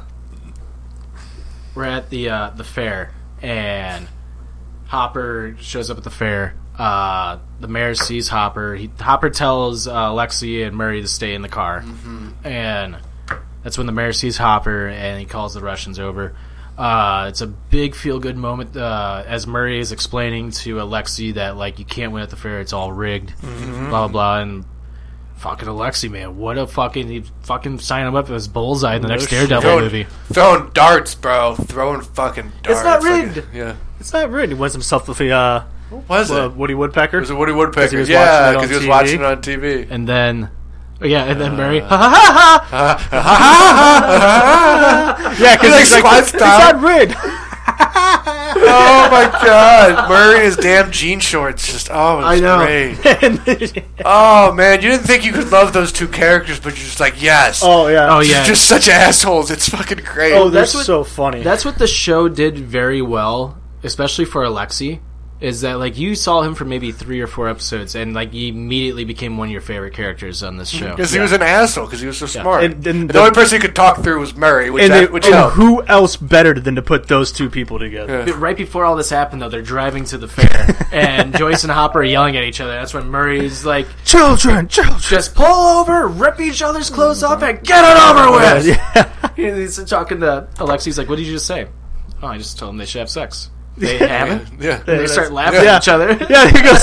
Speaker 1: we're at the uh, the fair, and Hopper shows up at the fair. Uh, the mayor sees Hopper. He, Hopper tells uh, Lexi and Murray to stay in the car, and that's when the mayor sees Hopper and he calls the Russians over. Uh, it's a big feel good moment uh, as Murray is explaining to Alexi that like you can't win at the fair; it's all rigged, blah blah blah. And fucking Alexi, man, what a fucking he fucking sign him up as Bullseye in the next Daredevil
Speaker 4: Throwing,
Speaker 1: movie.
Speaker 4: throwing darts, bro. Throwing fucking darts.
Speaker 1: It's not
Speaker 4: Like,
Speaker 1: rigged.
Speaker 4: yeah.
Speaker 6: It's not written. He wins himself with the uh,
Speaker 4: Was
Speaker 6: uh,
Speaker 4: it?
Speaker 6: Woody Woodpecker.
Speaker 4: It was a Woody Woodpecker.
Speaker 6: he was
Speaker 4: yeah,
Speaker 6: watching it
Speaker 4: because he was
Speaker 6: on TV.
Speaker 4: watching it on TV.
Speaker 1: And then, oh, yeah, and then Murray,
Speaker 6: yeah, because
Speaker 4: like
Speaker 6: he's like,
Speaker 4: squats
Speaker 6: it's
Speaker 4: down.
Speaker 6: not written.
Speaker 4: oh my god, wearing his damn jean shorts. Just oh, it's great. oh man, you didn't think you could love those two characters, but you're just like yes.
Speaker 1: Oh, yeah. Oh, yeah.
Speaker 4: Just, just such assholes. It's fucking great.
Speaker 6: Oh,
Speaker 1: funny. That's what the show did very well, especially for Alexi. Is that like you saw him for maybe three or four episodes, and like he immediately became one of your favorite characters on this show
Speaker 4: Because he was an asshole. Because he was so smart.
Speaker 1: And-
Speaker 4: And,
Speaker 1: and
Speaker 4: the,
Speaker 1: the-
Speaker 4: only person he could talk through was Murray, which
Speaker 6: and
Speaker 4: that,
Speaker 6: they-
Speaker 4: which
Speaker 6: and
Speaker 4: helped.
Speaker 6: who else better than to put those two people together?
Speaker 1: But Right before all this happened, though, they're driving to the fair, and Joyce and Hopper are yelling at each other. That's when Murray's like,
Speaker 7: Children, children.
Speaker 1: Just pull over, rip each other's clothes off, and get it over with. He's talking to Alexi's like, "What did you just say?" Oh, I just told them they should have sex. They
Speaker 6: Yeah.
Speaker 1: haven't.
Speaker 4: Yeah.
Speaker 1: And they
Speaker 6: Yeah,
Speaker 1: start
Speaker 6: that's-
Speaker 1: laughing
Speaker 6: yeah.
Speaker 1: at each other.
Speaker 6: Yeah, he goes.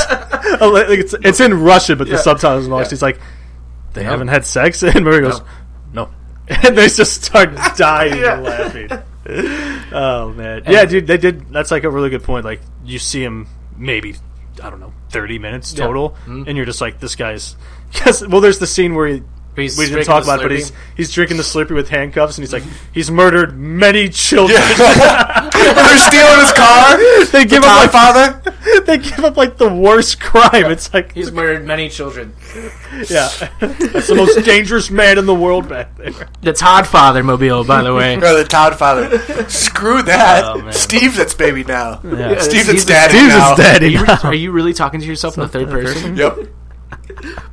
Speaker 6: oh, like, like, it's, it's in Russian, but
Speaker 1: Yeah.
Speaker 6: the subtitles in English. He's like, they
Speaker 1: No.
Speaker 6: haven't had sex, and Murray goes, no, and they just start dying laughing. Oh man,
Speaker 1: And-
Speaker 6: yeah, dude, they did. That's like a really good point. Like you see him maybe I don't know thirty minutes
Speaker 1: Yeah.
Speaker 6: total,
Speaker 1: Mhm.
Speaker 6: and you're just like, this guy's. Yes, well, there's the scene where he.
Speaker 1: He's
Speaker 6: we didn't
Speaker 1: drinking
Speaker 6: talk
Speaker 1: the
Speaker 6: about, it, but
Speaker 1: Slurpee. Mm-hmm.
Speaker 6: he's he's drinking the Slurpee with handcuffs, and he's like, he's murdered many children.
Speaker 4: They're stealing his car.
Speaker 6: They give up like
Speaker 4: father.
Speaker 6: They give up like the worst crime. It's like
Speaker 1: He's murdered many children.
Speaker 6: yeah, that's the most dangerous man in the world back there.
Speaker 1: The Todd Father mobile, by the way.
Speaker 4: Or the Todd father. Screw that. Steve, that's baby now.
Speaker 1: Yeah.
Speaker 4: Steve,
Speaker 1: Steve's
Speaker 4: that's daddy
Speaker 1: Steve's
Speaker 4: now.
Speaker 1: daddy Are you- now. are you really talking to yourself in the third person?
Speaker 4: Yep.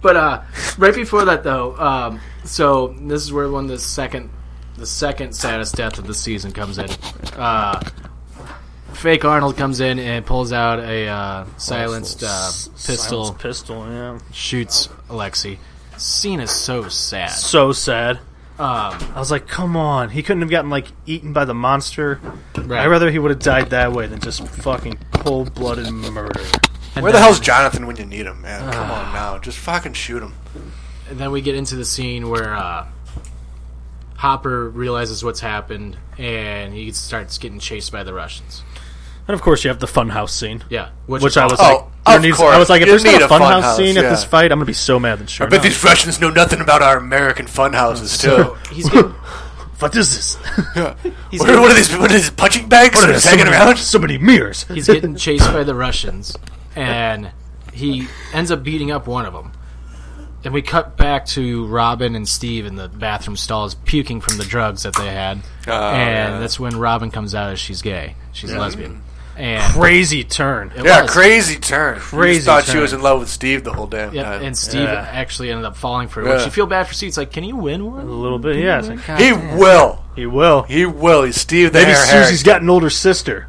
Speaker 1: but uh, right before that, though, um, so this is where one of the second, the second saddest death of the season comes in. Uh, fake Arnold comes in and pulls out a uh, silenced uh, pistol.
Speaker 6: Silenced pistol, yeah.
Speaker 1: Shoots Alexi. Scene is so sad.
Speaker 6: So sad.
Speaker 1: Um,
Speaker 6: I was like, come on, he couldn't have gotten like eaten by the monster.
Speaker 1: Right.
Speaker 6: I'd rather he would have died that way than just fucking cold blooded murder.
Speaker 4: Where the hell's Jonathan when you need him, man? Come on now, just fucking shoot him.
Speaker 1: And then we get into the scene where uh, Hopper realizes what's happened and he starts getting chased by the Russians.
Speaker 6: And of course, you have the funhouse scene.
Speaker 1: Yeah, which
Speaker 6: which,
Speaker 1: is
Speaker 6: I was
Speaker 1: awesome.
Speaker 6: like,
Speaker 1: Oh,
Speaker 6: there
Speaker 1: of
Speaker 6: needs-
Speaker 1: course.
Speaker 6: I was like, if
Speaker 1: You
Speaker 6: there's not
Speaker 1: need
Speaker 6: a
Speaker 1: a
Speaker 6: funhouse
Speaker 1: funhouse,
Speaker 6: scene
Speaker 1: yeah.
Speaker 6: at this fight, I'm gonna be so mad. Then sure,
Speaker 4: I bet
Speaker 6: enough.
Speaker 4: these Russians know nothing about our American fun houses too.
Speaker 1: oh, he's getting,
Speaker 6: what is this?
Speaker 4: what, are- what are these? What are these punching bags
Speaker 6: What are
Speaker 4: that are
Speaker 6: these,
Speaker 4: hanging
Speaker 6: so many-
Speaker 4: around?
Speaker 6: So many mirrors.
Speaker 1: He's getting chased by the Russians, and he ends up beating up one of them. And we cut back to Robin and Steve in the bathroom stalls, puking from the drugs that they had.
Speaker 4: Oh,
Speaker 1: and
Speaker 4: yeah.
Speaker 1: that's when Robin comes out as she's gay. She's a
Speaker 4: Yeah.
Speaker 1: lesbian. And
Speaker 6: Crazy turn.
Speaker 1: It
Speaker 4: yeah,
Speaker 1: was.
Speaker 4: crazy turn. You just
Speaker 1: Crazy
Speaker 4: thought she
Speaker 1: turn.
Speaker 4: was in love with Steve the whole damn
Speaker 1: Yeah,
Speaker 4: time.
Speaker 1: and Steve actually ended up falling for it.
Speaker 4: Yeah.
Speaker 1: Which you feel bad for Steve. It's like, can you win one? A
Speaker 6: little bit, yeah. It's like,
Speaker 4: He will.
Speaker 6: He will.
Speaker 4: He will. He's Steve the
Speaker 6: Maybe
Speaker 4: Hair
Speaker 6: Susie's
Speaker 4: Harry.
Speaker 6: got an older sister.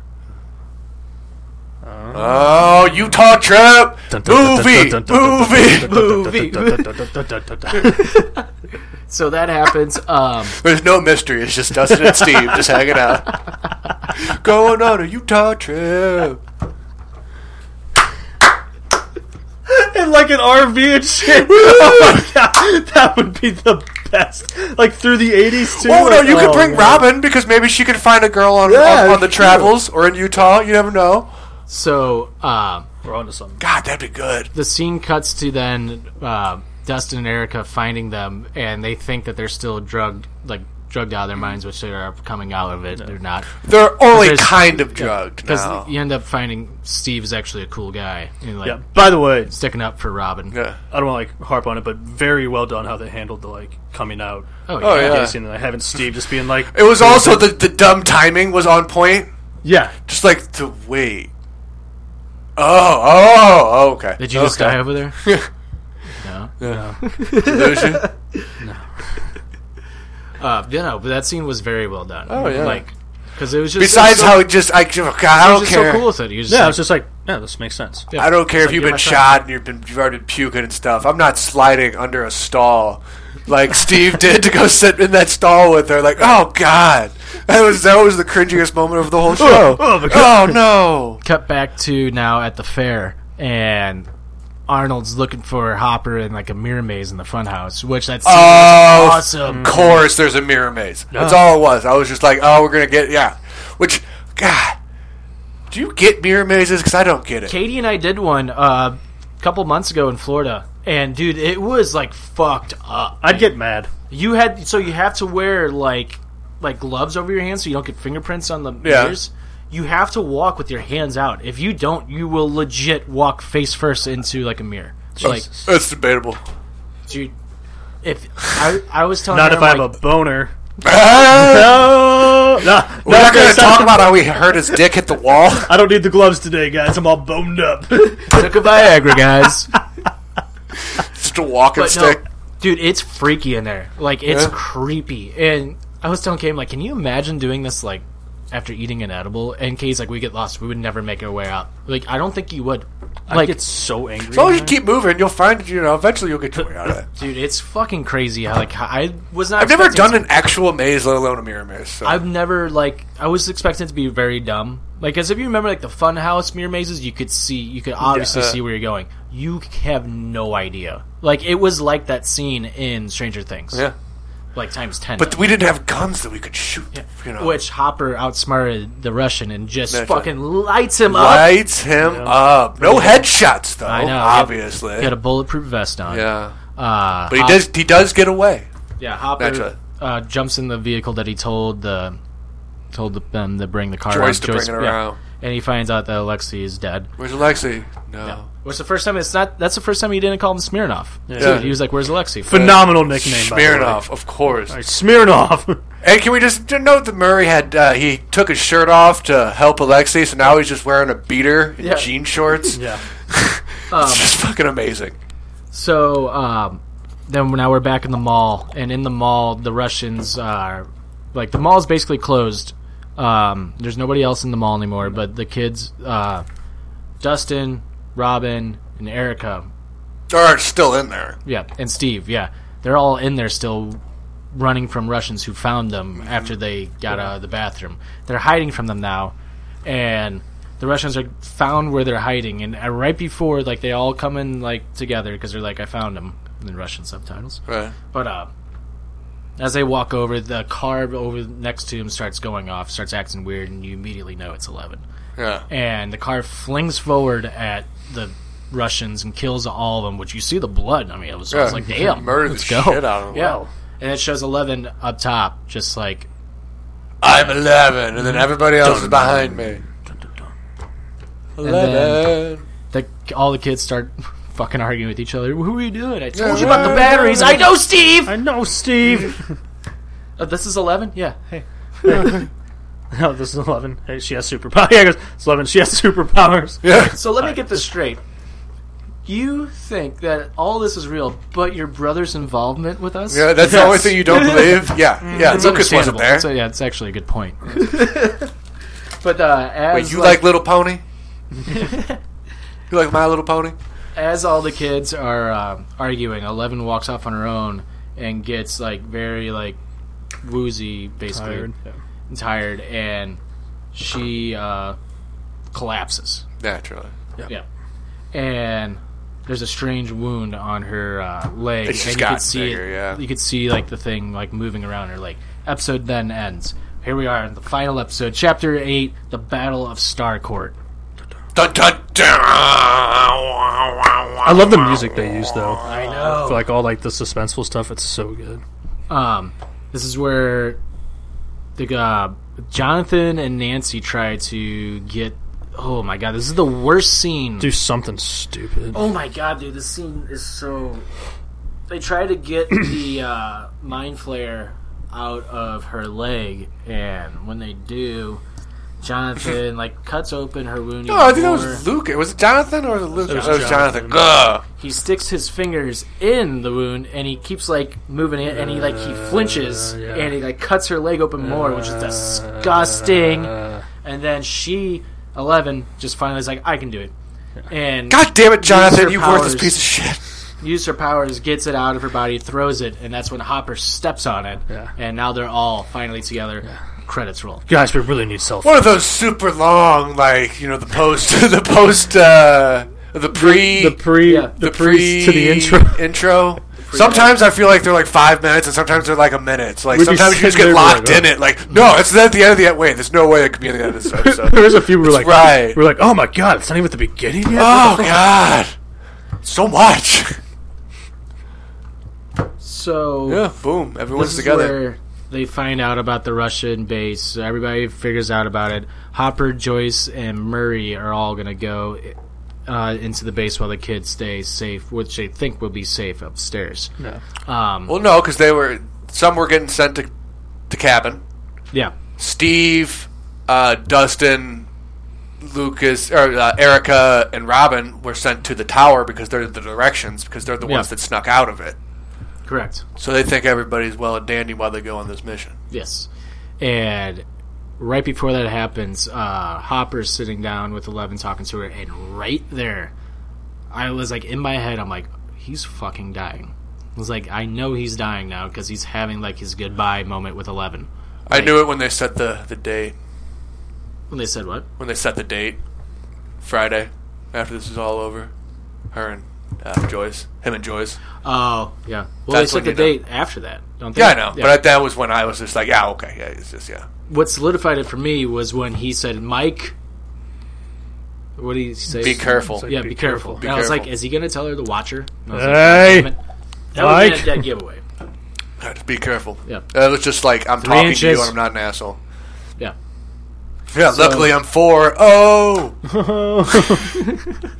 Speaker 4: Oh, Utah trip movie,
Speaker 6: dun,
Speaker 4: movie,
Speaker 1: so that happens. Um,
Speaker 4: There's no mystery. It's just Dustin and Steve just hanging out, going on a Utah trip.
Speaker 6: in like an RV and shit. oh my god, that would be the best. Like through the eighties too.
Speaker 4: Oh no,
Speaker 6: like-
Speaker 4: you could bring
Speaker 6: man.
Speaker 4: Robin because maybe she could find a girl on
Speaker 6: Yeah,
Speaker 4: on, on the
Speaker 6: sure.
Speaker 4: travels or in Utah. You never know.
Speaker 1: so um,
Speaker 6: We're onto something.
Speaker 4: God, that'd be good.
Speaker 1: the scene cuts to then uh, Dustin and Erica finding them, and they think that they're still drugged, like drugged out of their minds, which they are coming out of it. They're not.
Speaker 4: They're only
Speaker 1: Because-
Speaker 4: kind of drugged now.
Speaker 1: you end up finding Steve is actually a cool guy. And, like,
Speaker 6: Yeah. By the way,
Speaker 1: sticking up for Robin.
Speaker 4: Yeah.
Speaker 6: I don't want to like harp on it, but very well done how they handled the like coming out.
Speaker 1: Oh,
Speaker 4: Oh, yeah. yeah.
Speaker 6: And like, having Steve just being like,
Speaker 4: It was also the the dumb timing was on point.
Speaker 6: yeah.
Speaker 4: Just like to wait. Oh, oh, oh, okay.
Speaker 1: Did you just
Speaker 4: Okay.
Speaker 1: die over there? no.
Speaker 4: Yeah. Delusion?
Speaker 1: Uh, yeah, no, but that scene was very well done.
Speaker 4: Oh, yeah.
Speaker 1: Like, because it was just
Speaker 4: Besides
Speaker 1: so-
Speaker 4: how it just I oh, God, I
Speaker 1: he was
Speaker 4: don't
Speaker 1: just so
Speaker 4: care.
Speaker 1: cool with it. He was just
Speaker 6: Yeah, I
Speaker 1: like-
Speaker 6: was just like, yeah, this makes sense.
Speaker 1: Yeah.
Speaker 4: I don't care
Speaker 1: It's
Speaker 4: if
Speaker 1: like,
Speaker 4: you've
Speaker 1: you're
Speaker 4: been
Speaker 1: my friend.
Speaker 4: shot and you've been you've already been puking and stuff. I'm not sliding under a stall like Steve did to go sit in that stall with her. Like, oh god, that was that was the cringiest moment of the whole show.
Speaker 6: oh,
Speaker 4: Oh,
Speaker 6: my God.
Speaker 4: no,
Speaker 1: cut back to now at the fair and Arnold's looking for Hopper in like a mirror maze in the funhouse, which that scene
Speaker 4: Oh,
Speaker 1: was awesome.
Speaker 6: mm.
Speaker 4: of course there's a mirror maze. That's
Speaker 1: Yeah.
Speaker 4: all it was. I was just like, oh, we're gonna get yeah. Which God, do you get mirror mazes? Because I don't get it.
Speaker 1: Katie and I did one uh, a couple months ago in Florida, and dude, it was like fucked up.
Speaker 6: I'd get mad.
Speaker 1: You had so you have to wear like like gloves over your hands so you don't get fingerprints on the
Speaker 4: Yeah.
Speaker 1: mirrors. you have to walk with your hands out. If you don't, you will legit walk face first into like a mirror. Like,
Speaker 4: That's debatable.
Speaker 1: dude, if I, I was telling
Speaker 6: Not
Speaker 1: her,
Speaker 6: if
Speaker 1: I'm
Speaker 6: I have
Speaker 1: like,
Speaker 6: a boner. Oh.
Speaker 4: no,
Speaker 6: no,
Speaker 4: Ah! We're not going to talk about how we heard his dick hit the wall.
Speaker 6: I don't need the gloves today, guys. I'm all boned up.
Speaker 1: took a Viagra, guys.
Speaker 4: Just a walking
Speaker 1: But no,
Speaker 4: stick.
Speaker 1: dude, it's freaky in there. Like it's
Speaker 4: Yeah.
Speaker 1: creepy. And I was telling Kay, I'm like, can you imagine doing this like after eating an edible? And Kay's like, we get lost. We would never make our way out. Like I don't think you would. Like
Speaker 6: It's so angry.
Speaker 4: As long as you keep moving, you'll find, you know, eventually you'll get your way out of it.
Speaker 1: dude, it's fucking crazy. How, like I was not.
Speaker 4: I've never
Speaker 1: expecting
Speaker 4: done an actual maze, let alone a mirror maze. So.
Speaker 1: I've never like I was expecting it to be very dumb. Like as if you remember like the Funhouse mirror mazes, you could see you could obviously
Speaker 4: Yeah.
Speaker 1: see where you're going. You have no idea. Like it was like that scene in Stranger Things.
Speaker 4: Yeah.
Speaker 1: Like times ten.
Speaker 4: But we didn't have guns that we could shoot. You know,
Speaker 1: which Hopper outsmarted the Russian and just
Speaker 4: That's
Speaker 1: fucking lights him up.
Speaker 4: lights him up. No headshots though.
Speaker 1: I know.
Speaker 4: Obviously.
Speaker 1: He had a bulletproof vest on.
Speaker 4: yeah.
Speaker 1: Uh,
Speaker 4: But he
Speaker 1: Hop-
Speaker 4: does. He does get away.
Speaker 1: Yeah,
Speaker 4: That's
Speaker 1: Hopper
Speaker 4: right.
Speaker 1: uh, jumps in the vehicle that he told the told the, them to bring the car.
Speaker 4: Joyce
Speaker 1: around.
Speaker 4: to bring it
Speaker 1: yeah.
Speaker 4: around.
Speaker 1: and he finds out that Alexei is dead.
Speaker 4: Where's Alexei? No.
Speaker 1: Which the first time it's not. That's the first time he didn't call him Smirnoff.
Speaker 4: Yeah.
Speaker 1: Dude, he was like, "Where's Alexei?"
Speaker 6: Phenomenal nickname. by the way.
Speaker 4: Smirnoff, of course.
Speaker 6: Smirnoff.
Speaker 4: And can we just note that Murray had uh, he took his shirt off to help Alexei, so now he's just wearing a beater and
Speaker 1: Yeah. Um,
Speaker 4: jean shorts.
Speaker 6: yeah.
Speaker 4: It's just fucking amazing.
Speaker 1: So um, then now we're back in the mall, and in the mall, the Russians are like the mall's basically closed. Um, there's nobody else in the mall anymore, but the kids, uh, Dustin, Robin, and Erica,
Speaker 4: Or it's still in there.
Speaker 1: yeah, and Steve, yeah, they're all in there still, running from Russians who found them after they got out of the bathroom. They're hiding from them now, and the Russians are found where they're hiding, and uh, right before like they all come in like together because they're like, "I found them" in Russian subtitles.
Speaker 4: Right.
Speaker 1: But uh, as they walk over, the car over next to him starts going off, starts acting weird, and you immediately know it's Eleven.
Speaker 4: Yeah.
Speaker 1: And the car flings forward at the Russians and kills all of them. Which you see the blood. I mean, it was, I was
Speaker 4: Yeah,
Speaker 1: like,
Speaker 4: he
Speaker 1: damn,
Speaker 4: murdered
Speaker 1: let's
Speaker 4: the
Speaker 1: go.
Speaker 4: shit out of 'em.
Speaker 1: Yeah.
Speaker 4: Wow.
Speaker 1: And it shows Eleven up top, just like
Speaker 4: I'm 11, and then everybody else is behind me.
Speaker 1: And then
Speaker 4: 11.
Speaker 1: the, all the kids start fucking arguing with each other. What are we doing? I told you about the batteries. I know, Steve.
Speaker 6: I know, Steve.
Speaker 1: Uh, this is Eleven. Yeah. Hey.
Speaker 6: no, Oh, this is Eleven. Hey, she has superpowers. Yeah, it goes, it's Eleven. She has superpowers.
Speaker 1: So let me get this straight. You think that all this is real, but your brother's involvement with us?
Speaker 4: Yeah, that's the only thing you don't believe. Yeah, yeah.
Speaker 1: Mm-hmm. It's
Speaker 4: Lucas wasn't
Speaker 1: understandable.
Speaker 4: there.
Speaker 1: So, yeah, it's actually a good point. but uh, as
Speaker 4: Wait, you
Speaker 1: like,
Speaker 4: like Little Pony? you like My Little Pony?
Speaker 1: as all the kids are um, arguing, Eleven walks off on her own and gets like very like woozy, basically tired, tired and she uh, collapses.
Speaker 4: Naturally.
Speaker 1: Yeah. And there's a strange wound on her uh, leg,
Speaker 4: It's just
Speaker 1: and you
Speaker 4: gotten
Speaker 1: could see
Speaker 4: bigger,
Speaker 1: it.
Speaker 4: yeah.
Speaker 1: You could see like the thing like moving around her leg. Episode then ends. Here we are in the final episode, chapter eight, the Battle of Starcourt.
Speaker 4: Dun, dun, dun.
Speaker 6: I love the music they use though.
Speaker 1: I know.
Speaker 6: For like all like the suspenseful stuff, it's so good.
Speaker 1: Um, this is where the uh, Jonathan and Nancy try to get. Oh my god, this is the worst scene.
Speaker 6: Do something stupid.
Speaker 1: Oh my god, dude, this scene is so. They try to get the uh, mind flare out of her leg, and when they do, Jonathan like cuts open her wound.
Speaker 4: No, Oh, I think
Speaker 1: more.
Speaker 4: that was Luke. Was it Jonathan or was it Luke? It was, Jonathan. Ugh.
Speaker 1: He sticks his fingers in the wound, and he keeps like moving it, and he like he flinches, and he like cuts her leg open more, which is disgusting. And then she, Eleven, just finally is like, "I can do it," and
Speaker 4: God damn it,
Speaker 1: Use
Speaker 4: Jonathan!
Speaker 1: your
Speaker 4: You worthless
Speaker 1: powers.
Speaker 4: piece of shit.
Speaker 1: uses her powers, gets it out of her body, throws it, and that's when Hopper steps on it. And now they're all finally together. Credits roll.
Speaker 6: Guys, we really need self.
Speaker 4: One of those super long, like you know, the post, the post, uh, the pre,
Speaker 6: The pre,
Speaker 1: Yeah.
Speaker 6: the, pre to the intro.
Speaker 4: intro. Sometimes I feel like they're like five minutes, and sometimes they're like a minute. So, like
Speaker 6: We'd be
Speaker 4: sometimes you just
Speaker 6: sitting there,
Speaker 4: get locked
Speaker 6: we're like, oh.
Speaker 4: in it. Like, no, it's at the end of the wait. There's no way it could be at the end of this episode.
Speaker 6: there was a few we were like,
Speaker 4: right.
Speaker 6: we are like, oh my god, it's not even at the beginning yet.
Speaker 4: oh God, so much.
Speaker 1: So
Speaker 4: Yeah, boom. Everyone's
Speaker 1: this is
Speaker 4: together.
Speaker 1: where They find out about the Russian base. Everybody figures out about it. Hopper, Joyce, and Murray are all going to go uh, into the base while the kids stay safe, which they think will be safe upstairs.
Speaker 4: No.
Speaker 1: Um,
Speaker 4: well, no, because they were some were getting sent to the cabin.
Speaker 1: Yeah.
Speaker 4: Steve, uh, Dustin, Lucas, or uh, Erica, and Robin were sent to the tower because they're the directions because they're the
Speaker 1: Yeah.
Speaker 4: ones that snuck out of it.
Speaker 1: Correct.
Speaker 4: So they think everybody's well and dandy while they go on this mission.
Speaker 1: Yes. And right before that happens, uh, Hopper's sitting down with Eleven talking to her, and right there, I was like, in my head, I'm like, he's fucking dying. I was like, I know he's dying now because he's having like his goodbye moment with Eleven.
Speaker 4: I knew it when they set the the date.
Speaker 1: When they said what?
Speaker 4: When they set the date, Friday, after this is all over, her and uh, Joyce, him and Joyce.
Speaker 1: Oh, yeah. Well,
Speaker 4: That's
Speaker 1: they
Speaker 4: when
Speaker 1: set the
Speaker 4: you
Speaker 1: date after that, don't they?
Speaker 4: Yeah, I know. But I, that was when I was just like, yeah, okay, yeah, it's just yeah.
Speaker 1: what solidified it for me was when he said, "Mike." What did he say?
Speaker 4: Be careful.
Speaker 1: Yeah,
Speaker 4: Be
Speaker 1: be, careful.
Speaker 4: careful. Be
Speaker 1: And I was like,
Speaker 4: careful.
Speaker 1: "Is he going to tell her to watch her?" And I
Speaker 6: Uh,
Speaker 1: was like, "God
Speaker 4: Hey,
Speaker 1: damn it." that would have
Speaker 4: Mike.
Speaker 1: been a dead giveaway.
Speaker 4: Just Be careful.
Speaker 1: Yeah.
Speaker 4: That was just like I'm
Speaker 1: Three
Speaker 4: talking to
Speaker 1: inches.
Speaker 4: you and I'm not an asshole.
Speaker 1: Yeah.
Speaker 4: Yeah.
Speaker 1: So-
Speaker 4: luckily, I'm four. Oh.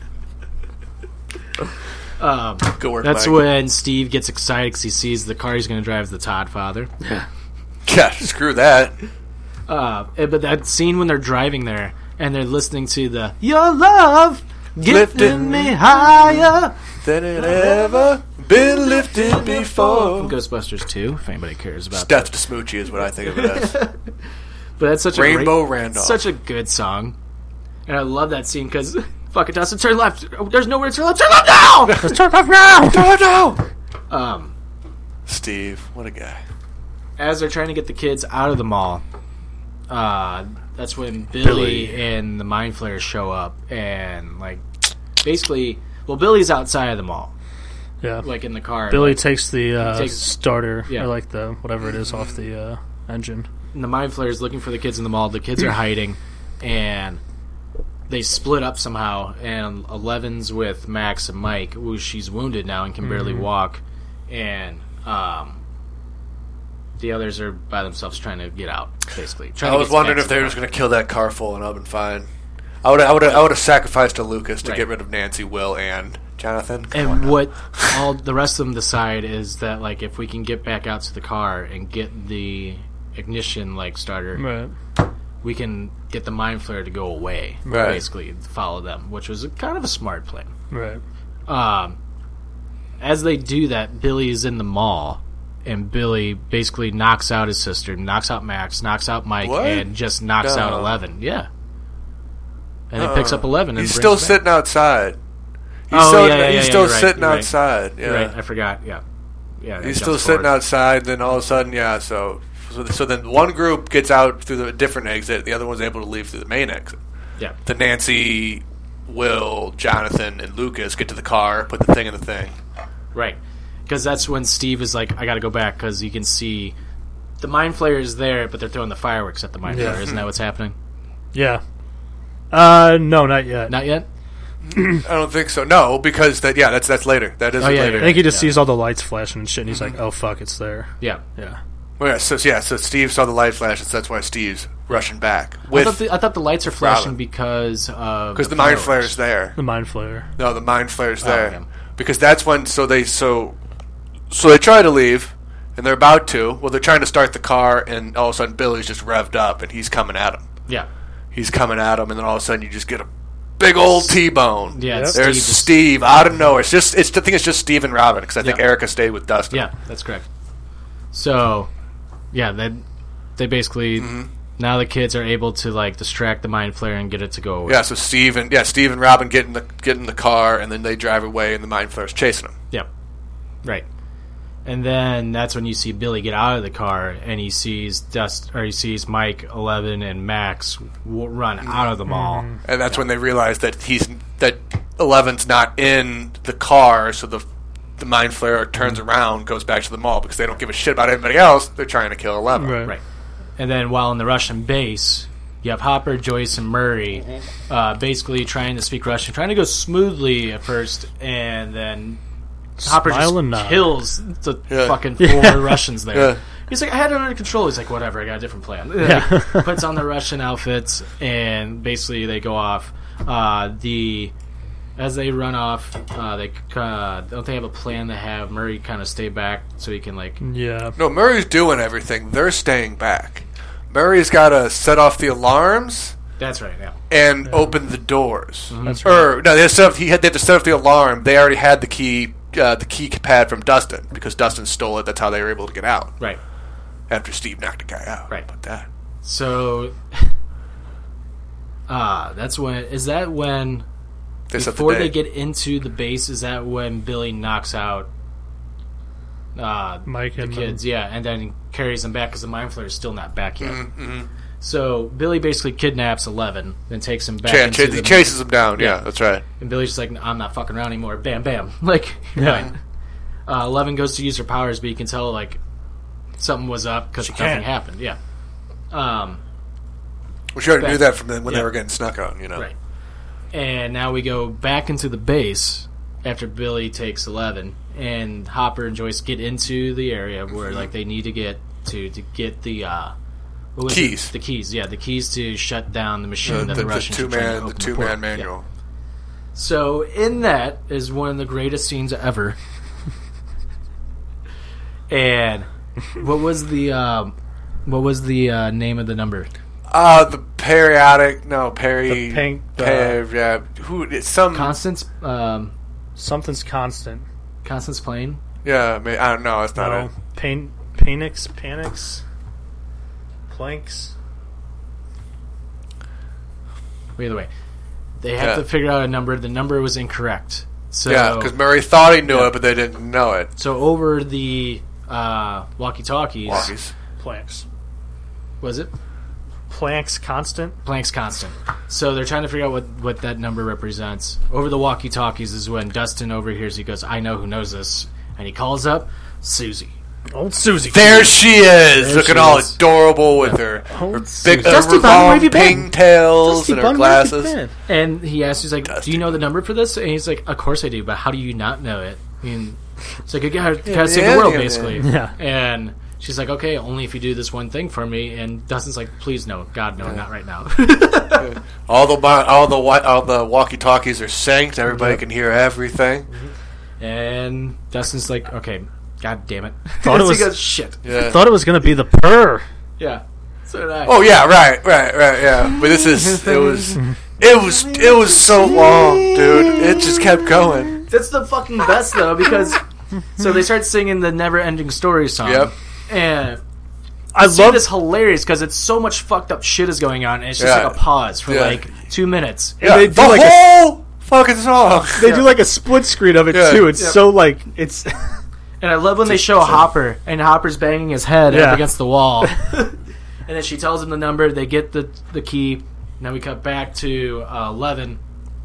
Speaker 1: Um,
Speaker 4: Good work.
Speaker 1: That's
Speaker 4: Mike.
Speaker 1: when Steve gets excited because he sees the car he's going to drive is the Todd father.
Speaker 4: Yeah. Screw that.
Speaker 1: Uh, eh, but that scene when they're driving there and they're listening to the "Your Love Lifting Me Higher"
Speaker 4: than it ever been lifted
Speaker 1: from
Speaker 4: before.
Speaker 1: Ghostbusters 2, if anybody cares about
Speaker 4: That's the smoochie is what I think of it as.
Speaker 1: But that's such
Speaker 4: Rainbow
Speaker 1: a great,
Speaker 4: Randolph.
Speaker 1: such a good song, and I love that scene because fucking Dustin, turn left. Oh, There's nowhere to turn left. Turn left now. Let's turn left now. Turn left now. Um,
Speaker 4: Steve, what a guy.
Speaker 1: as they're trying to get the kids out of the mall, uh, that's when Billy,
Speaker 4: Billy.
Speaker 1: and the Mind Flayer show up and like basically, well, Billy's outside of the mall.
Speaker 10: Yeah.
Speaker 1: like in the car.
Speaker 10: Billy
Speaker 1: like,
Speaker 10: takes the
Speaker 1: he
Speaker 10: uh,
Speaker 1: takes-
Speaker 10: starter,
Speaker 1: yeah.
Speaker 10: or like the whatever it is, off the uh, engine.
Speaker 1: and the mind flayer's looking for the kids in the mall. The kids are hiding, and they split up somehow. And Eleven's with Max and Mike, who she's wounded now and can barely
Speaker 10: Mhm.
Speaker 4: Mm-hmm.
Speaker 1: walk, and um, the others are by themselves trying to get out. Basically, trying
Speaker 4: I
Speaker 1: to
Speaker 4: was
Speaker 1: get
Speaker 4: wondering
Speaker 1: Max
Speaker 4: if they were
Speaker 1: out.
Speaker 4: just going to kill that car full and I've been fine. I would I would I would have sacrificed to Lucas to
Speaker 1: Right.
Speaker 4: get rid of Nancy, Will, and Jonathan. Come on
Speaker 1: And
Speaker 4: now.
Speaker 1: what all the rest of them decide is that like if we can get back out to the car and get the ignition like starter, we can get the mind flare to go away.
Speaker 10: Right.
Speaker 1: Basically, follow them, which was a, kind of a smart plan.
Speaker 10: Right.
Speaker 1: Um, as they do that, Billy is in the mall, and Billy basically knocks out his sister, knocks out Max, knocks out Mike,
Speaker 4: What? Uh-huh.
Speaker 1: and just knocks out
Speaker 4: No.
Speaker 1: Eleven. Yeah. And he picks up Eleven. And
Speaker 4: Uh-huh. He's
Speaker 1: brings
Speaker 4: still
Speaker 1: her back.
Speaker 4: sitting outside. He's
Speaker 1: Oh,
Speaker 4: still,
Speaker 1: yeah, yeah,
Speaker 4: he's
Speaker 1: yeah,
Speaker 4: still
Speaker 1: you're right,
Speaker 4: sitting
Speaker 1: you're right.
Speaker 4: outside.
Speaker 1: You're
Speaker 4: yeah.
Speaker 1: right, I forgot. Yeah, yeah. that
Speaker 4: He's still
Speaker 1: jumps
Speaker 4: sitting
Speaker 1: forward.
Speaker 4: outside. Then all of a sudden, yeah. So, so, so then one group gets out through the different exit. The other one's able to leave through the main exit.
Speaker 1: Yeah.
Speaker 4: The Nancy, Will, Jonathan, and Lucas get to the car, put the thing in the thing.
Speaker 1: Right. Because that's when Steve is like, I got to go back because you can see the Mind Flayer is there, but they're throwing the fireworks at the Mind
Speaker 10: Yeah.
Speaker 1: Flayer. Isn't that what's happening?
Speaker 10: Yeah. Uh, no, not yet.
Speaker 1: Not yet.
Speaker 4: I don't think so. No, because that yeah, that's that's later. That
Speaker 1: Oh,
Speaker 4: is later.
Speaker 10: I think he just sees all the lights flashing and shit, and he's like, "Oh fuck, it's there."
Speaker 1: Yeah.
Speaker 10: Yeah.
Speaker 4: Well, yeah, so yeah, so Steve saw the light flashes. That's why Steve's rushing back
Speaker 1: I,
Speaker 4: with
Speaker 1: thought the, I thought the lights are flashing
Speaker 4: Robin.
Speaker 1: because of
Speaker 4: because the, mind
Speaker 1: fireworks.
Speaker 4: flare's there.
Speaker 10: The mind flare.
Speaker 4: No, the mind flare's there
Speaker 1: okay.
Speaker 4: because that's when. So they so so they try to leave, and they're about to. Well, they're trying to start the car, and all of a sudden Billy's just revved up, and he's coming at him.
Speaker 1: Yeah.
Speaker 4: he's coming at him, and then all of a sudden you just get a big old T-bone.
Speaker 1: Yeah, it's
Speaker 4: there's
Speaker 1: Steve
Speaker 4: Steve,
Speaker 1: just-
Speaker 4: out of nowhere. It's just it's I think it's just Steve and Robin because I think
Speaker 1: Yeah.
Speaker 4: Erica stayed with Dustin.
Speaker 1: Yeah, that's correct. So, yeah, they they basically
Speaker 4: Mm-hmm.
Speaker 1: now the kids are able to like distract the Mind Flayer and get it to go away.
Speaker 4: Yeah, so Steve and yeah Steve and Robin get in the get in the car, and then they drive away, and the mind flare's chasing them.
Speaker 1: Yep. Right. And then that's when you see Billy get out of the car and he sees Dust or he sees Mike, Eleven, and Max w- run
Speaker 4: Mm-hmm.
Speaker 1: out of the mall.
Speaker 4: and that's when they realize that he's that Eleven's not in the car, so the the mind flare turns around, goes back to the mall because they don't give a shit about anybody else. They're trying to kill Eleven.
Speaker 10: Right.
Speaker 1: And then while in the Russian base, you have Hopper, Joyce, and Murray
Speaker 10: Mm-hmm.
Speaker 1: uh, basically trying to speak Russian, trying to go smoothly at first, and then Hopper
Speaker 10: Smile
Speaker 1: just
Speaker 10: and nod.
Speaker 1: kills the
Speaker 10: Yeah.
Speaker 1: fucking four
Speaker 10: Yeah.
Speaker 1: Russians there.
Speaker 10: Yeah.
Speaker 1: He's like, I had it under control. He's like, whatever, I got a different plan.
Speaker 10: Yeah.
Speaker 1: Like, puts on the Russian outfits, and basically they go off. Uh, the as they run off, uh, they uh, don't they have a plan to have Murray kind of stay back so he can like
Speaker 10: yeah.
Speaker 4: No, Murray's doing everything. They're staying back. Murray's got to set off the alarms
Speaker 1: That's right. Yeah.
Speaker 4: and open the doors.
Speaker 1: That's
Speaker 4: Or no, they have, to set up, he had, they have to set off the alarm. They already had the key, uh, the key pad from Dustin because Dustin stole it. That's how they were able to get out.
Speaker 1: Right.
Speaker 4: After Steve knocked the guy out.
Speaker 1: Right.
Speaker 4: But that.
Speaker 1: So, ah, that's when is that when
Speaker 4: They set the
Speaker 1: before they
Speaker 4: date.
Speaker 1: get into the base is that when Billy knocks out uh,
Speaker 10: Mike
Speaker 1: the
Speaker 10: and um,
Speaker 1: kids? Yeah, and then carries them back because the mind flayer is still not back yet.
Speaker 4: Mhm, mhm.
Speaker 1: So Billy basically kidnaps Eleven, then takes him back.
Speaker 4: Cha-
Speaker 1: into
Speaker 4: cha- he
Speaker 1: the-
Speaker 4: chases him down. Yeah, that's right.
Speaker 1: and Billy's just like, I'm not fucking around anymore. Bam, bam. Like, right. Uh, Eleven goes to use her powers, but you can tell like something was up because nothing
Speaker 4: can't.
Speaker 1: happened. Yeah. Um,
Speaker 4: Well, she already
Speaker 1: Back-
Speaker 4: knew that from the, when
Speaker 1: yeah.
Speaker 4: they were getting snuck on. You know.
Speaker 1: Right. And now we go back into the base after Billy takes Eleven, and Hopper and Joyce get into the area where like they need to get to to get the uh, what was it?
Speaker 4: Keys.
Speaker 1: The keys, yeah, the keys to shut down the machine
Speaker 4: The-
Speaker 1: that
Speaker 4: the-
Speaker 1: the,
Speaker 4: the
Speaker 1: Russians are
Speaker 4: two
Speaker 1: trying to
Speaker 4: man, the
Speaker 1: open
Speaker 4: two
Speaker 1: portal.
Speaker 4: man manual.
Speaker 1: Yeah. So in that is one of the greatest scenes ever. and what was the um, what was the uh, name of the number?
Speaker 4: Uh, the periodic, no, peri,
Speaker 10: The pink, uh,
Speaker 4: per- yeah, who, it's some,
Speaker 1: Constance, um,
Speaker 10: Something's constant.
Speaker 1: Constance Plane.
Speaker 4: yeah, ma- I don't know, that's not
Speaker 10: No.
Speaker 4: it.
Speaker 10: Pain. Panics. Panics.
Speaker 5: Planks.
Speaker 1: Either way, they have
Speaker 4: Yeah.
Speaker 1: to figure out a number. The number was incorrect. So,
Speaker 4: yeah, because Murray thought he knew it, but they didn't know it.
Speaker 1: so over the uh, walkie-talkies,
Speaker 4: Walkies.
Speaker 10: Planks.
Speaker 1: was it
Speaker 10: Planks constant.
Speaker 1: Plank's constant? So they're trying to figure out what, what that number represents. Over the walkie-talkies is when Dustin overhears. He goes, "I know who knows this," and he calls up Susie.
Speaker 10: Old Susie.
Speaker 4: There she is,
Speaker 1: There
Speaker 4: looking
Speaker 1: she
Speaker 4: all
Speaker 1: is.
Speaker 4: adorable with her,
Speaker 10: Oh,
Speaker 4: her big, her
Speaker 1: Dusty Bun, where
Speaker 4: long
Speaker 1: have you been?
Speaker 4: pigtails and her glasses.
Speaker 1: And he asks, he's like, "Do you know the number for this?" And he's like, "Of course I do, but how do you not know it?" I mean, it's like you gotta, gotta save the
Speaker 4: yeah,
Speaker 1: world,
Speaker 4: yeah,
Speaker 1: basically.
Speaker 10: yeah.
Speaker 1: And she's like, "Okay, only if you do this one thing for me." And Dustin's like, "Please, no, God, no, not right now."
Speaker 4: All the, mon- all the, wa- all the walkie talkies are synced, everybody can hear everything.
Speaker 1: Mm-hmm. and Dustin's like, "Okay, God damn it!"
Speaker 10: Thought it
Speaker 1: So he
Speaker 10: was-
Speaker 1: goes, "Shit."
Speaker 4: Yeah.
Speaker 10: Thought it was gonna be the purr.
Speaker 1: Yeah. So did I.
Speaker 4: Oh yeah, right, right, right, yeah. But this is it was it was it was so long, dude. It just kept going.
Speaker 1: That's the fucking best though, because so they start singing the never-ending story song.
Speaker 4: Yep.
Speaker 1: And
Speaker 10: I
Speaker 1: I love
Speaker 10: love
Speaker 1: this hilarious because it's so much fucked up shit is going on, and it's just
Speaker 4: Yeah.
Speaker 1: like a pause for
Speaker 4: Yeah.
Speaker 1: like two minutes.
Speaker 4: Yeah,
Speaker 10: they do
Speaker 4: the
Speaker 10: like a-
Speaker 4: whole fucking song.
Speaker 10: They do like a split screen of it
Speaker 4: Yeah.
Speaker 10: too. It's
Speaker 4: Yeah.
Speaker 10: so like it's
Speaker 1: And I love when they show Hopper, and Hopper's banging his head
Speaker 10: Yeah.
Speaker 1: up against the wall. and then she tells him the number. They get the the key. Now we cut back to uh, eleven.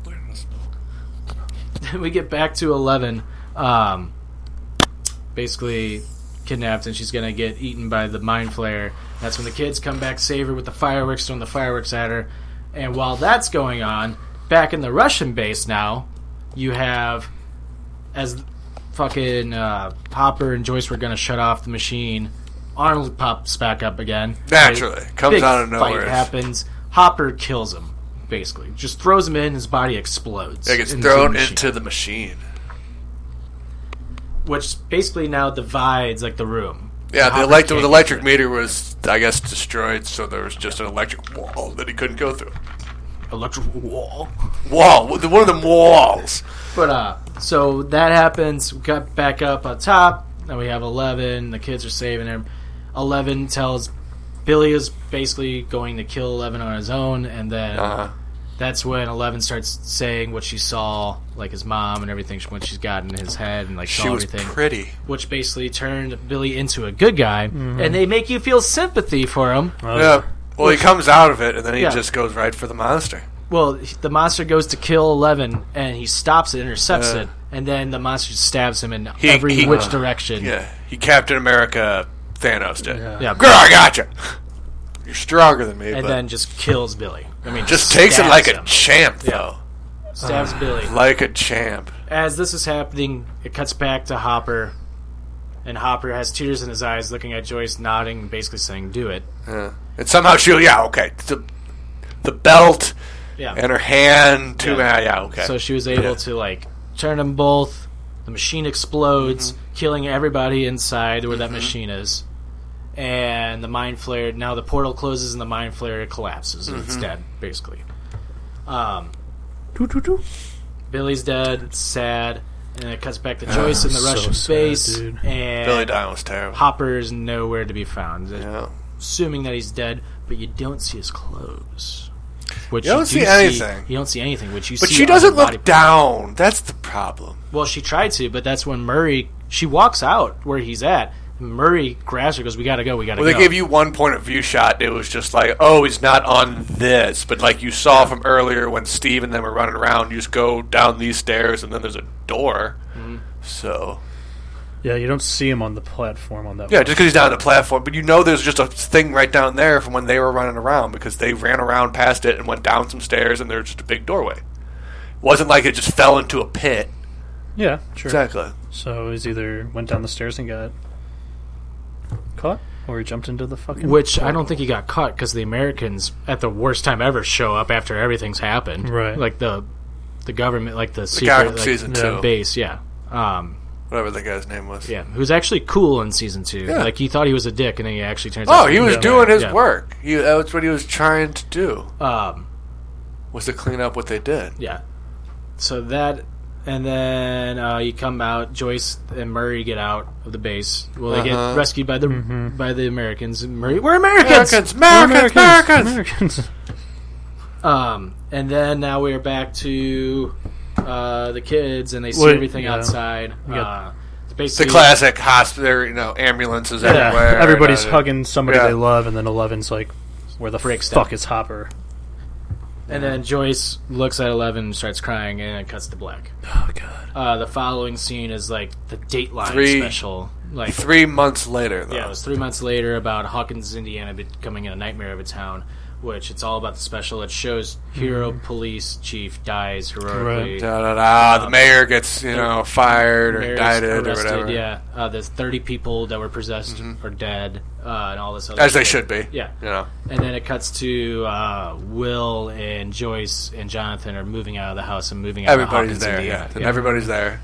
Speaker 1: we get back to eleven. Um, basically kidnapped, and she's gonna get eaten by the mind flayer. That's when the kids come back, save her with the fireworks, throwing the fireworks at her. And while that's going on, back in the Russian base now, you have as fucking uh, Hopper and Joyce were gonna shut off the machine. Arnold pops back up again.
Speaker 4: Naturally.
Speaker 1: Big-
Speaker 4: Comes
Speaker 1: big
Speaker 4: out of nowhere.
Speaker 1: Fight happens. Hopper kills him. Basically, just throws him in. His body explodes.
Speaker 4: It gets
Speaker 1: into the
Speaker 4: thrown
Speaker 1: machine.
Speaker 4: into the machine.
Speaker 1: which basically now divides like the room.
Speaker 4: Yeah, the,
Speaker 1: Hopper
Speaker 4: elect- the
Speaker 1: can't get
Speaker 4: electric
Speaker 1: through it.
Speaker 4: meter was, I guess, destroyed, so there was just an electric wall that he couldn't go through.
Speaker 1: electric wall.
Speaker 4: Wall, one of them walls.
Speaker 1: But uh, so that happens. We got back up on top. Now we have Eleven. The kids are saving him. Eleven tells Billy is basically going to kill Eleven on his own, and then
Speaker 4: Uh-huh.
Speaker 1: that's when Eleven starts saying what she saw, like his mom and everything, what she's got in his head, and like
Speaker 4: She
Speaker 1: saw
Speaker 4: was
Speaker 1: everything,
Speaker 4: pretty.
Speaker 1: which basically turned Billy into a good guy,
Speaker 4: Mm-hmm.
Speaker 1: and they make you feel sympathy for him.
Speaker 4: Yeah. Well, he comes out of it, and then he
Speaker 1: Yeah.
Speaker 4: just goes right for the monster.
Speaker 1: Well, the monster goes to kill Eleven, and he stops it, intercepts
Speaker 4: Uh.
Speaker 1: it, and then the monster stabs him in
Speaker 4: He-
Speaker 1: every
Speaker 4: he-
Speaker 1: which
Speaker 4: uh,
Speaker 1: direction.
Speaker 4: Yeah, he Captain America Thanos did.
Speaker 1: Yeah.
Speaker 4: Girl, I gotcha. You're stronger than me,
Speaker 1: and
Speaker 4: but
Speaker 1: then just kills Billy. I mean,
Speaker 4: just takes it
Speaker 1: stabs
Speaker 4: like a
Speaker 1: him.
Speaker 4: champ, though.
Speaker 1: stabs Billy.
Speaker 4: Like a champ.
Speaker 1: As this is happening, it cuts back to Hopper, and Hopper has tears in his eyes, looking at Joyce, nodding, and basically saying, "Do it."
Speaker 4: Yeah. And somehow she, yeah, okay. The, the belt
Speaker 1: Yeah.
Speaker 4: and her hand, too. Yeah, yeah, okay.
Speaker 1: So she was able
Speaker 4: Yeah.
Speaker 1: to like turn them both. The machine explodes,
Speaker 4: Mm-hmm.
Speaker 1: killing everybody inside where that machine is. And the mind flare. Now the portal closes and the mind flare collapses and it's
Speaker 4: Mhm.
Speaker 1: dead, basically. Um, Billy's dead. Sad. And it cuts back to
Speaker 4: Oh,
Speaker 1: Joyce in the
Speaker 4: so
Speaker 1: Russian
Speaker 4: sad,
Speaker 1: space.
Speaker 4: dude.
Speaker 1: And
Speaker 4: Billy Diamond was terrible.
Speaker 1: Hopper's nowhere to be found. Assuming that he's dead, but you don't see his clothes. Which
Speaker 4: You don't
Speaker 1: do
Speaker 4: see anything.
Speaker 1: You don't see anything. Which you
Speaker 4: but
Speaker 1: see
Speaker 4: she
Speaker 1: on her
Speaker 4: doesn't
Speaker 1: body
Speaker 4: look down. That's the problem.
Speaker 1: Well, she tried to, but that's when Murray she walks out where he's at. Murray grabs her, goes, "We gotta go, we gotta
Speaker 4: Well, they
Speaker 1: go."
Speaker 4: gave you one point of view shot. It was just like, oh, he's not on this. But like you saw from earlier when Steve and them were running around, you just go down these stairs and then there's a door.
Speaker 1: Mm-hmm.
Speaker 4: So
Speaker 10: Yeah, you don't see him on the platform on that.
Speaker 4: yeah,
Speaker 10: one.
Speaker 4: just because he's down on the platform, but you know there's just a thing right down there from when they were running around because they ran around past it and went down some stairs and there's just a big doorway. Wasn't like it just fell into a pit.
Speaker 10: Yeah, sure.
Speaker 4: Exactly.
Speaker 10: So he's either went down the stairs and got caught, or he jumped into the fucking.
Speaker 1: which I don't think he got caught because the Americans, at the worst time ever, show up after everything's happened.
Speaker 10: Right.
Speaker 1: like the the government, like the,
Speaker 4: guy from
Speaker 1: secret like,
Speaker 4: season
Speaker 1: the
Speaker 4: two.
Speaker 1: base, yeah. Um,
Speaker 4: Whatever that guy's name was.
Speaker 1: yeah, who's actually cool in season two?
Speaker 4: Yeah.
Speaker 1: Like he thought he was a dick, and then he actually turns. out
Speaker 4: Oh,
Speaker 1: to
Speaker 4: he
Speaker 1: be
Speaker 4: was
Speaker 1: a-
Speaker 4: doing his
Speaker 1: yeah.
Speaker 4: work. He, that's what he was trying to do.
Speaker 1: Um,
Speaker 4: was to clean up what they did.
Speaker 1: Yeah. So that, and then uh, you come out. Joyce and Murray get out of the base. Well, they
Speaker 4: Uh-huh.
Speaker 1: get rescued by the by the Americans. And Murray, we're Americans,
Speaker 4: Americans, Americans,
Speaker 1: We're
Speaker 4: Americans!
Speaker 10: Americans.
Speaker 1: Um, and then now we are back to uh, the kids, and they see
Speaker 4: Wait,
Speaker 1: everything
Speaker 4: yeah.
Speaker 1: outside.
Speaker 4: We got-
Speaker 1: Uh, it's
Speaker 4: It's the
Speaker 1: basically
Speaker 4: classic hospital, you know, ambulances everywhere. and,
Speaker 10: Everybody's
Speaker 4: uh,
Speaker 10: hugging somebody
Speaker 4: yeah.
Speaker 10: they love, and then Eleven's like, "Where the
Speaker 1: Breaks
Speaker 10: fuck
Speaker 1: down.
Speaker 10: is Hopper?"
Speaker 1: And then Joyce looks at Eleven and starts crying, and it cuts to black. Oh god! Uh, the following scene is like the Dateline
Speaker 4: Three-
Speaker 1: special, like
Speaker 4: three months later, though.
Speaker 1: Yeah, it was three months later about Hawkins, Indiana becoming a nightmare of a town, which it's all about the special. It shows hero police chief dies heroically.
Speaker 4: Da, da, da. the
Speaker 1: Um,
Speaker 4: mayor gets, you know, fired or
Speaker 1: mayor's
Speaker 4: indicted or
Speaker 1: arrested,
Speaker 4: whatever.
Speaker 1: Yeah, uh, the 30 people that were possessed are dead, uh, and all this other
Speaker 4: As they
Speaker 1: shit.
Speaker 4: should be,
Speaker 1: Yeah.
Speaker 4: you know.
Speaker 1: And then it cuts to uh, Will and Joyce and Jonathan are moving out of the house and moving out
Speaker 4: Everybody's
Speaker 1: of Hawkins,
Speaker 4: there,
Speaker 1: Indiana.
Speaker 4: yeah. And everybody's there.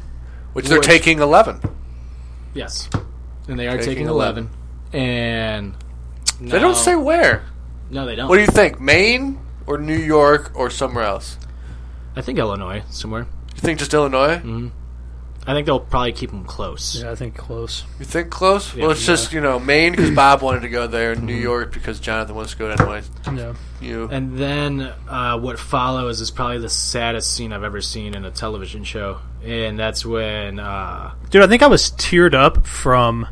Speaker 4: Which, they're
Speaker 1: Which-
Speaker 4: taking 11.
Speaker 1: Yes. And they are
Speaker 4: Taking
Speaker 1: taking, 11. And.
Speaker 4: They
Speaker 1: now-
Speaker 4: don't say where.
Speaker 1: No, they don't.
Speaker 4: What do you think? Maine or New York or somewhere else?
Speaker 1: I think Illinois, somewhere.
Speaker 4: You think just Illinois?
Speaker 1: Mm-hmm. I think they'll probably keep them close.
Speaker 10: Yeah, I think close.
Speaker 4: You think close?
Speaker 1: Yeah. Mm-hmm.
Speaker 4: well, it's just, you know, Maine because Bob wanted to go there, and New York because Jonathan wants to go anyway.
Speaker 10: Yeah.
Speaker 4: You.
Speaker 1: And then uh, what follows is probably the saddest scene I've ever seen in a television show, and that's when uh,
Speaker 10: Dude, I think I was teared up from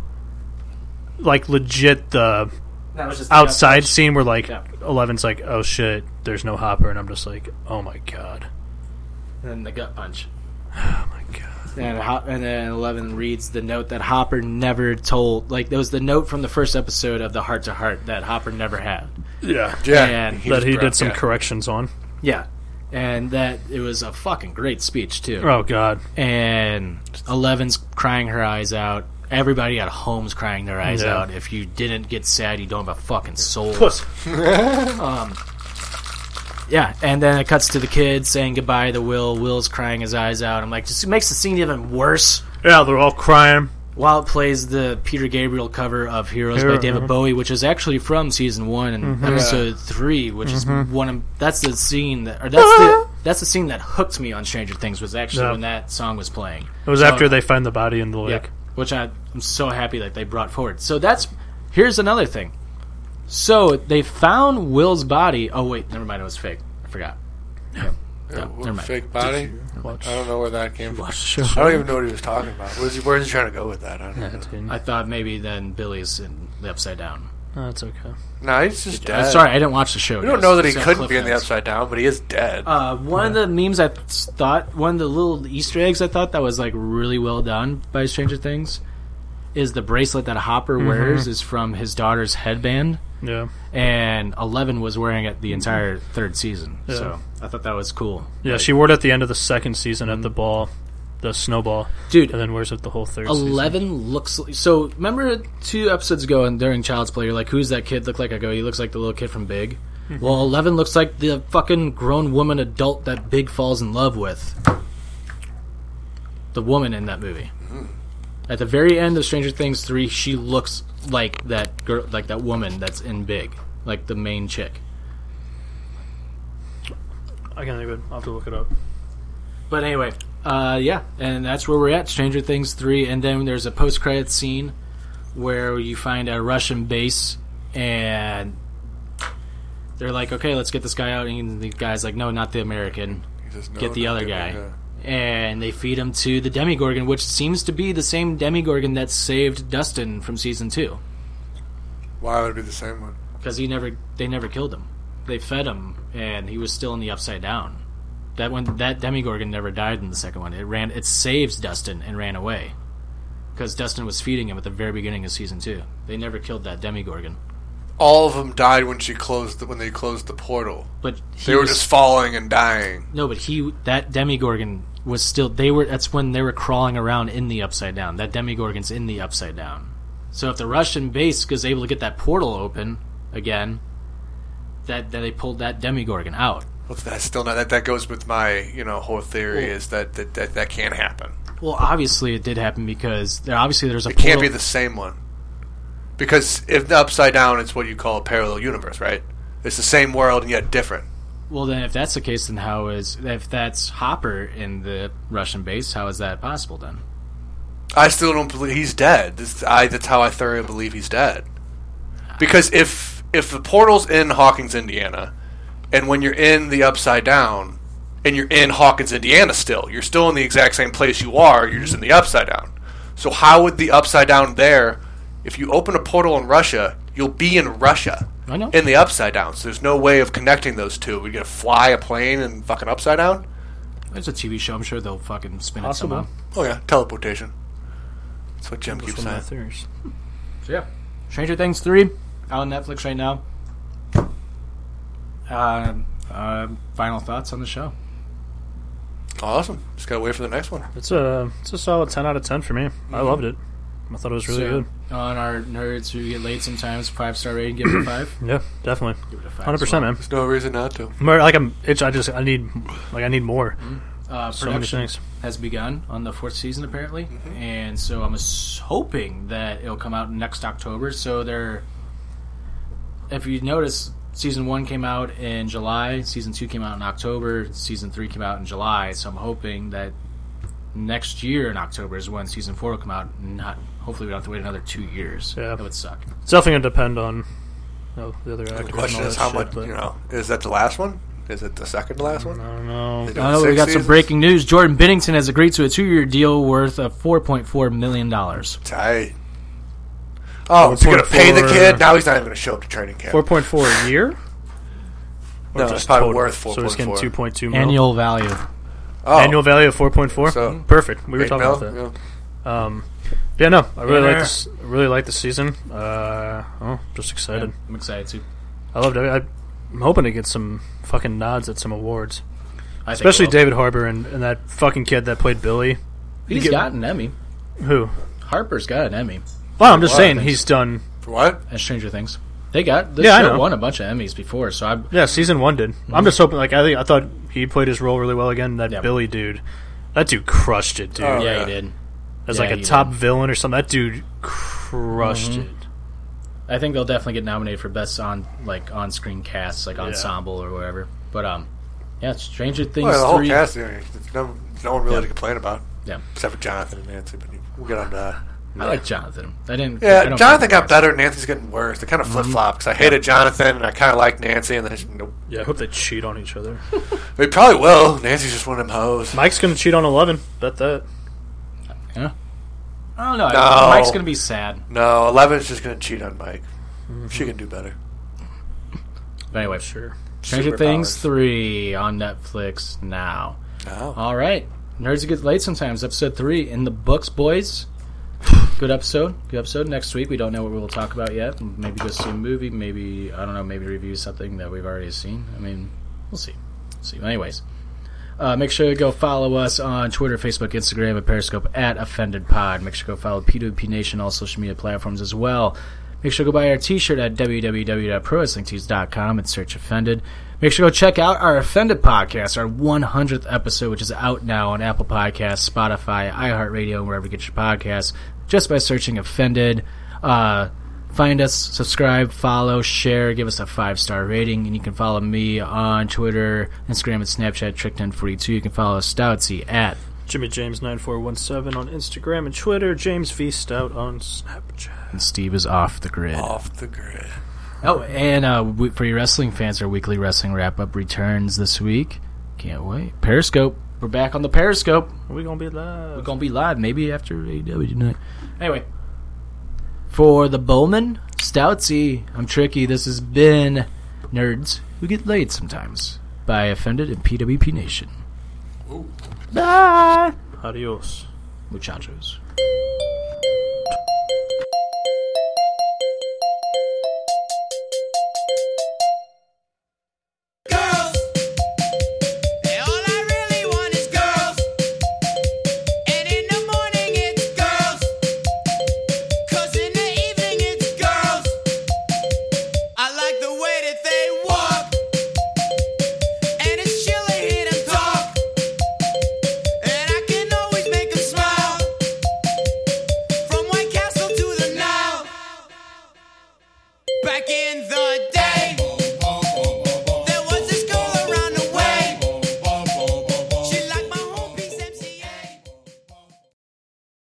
Speaker 10: like legit the
Speaker 1: That was just the
Speaker 10: outside
Speaker 1: outside.
Speaker 10: scene where like
Speaker 1: Yeah.
Speaker 10: Eleven's like, "Oh shit, there's no Hopper," and I'm just like, "Oh my god."
Speaker 1: then the gut punch. Oh my god! And Hop- and then Eleven reads the note that Hopper never told. Like that was the note from the first episode of the Heart to Heart that Hopper never had.
Speaker 10: Yeah,
Speaker 4: Yeah,
Speaker 1: And
Speaker 4: he
Speaker 10: that
Speaker 4: was
Speaker 10: he
Speaker 4: broke,
Speaker 10: did some
Speaker 4: yeah.
Speaker 10: corrections on.
Speaker 1: Yeah, and that it was a fucking great speech too.
Speaker 10: Oh god,
Speaker 1: and Eleven's crying her eyes out. Everybody at home's crying their eyes
Speaker 10: Yeah.
Speaker 1: out. If you didn't get sad, you don't have a fucking soul.
Speaker 10: Puss.
Speaker 1: um, yeah, and then it cuts to the kid saying goodbye to Will. Will's crying his eyes out. I'm like, just makes the scene even worse.
Speaker 10: Yeah, they're all crying.
Speaker 1: While it plays the Peter Gabriel cover of Heroes
Speaker 10: Hero-
Speaker 1: by David
Speaker 10: mhm.
Speaker 1: Bowie, which is actually from season one and
Speaker 10: Mhm.
Speaker 1: episode three, which
Speaker 10: Mhm.
Speaker 1: is one of that's the scene that or that's the that's the scene that hooked me on Stranger Things was actually
Speaker 10: Yeah.
Speaker 1: when that song was playing.
Speaker 10: It was
Speaker 1: So-
Speaker 10: after they find the body in the lake.
Speaker 1: yeah, which I, I'm so happy that they brought forward. So that's here's another thing. So they found Will's body. Oh wait, never mind. It was fake. I forgot. Yeah,
Speaker 4: Yeah,
Speaker 1: no, never mind.
Speaker 4: Fake body.
Speaker 1: watch-
Speaker 4: I don't know where that came from.
Speaker 1: watch the
Speaker 4: I
Speaker 1: show?
Speaker 4: don't even know what he was talking about. Where's he, where's he trying to go with that? I don't know.
Speaker 1: I thought maybe then Billy's in the Upside Down.
Speaker 10: Oh, that's okay.
Speaker 4: No, he's just
Speaker 1: I'm
Speaker 4: dead.
Speaker 1: sorry, I didn't watch the show,
Speaker 4: We Uh, don't
Speaker 1: guys.
Speaker 4: know that he
Speaker 1: It's on
Speaker 4: couldn't be in the
Speaker 1: cliffhangers.
Speaker 4: Upside Down, but he is dead.
Speaker 1: Uh, one of the memes I thought, one of the little Easter eggs I thought that was like really well done by Stranger Things, is the bracelet that Hopper
Speaker 10: Mhm.
Speaker 1: wears is from his daughter's headband.
Speaker 10: Yeah.
Speaker 1: and Eleven was wearing it the entire third season.
Speaker 10: Yeah.
Speaker 1: So I thought that was cool. Mm.
Speaker 10: Yeah, she wore it at the end of the second season at the ball
Speaker 6: the snowball,
Speaker 1: dude,
Speaker 6: and then wears it the whole third. season.
Speaker 1: Eleven looks. So remember two episodes ago, and during Child's Play, you're like, "Who's that kid look like?" I go, "He looks like the little kid from Big."
Speaker 6: Mhm.
Speaker 1: Well, Eleven looks like the fucking grown woman adult that Big falls in love with. The woman in that movie. At the very end of Stranger Things three, she looks like that girl, like that woman that's in Big, like the main chick.
Speaker 6: I can't even. I'll have to look it up.
Speaker 1: But anyway, uh, yeah, and that's where we're at. Stranger Things three, and then there's a post credit scene where you find a Russian base, and they're like, "Okay, let's get this guy out." And the guy's like, "No, not the American.
Speaker 4: says, "No,
Speaker 1: get the
Speaker 4: not
Speaker 1: other
Speaker 4: the
Speaker 1: guy."
Speaker 4: American."
Speaker 1: And they feed him to the Demigorgon, which seems to be the same Demigorgon that saved Dustin from season two,
Speaker 4: Why would it be the same one?
Speaker 1: because he never, they never killed him. They fed him, and he was still in the Upside Down. That one, that Demigorgon never died in the second one. It ran, it saves Dustin and ran away, because Dustin was feeding him at the very beginning of season two. They never killed that Demigorgon.
Speaker 4: All of them died when she closed the, when they closed the portal.
Speaker 1: But he
Speaker 4: they were
Speaker 1: was-
Speaker 4: just falling and dying.
Speaker 1: No, but he that demigorgon was still they were that's when they were crawling around in the upside down. That demigorgon's in the upside down. So if the Russian base is able to get that portal open again, that that they pulled that demigorgon out.
Speaker 4: Well, that's still not that. That goes with my you know whole theory
Speaker 1: Well-
Speaker 4: is that that, that that can't happen.
Speaker 1: Well, obviously it did happen because there obviously there's a
Speaker 4: It can't
Speaker 1: portal-
Speaker 4: be the same one because if the upside down, it's what you call a parallel universe, right? It's the same world and yet different.
Speaker 1: Well, then if that's the case, then how is if that's Hopper in the Russian base? How is that possible then?
Speaker 4: I still don't believe he's dead. This, I, that's how I thoroughly believe he's dead. Because if if the portal's in Hawkins, Indiana, and when you're in the Upside Down, and you're in Hawkins, Indiana, still you're still in the exact same place you are. You're just in the Upside Down. So how would the Upside Down there, if you open a portal in Russia, you'll be in Russia.
Speaker 1: I know.
Speaker 4: In the Upside Down, so there's no way of connecting those two. We're gonna fly a plane and fucking Upside Down.
Speaker 1: There's a TV show. I'm sure they'll fucking spin
Speaker 4: Possible.
Speaker 1: it somehow.
Speaker 4: Oh yeah, teleportation. That's what Jim
Speaker 1: That's
Speaker 4: keeps
Speaker 1: one
Speaker 4: saying.
Speaker 1: of So yeah, Stranger Things three out on Netflix right now. Um, uh, final thoughts on the show?
Speaker 4: Awesome. Just gotta wait for the next one.
Speaker 6: It's a it's a solid ten out of ten for me. I loved it. I thought it was really
Speaker 1: Mm-hmm. So,
Speaker 6: good.
Speaker 1: On our nerds who get late sometimes, five star rating, give it a five.
Speaker 6: Yeah, definitely.
Speaker 1: Give it a five as
Speaker 6: Hundred percent,
Speaker 1: well.
Speaker 6: man.
Speaker 4: There's no reason not to.
Speaker 6: Mer- Like I'm, it's, I just I need like I need more.
Speaker 1: Uh,
Speaker 6: so many
Speaker 1: production
Speaker 6: things.
Speaker 1: has begun on the fourth season apparently, and so I'm ass- hoping that it'll come out next October. So they're, if you notice, season one came out in July, season two came out in October, season three came out in July. So I'm hoping that next year in October is when season four will come out. Not hopefully we don't have to wait another two years.
Speaker 6: Yeah.
Speaker 1: That would suck.
Speaker 6: It's definitely gonna depend on oh, the other actors.
Speaker 4: The question
Speaker 6: and all
Speaker 4: is
Speaker 6: that
Speaker 4: how
Speaker 6: shit,
Speaker 4: much
Speaker 6: but-
Speaker 4: you know. Is that the last one? Is it the second to last one?
Speaker 6: I don't know.
Speaker 4: They doing
Speaker 1: Oh, we
Speaker 4: six
Speaker 1: got some
Speaker 4: seasons?
Speaker 1: breaking news. Jordan Bennington has agreed to a two-year deal worth of 4.4 million dollars.
Speaker 4: Tight. Oh, so you're gonna pay the kid? Now he's not even gonna show up to training camp.
Speaker 6: Four point four a year.
Speaker 4: No, it's probably worth
Speaker 6: So he's getting
Speaker 4: 4.4.
Speaker 6: two point two
Speaker 1: Annual value.
Speaker 4: Oh.
Speaker 6: Annual value of four point four. Mm,
Speaker 4: So,
Speaker 6: Perfect. We were
Speaker 4: eight
Speaker 6: talking
Speaker 4: mil,
Speaker 6: about that. Um, yeah, no, I really
Speaker 1: Yeah.
Speaker 6: like this. I Really like the season. Uh, oh, just excited.
Speaker 1: Yeah, I'm excited too.
Speaker 6: I loved it. I, I'm hoping to get some fucking nods at some awards,
Speaker 1: I think
Speaker 6: especially
Speaker 1: it will.
Speaker 6: David Harbour and, and that fucking kid that played Billy.
Speaker 1: He's
Speaker 6: Get-
Speaker 1: got an Emmy.
Speaker 6: Who?
Speaker 1: Harper's got an Emmy.
Speaker 6: Well, I'm just
Speaker 1: Wow,
Speaker 6: saying
Speaker 1: thanks.
Speaker 6: he's done.
Speaker 4: For what?
Speaker 1: And Stranger Things. They got this
Speaker 6: Yeah, I
Speaker 1: show
Speaker 6: know.
Speaker 1: won a bunch of Emmys before, so I'm
Speaker 6: Yeah, season one did. I'm just hoping. Like I think I thought he played his role really well again. That
Speaker 1: Mm-hmm. Yeah. Oh,
Speaker 6: Billy dude, that dude crushed it, dude.
Speaker 1: yeah,
Speaker 4: yeah.
Speaker 1: he did.
Speaker 6: As
Speaker 1: Yeah,
Speaker 6: like
Speaker 1: he
Speaker 6: a top villain or something. That dude crushed
Speaker 1: Mhm.
Speaker 6: it.
Speaker 1: I think they'll definitely get nominated for best on like on screen casts, like ensemble or whatever. But um, yeah, Stranger Things
Speaker 4: Well, the whole
Speaker 1: three.
Speaker 4: cast. You know, there's no, no one really
Speaker 1: Yeah.
Speaker 4: to complain about.
Speaker 1: Yeah.
Speaker 4: Except for Jonathan and Nancy, but we'll get on that.
Speaker 1: I like Jonathan. I didn't. I
Speaker 4: Yeah,
Speaker 1: don't
Speaker 4: Jonathan
Speaker 1: care.
Speaker 4: got better. Nancy's getting worse. They kind of flip flop because I hated Jonathan and I kind of liked Nancy, and then I just, nope.
Speaker 6: Yeah, I hope they cheat on each other.
Speaker 4: They probably will. Nancy's just one of them hoes.
Speaker 6: Mike's gonna cheat on Eleven. Bet that.
Speaker 1: Oh, I don't know.
Speaker 4: No.
Speaker 1: Mike's gonna be sad.
Speaker 4: No, Eleven's just gonna cheat on Mike. She can do better.
Speaker 1: But anyway,
Speaker 6: Sure.
Speaker 1: Stranger
Speaker 4: Superpowers.
Speaker 1: Things three on Netflix now.
Speaker 4: Oh.
Speaker 1: All right, nerds get late sometimes. Episode three in the books, boys. Good episode. Good episode. Next week we don't know what we will talk about yet. Maybe go see a movie. Maybe I don't know. Maybe review something that we've already seen. I mean, we'll see. see. Anyways, Uh, make sure to go follow us on Twitter, Facebook, Instagram, and Periscope at Offended Pod. Make sure to go follow P2P Nation on all social media platforms as well. Make sure to go buy our t-shirt at www.prowrestlingtees.com and search Offended. Make sure to go check out our Offended podcast, our 100th episode, which is out now on Apple Podcasts, Spotify, iHeartRadio, and wherever you get your podcasts, just by searching Offended. Uh, find us, subscribe, follow, share, give us a five-star rating, and you can follow me on Twitter, Instagram, and Snapchat, Trick1042. You can follow Stoutsy at
Speaker 10: Jimmy James nine four one seven on Instagram and Twitter. James V Stout on Snapchat.
Speaker 1: and Steve is off the grid.
Speaker 4: Off the grid.
Speaker 1: Oh, and uh, we- for you wrestling fans, our weekly wrestling wrap up returns this week. Can't wait. Periscope. We're back on the Periscope.
Speaker 10: We're gonna be live.
Speaker 1: We're gonna be live maybe after AEW tonight. Anyway, for the Bowman Stoutsy, I'm tricky. This has been nerds who get laid sometimes by offended and PWP Nation.
Speaker 10: Bye. Adios.
Speaker 1: Muchachos.
Speaker 3: Girls, and all I really want is girls. And in the morning it's girls, 'cause in the evening it's girls. I like the way that they walk, and it's chill to hear them talk. And I can always make 'em smile, from White Castle to the Nile. Back in the day.